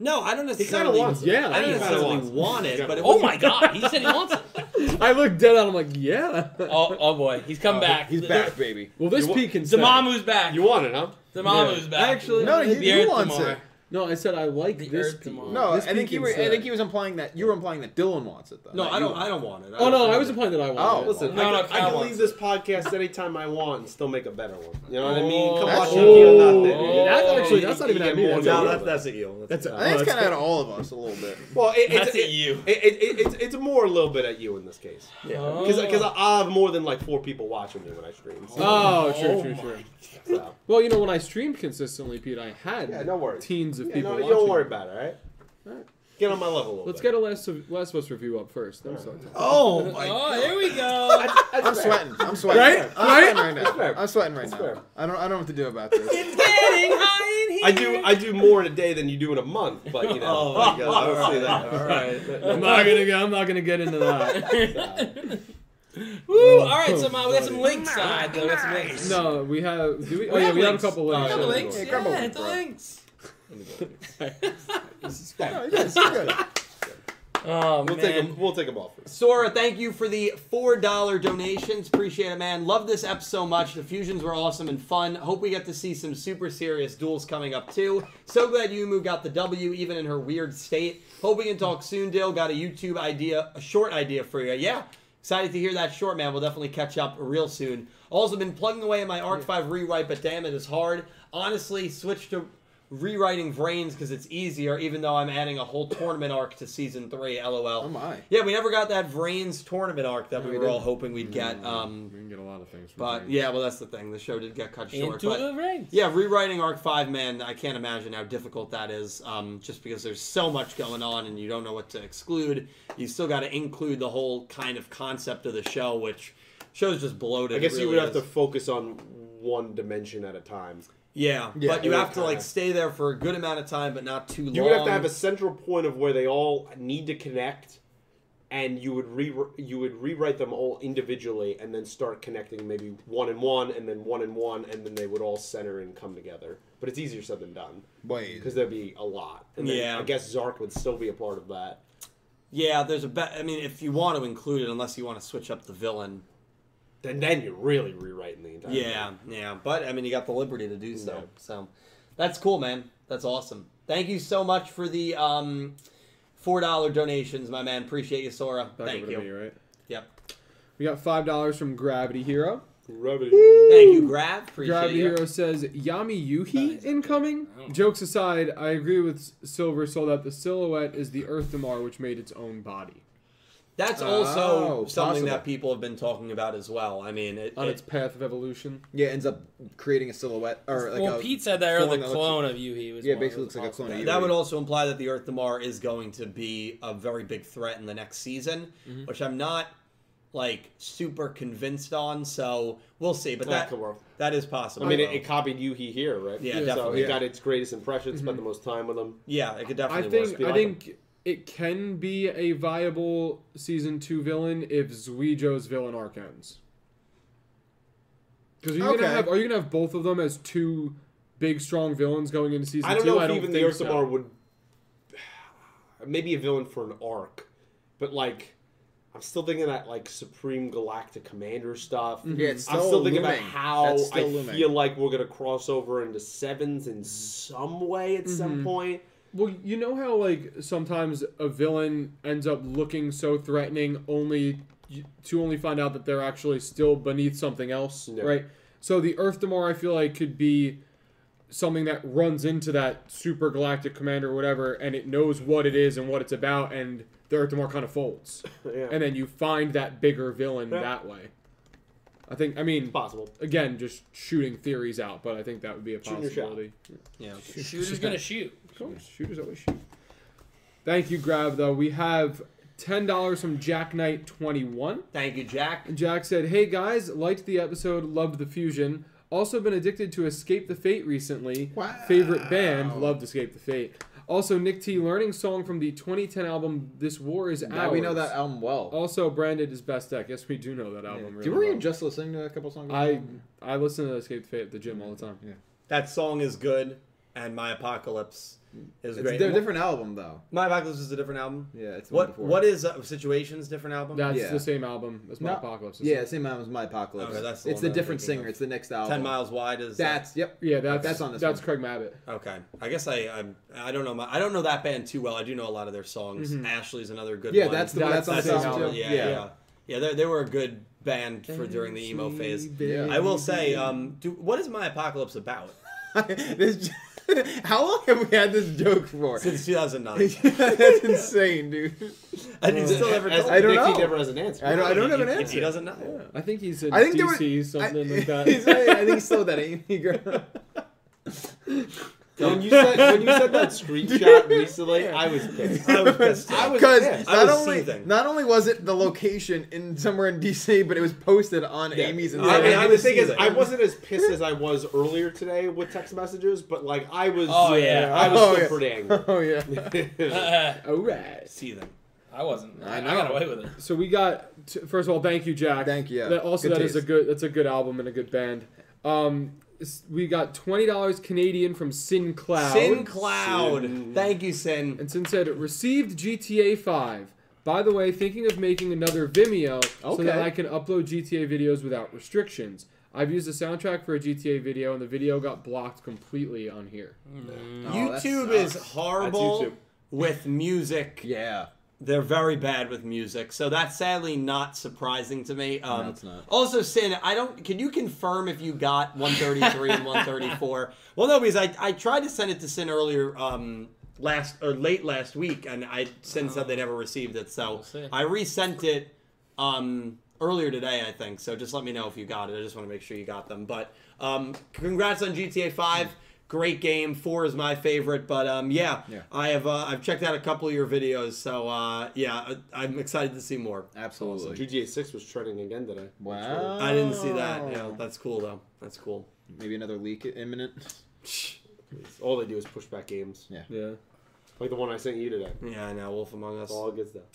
No, I don't necessarily. wants it. I Yeah, he don't kinda necessarily wants it. want it, but it Oh wouldn't- my God, he said he wants it. I looked dead at him like, yeah. Oh, oh boy, he's come back. He's The- back, baby. well, this You wa- Pete can say. Zamamu's back. You want it, huh? Zamamu's back. Actually- No, The he, Earth he wants Tomorrow. it. No, I said I like The this Earth Pete. tomorrow. No, This uh, I think Pete you can were. say. I think he was implying that you were implying that Dylan wants it though. No, not I you don't. want I it. don't want it. Oh no, I was a implying that I won. Oh. Listen, No, I, no, can- I Kyle can wants leave this podcast anytime I want and still make a better one. You know what I mean? Oh. Come watch That's- me deal nothing. Oh. That's actually- that's not You even get at me, more that's than at No, you you. want. that's that's a eel. That's a- I think Oh, it's that's kind of at all of us a little bit. Well, it, it's, That's it- at you. It, it, it, it's, it's more a little bit at you in this case. Because Oh. I have more than like four people watching me when I stream. So, Uh. Oh, true, true, true. so. Well, you know, when I streamed consistently, Pete, I had Yeah, no worries. teens of Yeah, people no, watching. don't worry about it, all right? Get on my level a little Let's bit. get a Last of, Last of Us review up first. I'm sorry. Oh my. Oh, here we go. I'm sweating. I'm sweating. Right? I'm sweating That's right fair. now. I'm sweating right That's now. fair. I don't. I don't know what to do about this. it's getting hot in here. I do I do more in a day than you do in a month, but you know. Oh my god. I don't see that. All right. I'm not gonna. go- I'm not gonna get into that. Woo! All right, so Ma, we got some links. Uh, we got some links. No, we have. Do we? Oh yeah, we have a couple We links. got the yeah. links. Yeah, grab a Yeah, link, the bro. links. No, you're good, you're good. Oh We'll take, them, we'll take them off. Sora, thank you for the four dollar donations. Appreciate it, man. Love this ep so much. The fusions were awesome and fun. Hope we get to see some super serious duels coming up too. So glad Yumu got the W, even in her weird state. Hope we can talk soon. Dill got a YouTube idea, a short idea for you. Yeah, excited to hear that short, man. We'll definitely catch up real soon. Also been plugging away at my Arc Five rewrite, but damn, it is hard. Honestly, switch to rewriting Vrains because it's easier. Even though I'm adding a whole tournament arc to season three. LOL. Oh my. Yeah, we never got that Vrains tournament arc that we, we were all didn't. hoping we'd get. Mm-hmm. We Um, can get a lot of things. From but Brain. yeah, well, that's the thing. The show did get cut short. Into But the rings. yeah, rewriting Arc Five, man, I can't imagine how difficult that is. Um, just because there's so much going on and you don't know what to exclude. You still got to include the whole kind of concept of the show, which show's just bloated. I guess It you really would have is. to focus on one dimension at a time. Yeah, Yeah, but you it have would to like kinda- stay there for a good amount of time, but not too long. You would have to have a central point of where they all need to connect, and you would re- you would rewrite them all individually, and then start connecting maybe one and one, and then one and one, and then they would all center and come together. But it's easier said than done Wait. because there'd be a lot. And then Yeah. I guess Zark would still be a part of that. yeah. There's a bet. I mean, if you want to include it, unless you want to switch up the villain, Then then you're really rewriting the entire. Yeah, yeah. But I mean, you got the liberty to do so. Yeah. So that's cool, man. That's awesome. Thank you so much for the um, four dollar donations, my man. Appreciate you, Sora. Back Thank over you. to me, right? Yep. We got five dollars from Gravity Hero. Thank you, Grav. Appreciate Grab you. Hero says Yami That Yuhi is- incoming. I don't know. Jokes aside, I agree with Silver Soul that the silhouette is the Earth Demar, which made its own body That's also Oh, something possible. that people have been talking about as well. I mean, it, on it- its path of evolution. Yeah, ends up creating a silhouette or like well, a Pete said that or form the that looks- clone of Yuhi was Yeah, one basically of looks the like a clone possible- of that Yuri. would also imply that the Earth Demar is going to be a very big threat in the next season, which I'm not like super convinced on. So we'll see. But That that could work. that is possible. I mean, it, though. it copied Yuhi here, right? Yeah, So definitely. it got its greatest impression, spent the Mm-hmm. most time with him. yeah, it could I definitely think work. I like think it can be a viable season two villain if Zuijo's villain arc ends. Because are you Okay. gonna have are you gonna have both of them as two big strong villains going into season I don't two? know if I don't even the think so. Ursumar would. Maybe a villain for an arc, but like, I'm still thinking that like Supreme Galactic Commander stuff. Mm-hmm. Yeah, it's I'm still still thinking about looming. how That's still I looming. feel like we're gonna cross over into sevens in some way at Mm-hmm. some point. Well, you know how like sometimes a villain ends up looking so threatening only to only find out that they're actually still beneath something else, Yeah. right? So the Earth Demar, I feel like, could be something that runs into that super galactic commander or whatever, and it knows what it is and what it's about, and the Earth Demar kind of folds, Yeah. and then you find that bigger villain Yeah. that way. I think. I mean, Possible. again, just shooting theories out, but I think that would be a Shooting your shot. possibility. yeah. Shooter's gonna shoot. Oh, shooters always shoot. Thank you, Grab. Though we have ten dollars from Jack Knight Twenty One. Thank you, Jack. Jack said, "Hey guys, liked the episode, loved the fusion. Also been addicted to Escape the Fate recently. Wow. Favorite band, loved Escape the Fate. Also, Nick T learning song from the 2010 album This War Is Yeah, Ours. we know that album well. Also, branded is best deck. Yes, we do know that album. Really Do you Oh, were well. you just listening to a couple songs? I I listen to Escape the Fate at the gym all the time. That song is good, and My Apocalypse is it's, great. they're a different album though. My Apocalypse is a different album. Yeah, it's the one What before. what is uh, Situations different album? That's Yeah. the same album as My No. Apocalypse. Yeah, same album as My Apocalypse. Okay, that's the it's one the I was different thinking singer. of. it's the next album. Ten Miles Wide is That's yep. yeah, that's That's on this That's one. Craig Mabbitt. Okay, I guess I I'm, I don't know my I don't know that band too well. I do know a lot of their songs. Ashley's another good Mm-hmm. Yeah, one. that's the That's that's, on the this same album album. too. yeah yeah yeah. they, they were a good band for during the emo phase. Yeah. I will say, um, do, what is my apocalypse about? this, how long have we had this joke for? Since 2009, that's insane, dude. and he's still never As told I don't me. Nick, know. He never has an answer. I don't, I don't have an He- He answer. doesn't know. I think he said I think there was- DC something I, like that. he's right, I think he stole that Amy girl. When you said when you said that screenshot recently, I was pissed. I was pissed. I was Because pissed. I not was only seething. not only was it the location in somewhere in DC, but it was posted on Yeah. Amy's. I mean, and, Instagram. I and the was thing is, seething. I wasn't as pissed as I was earlier today with text messages, but like I was. Oh, yeah. I was Oh, still yeah. pretty angry. oh yeah. Uh, All right. See them. I wasn't. I, I I know. got away with it. So we got t- first of all, thank you, Jack. Thank you, yeah. That, also, Good that is a taste. good. That's a good album and a good band. Um, s- we got twenty dollars Canadian from Sin Cloud. Sin Cloud. Thank you, Sin. and Sin said received GTA Five. By the way, thinking of making another Vimeo so that Okay. I can upload GTA videos without restrictions. I've used the soundtrack for a GTA video, and the video got blocked completely on here. Oh, that YouTube is sucks. horrible That's YouTube. with music. Yeah. They're very bad with music, so that's sadly not surprising to me. Um, it's not. Also, Sin, I don't. Can you confirm if you got 133 and 134? Well, no, because I, I tried to send it to Sin earlier um, last or late last week, and I Sin said they never received it, so see. I resent it um, earlier today, I think. So just let me know if you got it. I just want to make sure you got them. But um, congrats on GTA 5. Great game. Four is my favorite, but um, yeah, Yeah. I have uh, I've checked out a couple of your videos, so uh, yeah, I, I'm excited to see more. Absolutely. GTA Six was trending again today. Wow. I didn't see that. Yeah, Oh. that's cool though. That's cool. Maybe another leak imminent. All they do is push back games, Yeah. like the one I sent you today. Yeah, I know. Wolf Among Us. All gets that.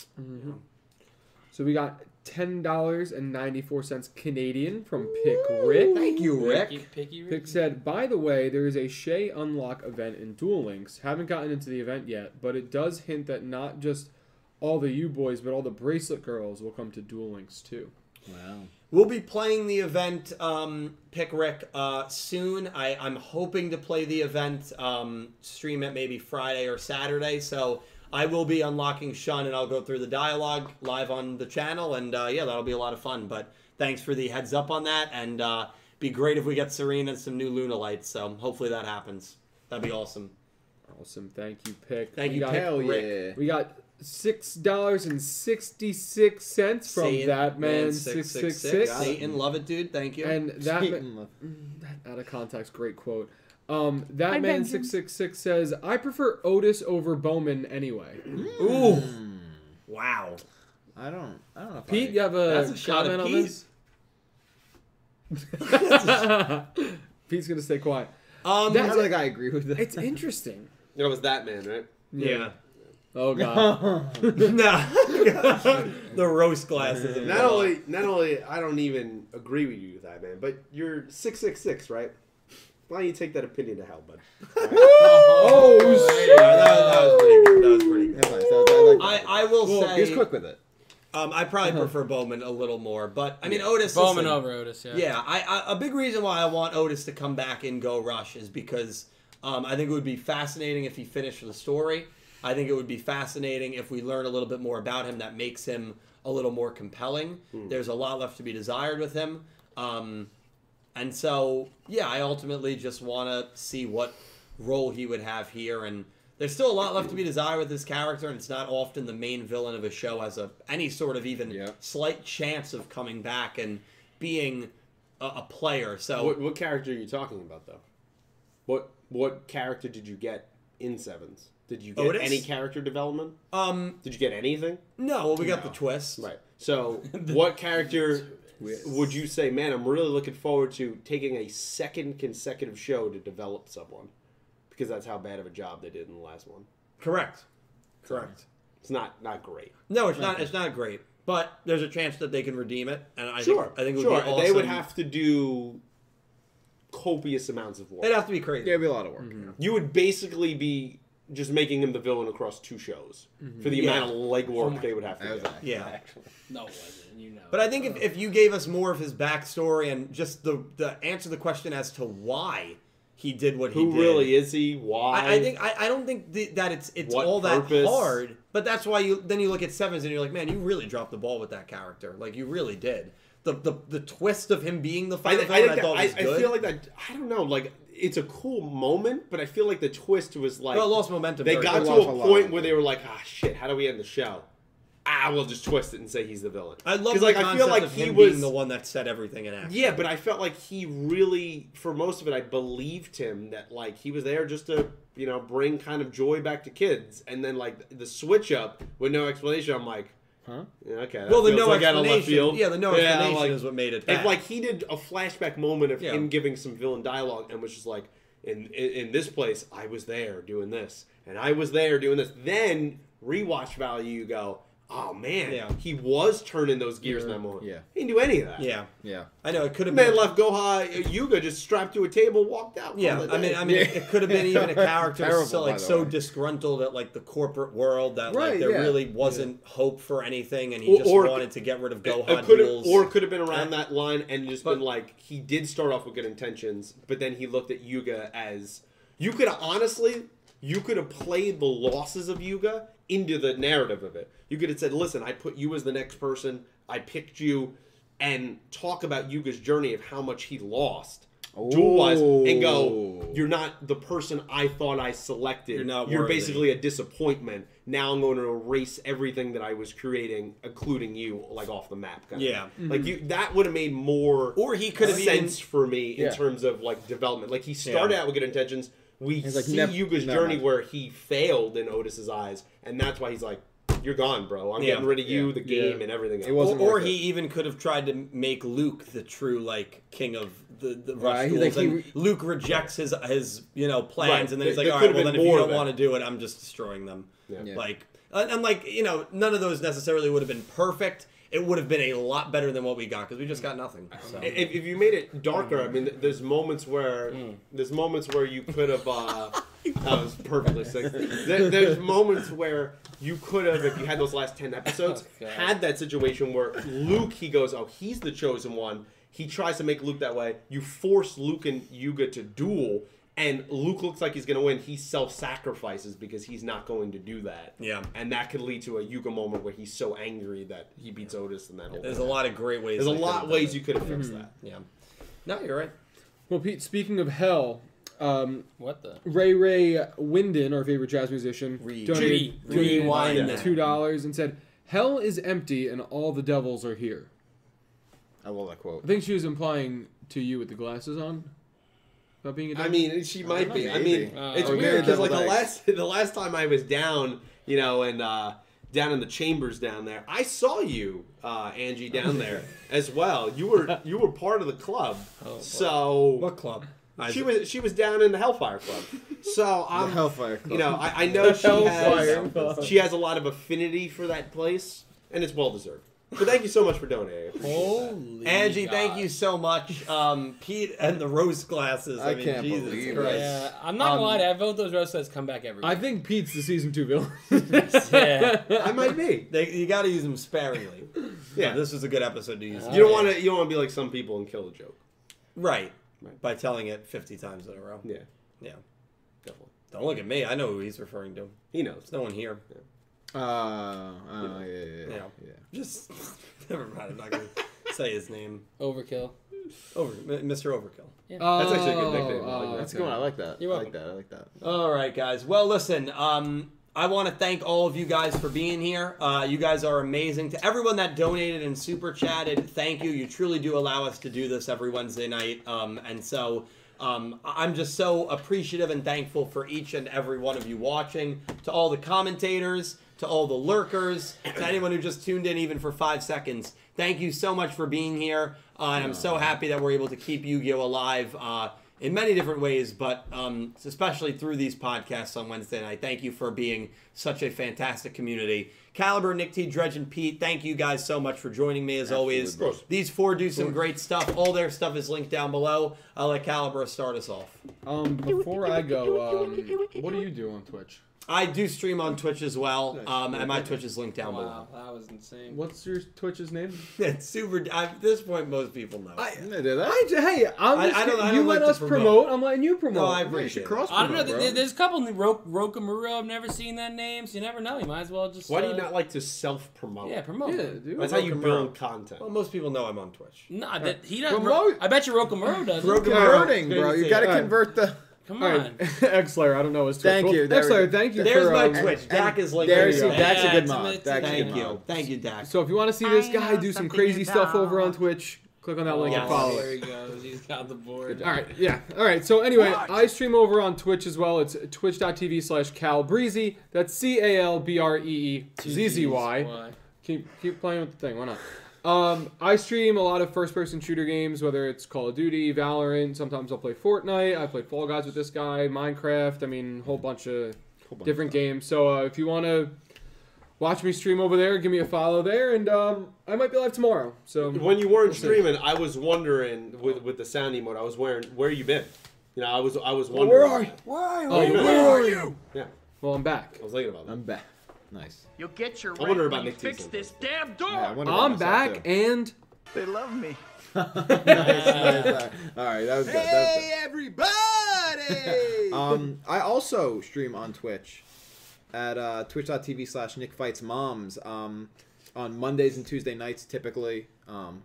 So we got ten dollars and ninety four cents Canadian from Pick Rick. Thank you, Picky, Rick. picky Ricky. Pick said, by the way, there is a Shay Unlock event in Duel Links. Haven't gotten into the event yet, but it does hint that not just all the you boys, but all the bracelet girls will come to Duel Links too. Wow. We'll be playing the event, um, Pick Rick, uh, soon. I, I'm hoping to play the event, um, stream it maybe Friday or Saturday. So I will be unlocking Shun and I'll go through the dialogue live on the channel. And uh, yeah, that'll be a lot of fun. But thanks for the heads up on that. And uh, be great if we get Serena and some new Luna lights. So hopefully that happens. That'd be awesome. Awesome. Thank you, Pick. Thank We you, got- Pick. Hell Rick. yeah. We got six dollars and sixty six cents from Satan, that man six six six, Satan, love it, dude. Thank you. and that man, Satan love. out of context, great quote. Um, that I man banged him. six six six says, "I prefer Otis over Bowman anyway." Ooh, wow. I don't. I don't know. If Pete, I, you have That's a, a shot comment of on peas. this? Pete's gonna stay quiet. Um, I That's- don't think I agree with that. It's interesting. It was that man, right? yeah. Oh god. no. the roast glasses. of Not God. only, not only, I don't even agree with you, that man, but you're six six six, right? Why don't you take that opinion to hell, bud? oh shit. Yeah, that, that was pretty good. That was pretty good. That's nice. I, I I, like that. I will Well, say he's quick with it. um, I probably Uh-huh. prefer Bowman a little more, but I mean Otis. Bowman listen, over Otis. Yeah. Yeah, I, I a big reason why I want Otis to come back and go rush is because um, I think it would be fascinating if he finished the story. I think it would be fascinating if we learn a little bit more about him that makes him a little more compelling. There's a lot left to be desired with him. Um, and so, yeah, I ultimately just want to see what role he would have here. And there's still a lot left to be desired with his character, and it's not often the main villain of a show has a any sort of even Yeah. slight chance of coming back and being a, a player. So What, what character are you talking about, though? What what character did you get in Sevens? Did you get Otis? any character development? Um, Did you get anything? no, well, we got the twist. Right. So, what character would you say, man, I'm really looking forward to taking a second consecutive show to develop someone? Because that's how bad of a job they did in the last one. Correct. Correct. It's not not great. No, it's not. It's not great, but there's a chance that they can redeem it, and I Sure. think I think it would sure. be awesome. They would have to do copious amounts of work. It'd have to be crazy. Yeah, it'd be a lot of work. you would basically be just making him the villain across two shows for the Yeah. amount of legwork they would have to Oh That was do. nice. Yeah. No, it wasn't. You know. But I think if, if you gave us more of his backstory and just the, the answer to the question as to why he did what he Who did. really is he? Why? I, I think I, I don't think th- that it's it's What all that purpose? hard. But that's why you then you look at sevens and you're like, man, you really dropped the ball with that character. Like you really did. The the, the twist of him being the I, final think- villain I, I, think thought was that- I, good. I feel like that. I don't know. Like it's a cool moment, but I feel like the twist was like Well, it lost momentum They very got quick. to It lost a a lot point of where they were like, ah, shit. How do we end the show? Ah, we'll just twist it and say he's the villain. I love 'Cause, the like concept I feel like of he him was being the one that said everything in action. Yeah, but I felt like he really, for most of it, I believed him that like he was there just to you know bring kind of joy back to kids, and then like the switch up with no explanation. I'm like, Huh? yeah, okay. that Well, the feels no like out of left explanation. field. Yeah, the no Yeah, explanation like, is what made it. If bad. like he did a flashback moment of Yeah. him giving some villain dialogue and was just like, in, in in this place, I was there doing this, and I was there doing this. Then rewatch value, you go, oh man, Yeah. he was turning those gears in that moment. Yeah. he didn't do any of that. yeah, Yeah. I know it could have been Man left Goha Yuga just strapped to a table, walked out. Yeah, Called it I a mean, day. I mean, it could have been even a character Terrible, so, by like the so way. disgruntled at like the corporate world that like Right, there yeah. really wasn't hope for anything, and he Or- just or- wanted to get rid of It- Gohan it could have- rules. or it could have been around that line and just been like he did start off with good intentions, but then he looked at Yuga as you could have honestly, you could have played the losses of Yuga into the narrative of it. You could have said, "Listen, I put you as the next person. I picked you," and talk about Yuga's journey of how much he lost. Duel wise, and go, Oh. you're not the person I thought I selected. You're not You're worthy." basically a disappointment. Now I'm going to erase everything that I was creating, including you, like off the map. Kind Yeah. of. like you, Mm-hmm. that would have made more Or he could have sense for me in Yeah. terms of like development. Like he started Yeah. out with good intentions. We like, see "Nev- Yuga's never journey mind." where he failed in Otis's eyes, and that's why he's like, "You're gone, bro. I'm Yeah. getting rid of you, Yeah. the game, and everything." Else. It wasn't or, or worth he even could have tried to make Luke the true like king of the, the Right, Rush he- rules, like, he and re- Luke rejects his his you know plans, Right, and then he's like, there- there all could right, have well been then if you more don't of want to do it, I'm just destroying them. Yeah. Yeah. Like and, and like you know, none of those necessarily would have been perfect. It would have been a lot better than what we got because we Mm. just got nothing. So. if, if you made it darker, I mean, th- there's moments where there's moments where you could have. Uh, that was perfectly sick. There, there's moments where you could have, if you had those last ten episodes, had that situation where Luke he goes, oh, he's the chosen one. He tries to make Luke that way. You force Luke and Yuga to duel. and Luke looks like he's going to win, he self sacrifices because he's not going to do that. Yeah. And that could lead to a Yuka moment where he's so angry that he beats Otis and that whole There's a thing. lot of great ways. There's a they lot could've ways done you could have fixed that. it. Yeah. No, you're right. Well, Pete, speaking of hell, um, What the? Ray Ray Winden, our favorite jazz musician, Read. donated, Re- donated rewind that. two dollars and said, "Hell is empty and all the devils are here." I love that I quote. think she was implying to you with the glasses on about being a devil. I mean, she might be. I maybe. mean, Uh, it's or weird maybe because like the double last the last time I was down, you know, and uh, down in the chambers down there, I saw you, uh, Angie, down there as well. You were you were part of the club, Oh, so What club? she was she was down in the Hellfire Club. So The I'm Hellfire Club. um, you know I, I know she has Hellfire Club. she has a lot of affinity for that place, and it's well deserved. But thank you so much for donating. I appreciate that. Holy Angie, God. thank you so much. Um, Pete and the roast glasses. I, I mean, can't Jesus believe Christ. it. Yeah, I'm not Um, gonna lie. To you, I vote those roast sets come back every. I year. think Pete's the season two villain. Yeah. I might be. They, you got to use them sparingly. Yeah. Oh, This was a good episode to use. You don't want to. You don't want to be like some people and kill a joke. Right. By telling it 50 times in a row. Yeah, Yeah. definitely. Don't look at me. I know who he's referring to. He knows. There's no one here. Uh, uh, yeah, yeah, yeah, Yeah. yeah. Just never mind. I'm not going to say his name. Overkill. Over, M- Mr. Overkill. That's actually a good nickname. Oh, I uh, like that. Oh, That's a good one. I like that. You're I like that. I like that. All right, guys. Well, listen, um, I want to thank all of you guys for being here. Uh, you guys are amazing. To everyone that donated and super chatted, thank you. You truly do allow us to do this every Wednesday night. Um, and so um, I- I'm just so appreciative and thankful for each and every one of you watching, to all the commentators, to all the lurkers, to anyone who just tuned in even for five seconds. Thank you so much for being here. Uh, and I'm so happy that we're able to keep Yu Gi Oh! alive. Uh, in many different ways, but um, especially through these podcasts on Wednesday night. Thank you for being such a fantastic community. Caliber, Nick T, Dredge, and Pete, thank you guys so much for joining me as always. Of course. These four do some great stuff. All their stuff is linked down below. I'll let Caliber start us off. Um, before I go, um, what do you do on Twitch? I do stream on Twitch as well, um, and my Twitch is linked down Wow, that was insane. What's your Twitch's name? below. It's super. I, at this point, most people know. I did that. I, hey, I'm I- just, I don't- I don't you like let to us promote. promote. I'm letting you promote. no, I Yeah, you appreciate should it. cross. I don't know. promote, There, bro. there's a couple new Ro- Rokamuro. I've never seen that name, so you never know. You might as well just. Why do you uh, not like to self promote? Yeah, promote. Yeah, it. Oh, dude. That's how you Welcome build around. content. Well, most people know I'm on Twitch. Nah, that, he doesn't. Promote. I bet you Rokamuro does. Rokamuro. Converting, bro. Crazy. You got to All right. convert the. Come All on. right, Xlayer, I don't know his Twitch. Thank you, there we Xlayer, go. thank you. There's for, my um, Twitch. Dak and is linked. There you down go. below. That's a Yeah, good it's mod. amazing. That's a Thank good you. mod. Thank you, Dak. So if you want to see this I guy know do some something crazy you stuff don't. over on Twitch, click on that link yes. and follow There it. he goes. He's got the board. All right, yeah. All right, so anyway, I stream over on Twitch as well. It's twitch.tv slash calbreezy. That's E C-A-L-B-R-E-E-Z-Z-Y. E keep keep playing with the thing. Why not? Um, I stream a lot of first-person shooter games, whether it's Call of Duty, Valorant. Sometimes I'll play Fortnite. I played Fall Guys with this guy, Minecraft. I mean, whole bunch of different games. So uh, if you want to watch me stream over there, give me a follow there, and um, I might be live tomorrow. So when you weren't streaming, I was wondering with with the sound emote. I was wearing where you been? You know, I was I was wondering. Where are you? Where are you? Oh, you- where are you? Yeah, well, I'm back. I was thinking about that. I'm back. Nice. You'll get your I wonder rent when about you Nick fix Teasley. this damn door. Yeah, I wonder about I'm myself, back too. and They love me. All right, that was good. That was good. everybody! Um, I also stream on Twitch at uh, twitch.tv slash Nick Fights Moms um, on Mondays and Tuesday nights typically. Um,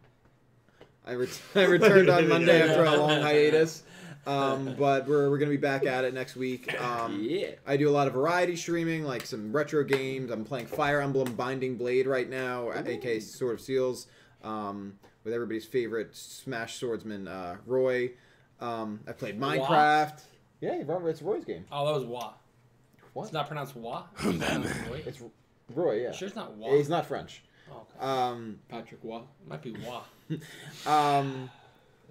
I, ret- I returned on Monday after a long hiatus, um, but we're, we're going to be back at it next week. Um, Yeah. I do a lot of variety streaming, like some retro games. I'm playing Fire Emblem Binding Blade right now, aka Sword of Seals, um, with everybody's favorite Smash swordsman, uh, Roy. Um, I played Wah. Minecraft. Yeah, you remember it's Roy's game. Oh, that was Wah. What? It's not pronounced Wah. It's pronounced Roy. It's Roy, yeah. Sure, it's not Wah. He's not French. Oh, okay. Um, Patrick Wah. might be Wah. um,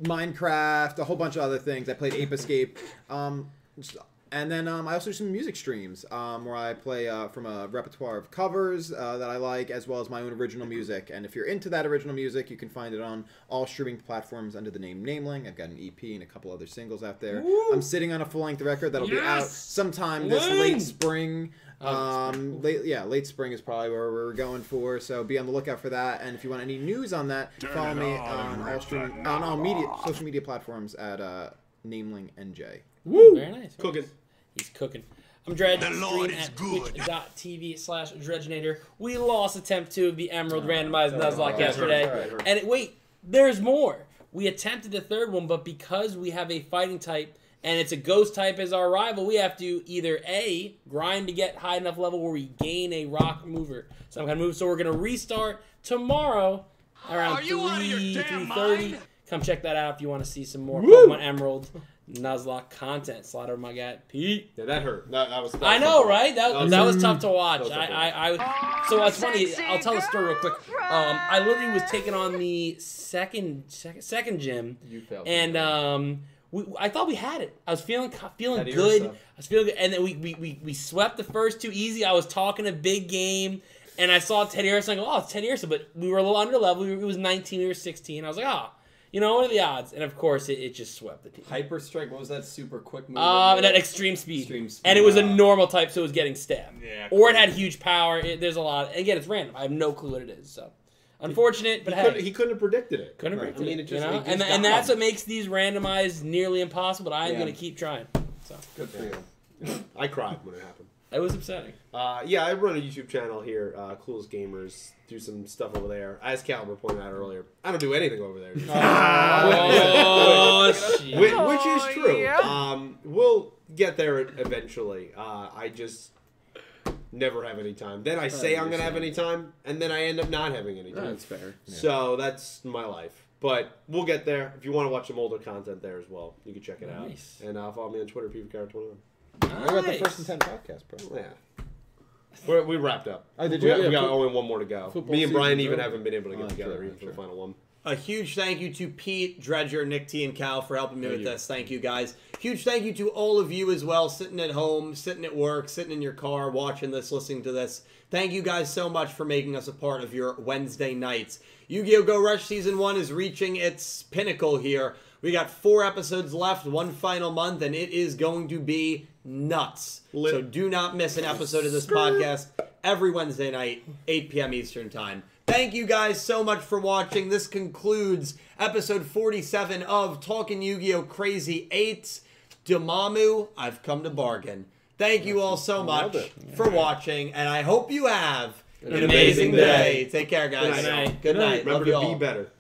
Minecraft, a whole bunch of other things. I played Ape Escape. Um, s- and then um, I also do some music streams um, where I play uh, from a repertoire of covers uh, that I like, as well as my own original music. And if you're into that original music, you can find it on all streaming platforms under the name Nameling. I've got an EP and a couple other singles out there. I'm sitting on a full length record that'll be out Yes! sometime this Woo! late spring. Oh, Um, late, yeah, late spring is probably where we're going for. So be on the lookout for that. And if you want any news on that, follow me on all streaming, on all media social media platforms at uh, Nameling NJ. Woo! Very nice. very Cooking. nice. He's cooking. I'm Dredge. The Lord Stream is at good. Twitch.tv slash Dredgenator. We lost attempt two of the Emerald Randomized that's all Nuzlocke right. yesterday. That's all right. And it, wait, there's more. We attempted the third one, but because we have a fighting type and it's a ghost type as our rival, we have to either A, grind to get high enough level where we gain a rock mover, some kind of move. So we're going to restart tomorrow around Are you out of your 3, damn 3.30. mind? Come check that out if you want to see some more Woo! Pokemon Emerald Nuzlocke content. Slaughter my guy, Pete. Yeah, that hurt. That, that was. that I was know, something. right? That, That was- that was tough to watch. was I, tough to I, I, so it's funny. I'll tell the story real quick. Um, I literally was taking on the second, second, second gym, You failed. and um, we, I thought we had it. I was feeling, co- feeling Had your good. I stuff. was feeling good, and then we, we, we, we swept the first two easy. I was talking a big game, and I saw Ted Harrison. I go, oh, it's Ted Harrison, but we were a little under level. We were, it was 19, we were 16. I was like, oh, you know, what are the odds? And of course, it, it just swept the team. Hyper Strike. What was that super quick move? that Um, and at you- extreme speed. Extreme speed, And it was a wow. normal type, so it was getting stabbed. Yeah, Or it cool. had huge power. It, there's a lot. again, it's random. I have no clue what it is. So unfortunate, but He hey, couldn't, he couldn't have predicted it. couldn't Right. predict I mean, it it, just, you know? it just and, got and that's him. what makes these randomized nearly impossible. But I'm Yeah. gonna keep trying. So Good for you. I cried when it happened. it was upsetting. Uh, yeah, I run a YouTube channel here, uh, Clueless Gamers. Do some stuff over there. As Caliber pointed out earlier, I don't do anything over there. Oh, shit. Which, which is true. yeah. Um, we'll get there e-, eventually. Uh, I just never have any time. Then I say I'm gonna have any time, and then I end up not having any time. That's fair. So that's my life. But we'll get there. If you want to watch some older content there as well, you can check it Nice. out. And uh, follow me on Twitter, pvcar21. What about the Nice. first and ten podcast, bro? Yeah. We're, we wrapped up. Oh, did we, you? got, we Yeah, got fo- only one more to go. football Me and Brian season's even over. haven't been able to get Oh, together sure, even for the sure. final one. A huge thank you to Pete, Dredger, Nick T, and Cal for helping me with this. Thank you guys. Huge thank you to all of you as well, sitting at home, sitting at work, sitting in your car, watching this, listening to this. Thank you guys so much for making us a part of your Wednesday nights. Yu Gi Oh! Go Rush Season 1 is reaching its pinnacle here. We got four episodes left, one final month, and it is going to be nuts. So do not miss an episode of this podcast every Wednesday night, 8 p.m. Eastern Time. Thank you guys so much for watching. This concludes episode 47 of Talking Yu Gi Oh! Crazy 8. Damamu, I've come to bargain. Thank you all so much for watching, and I hope you have an amazing amazing day. Take care, guys. night. Good night. Love Remember you to all. be better.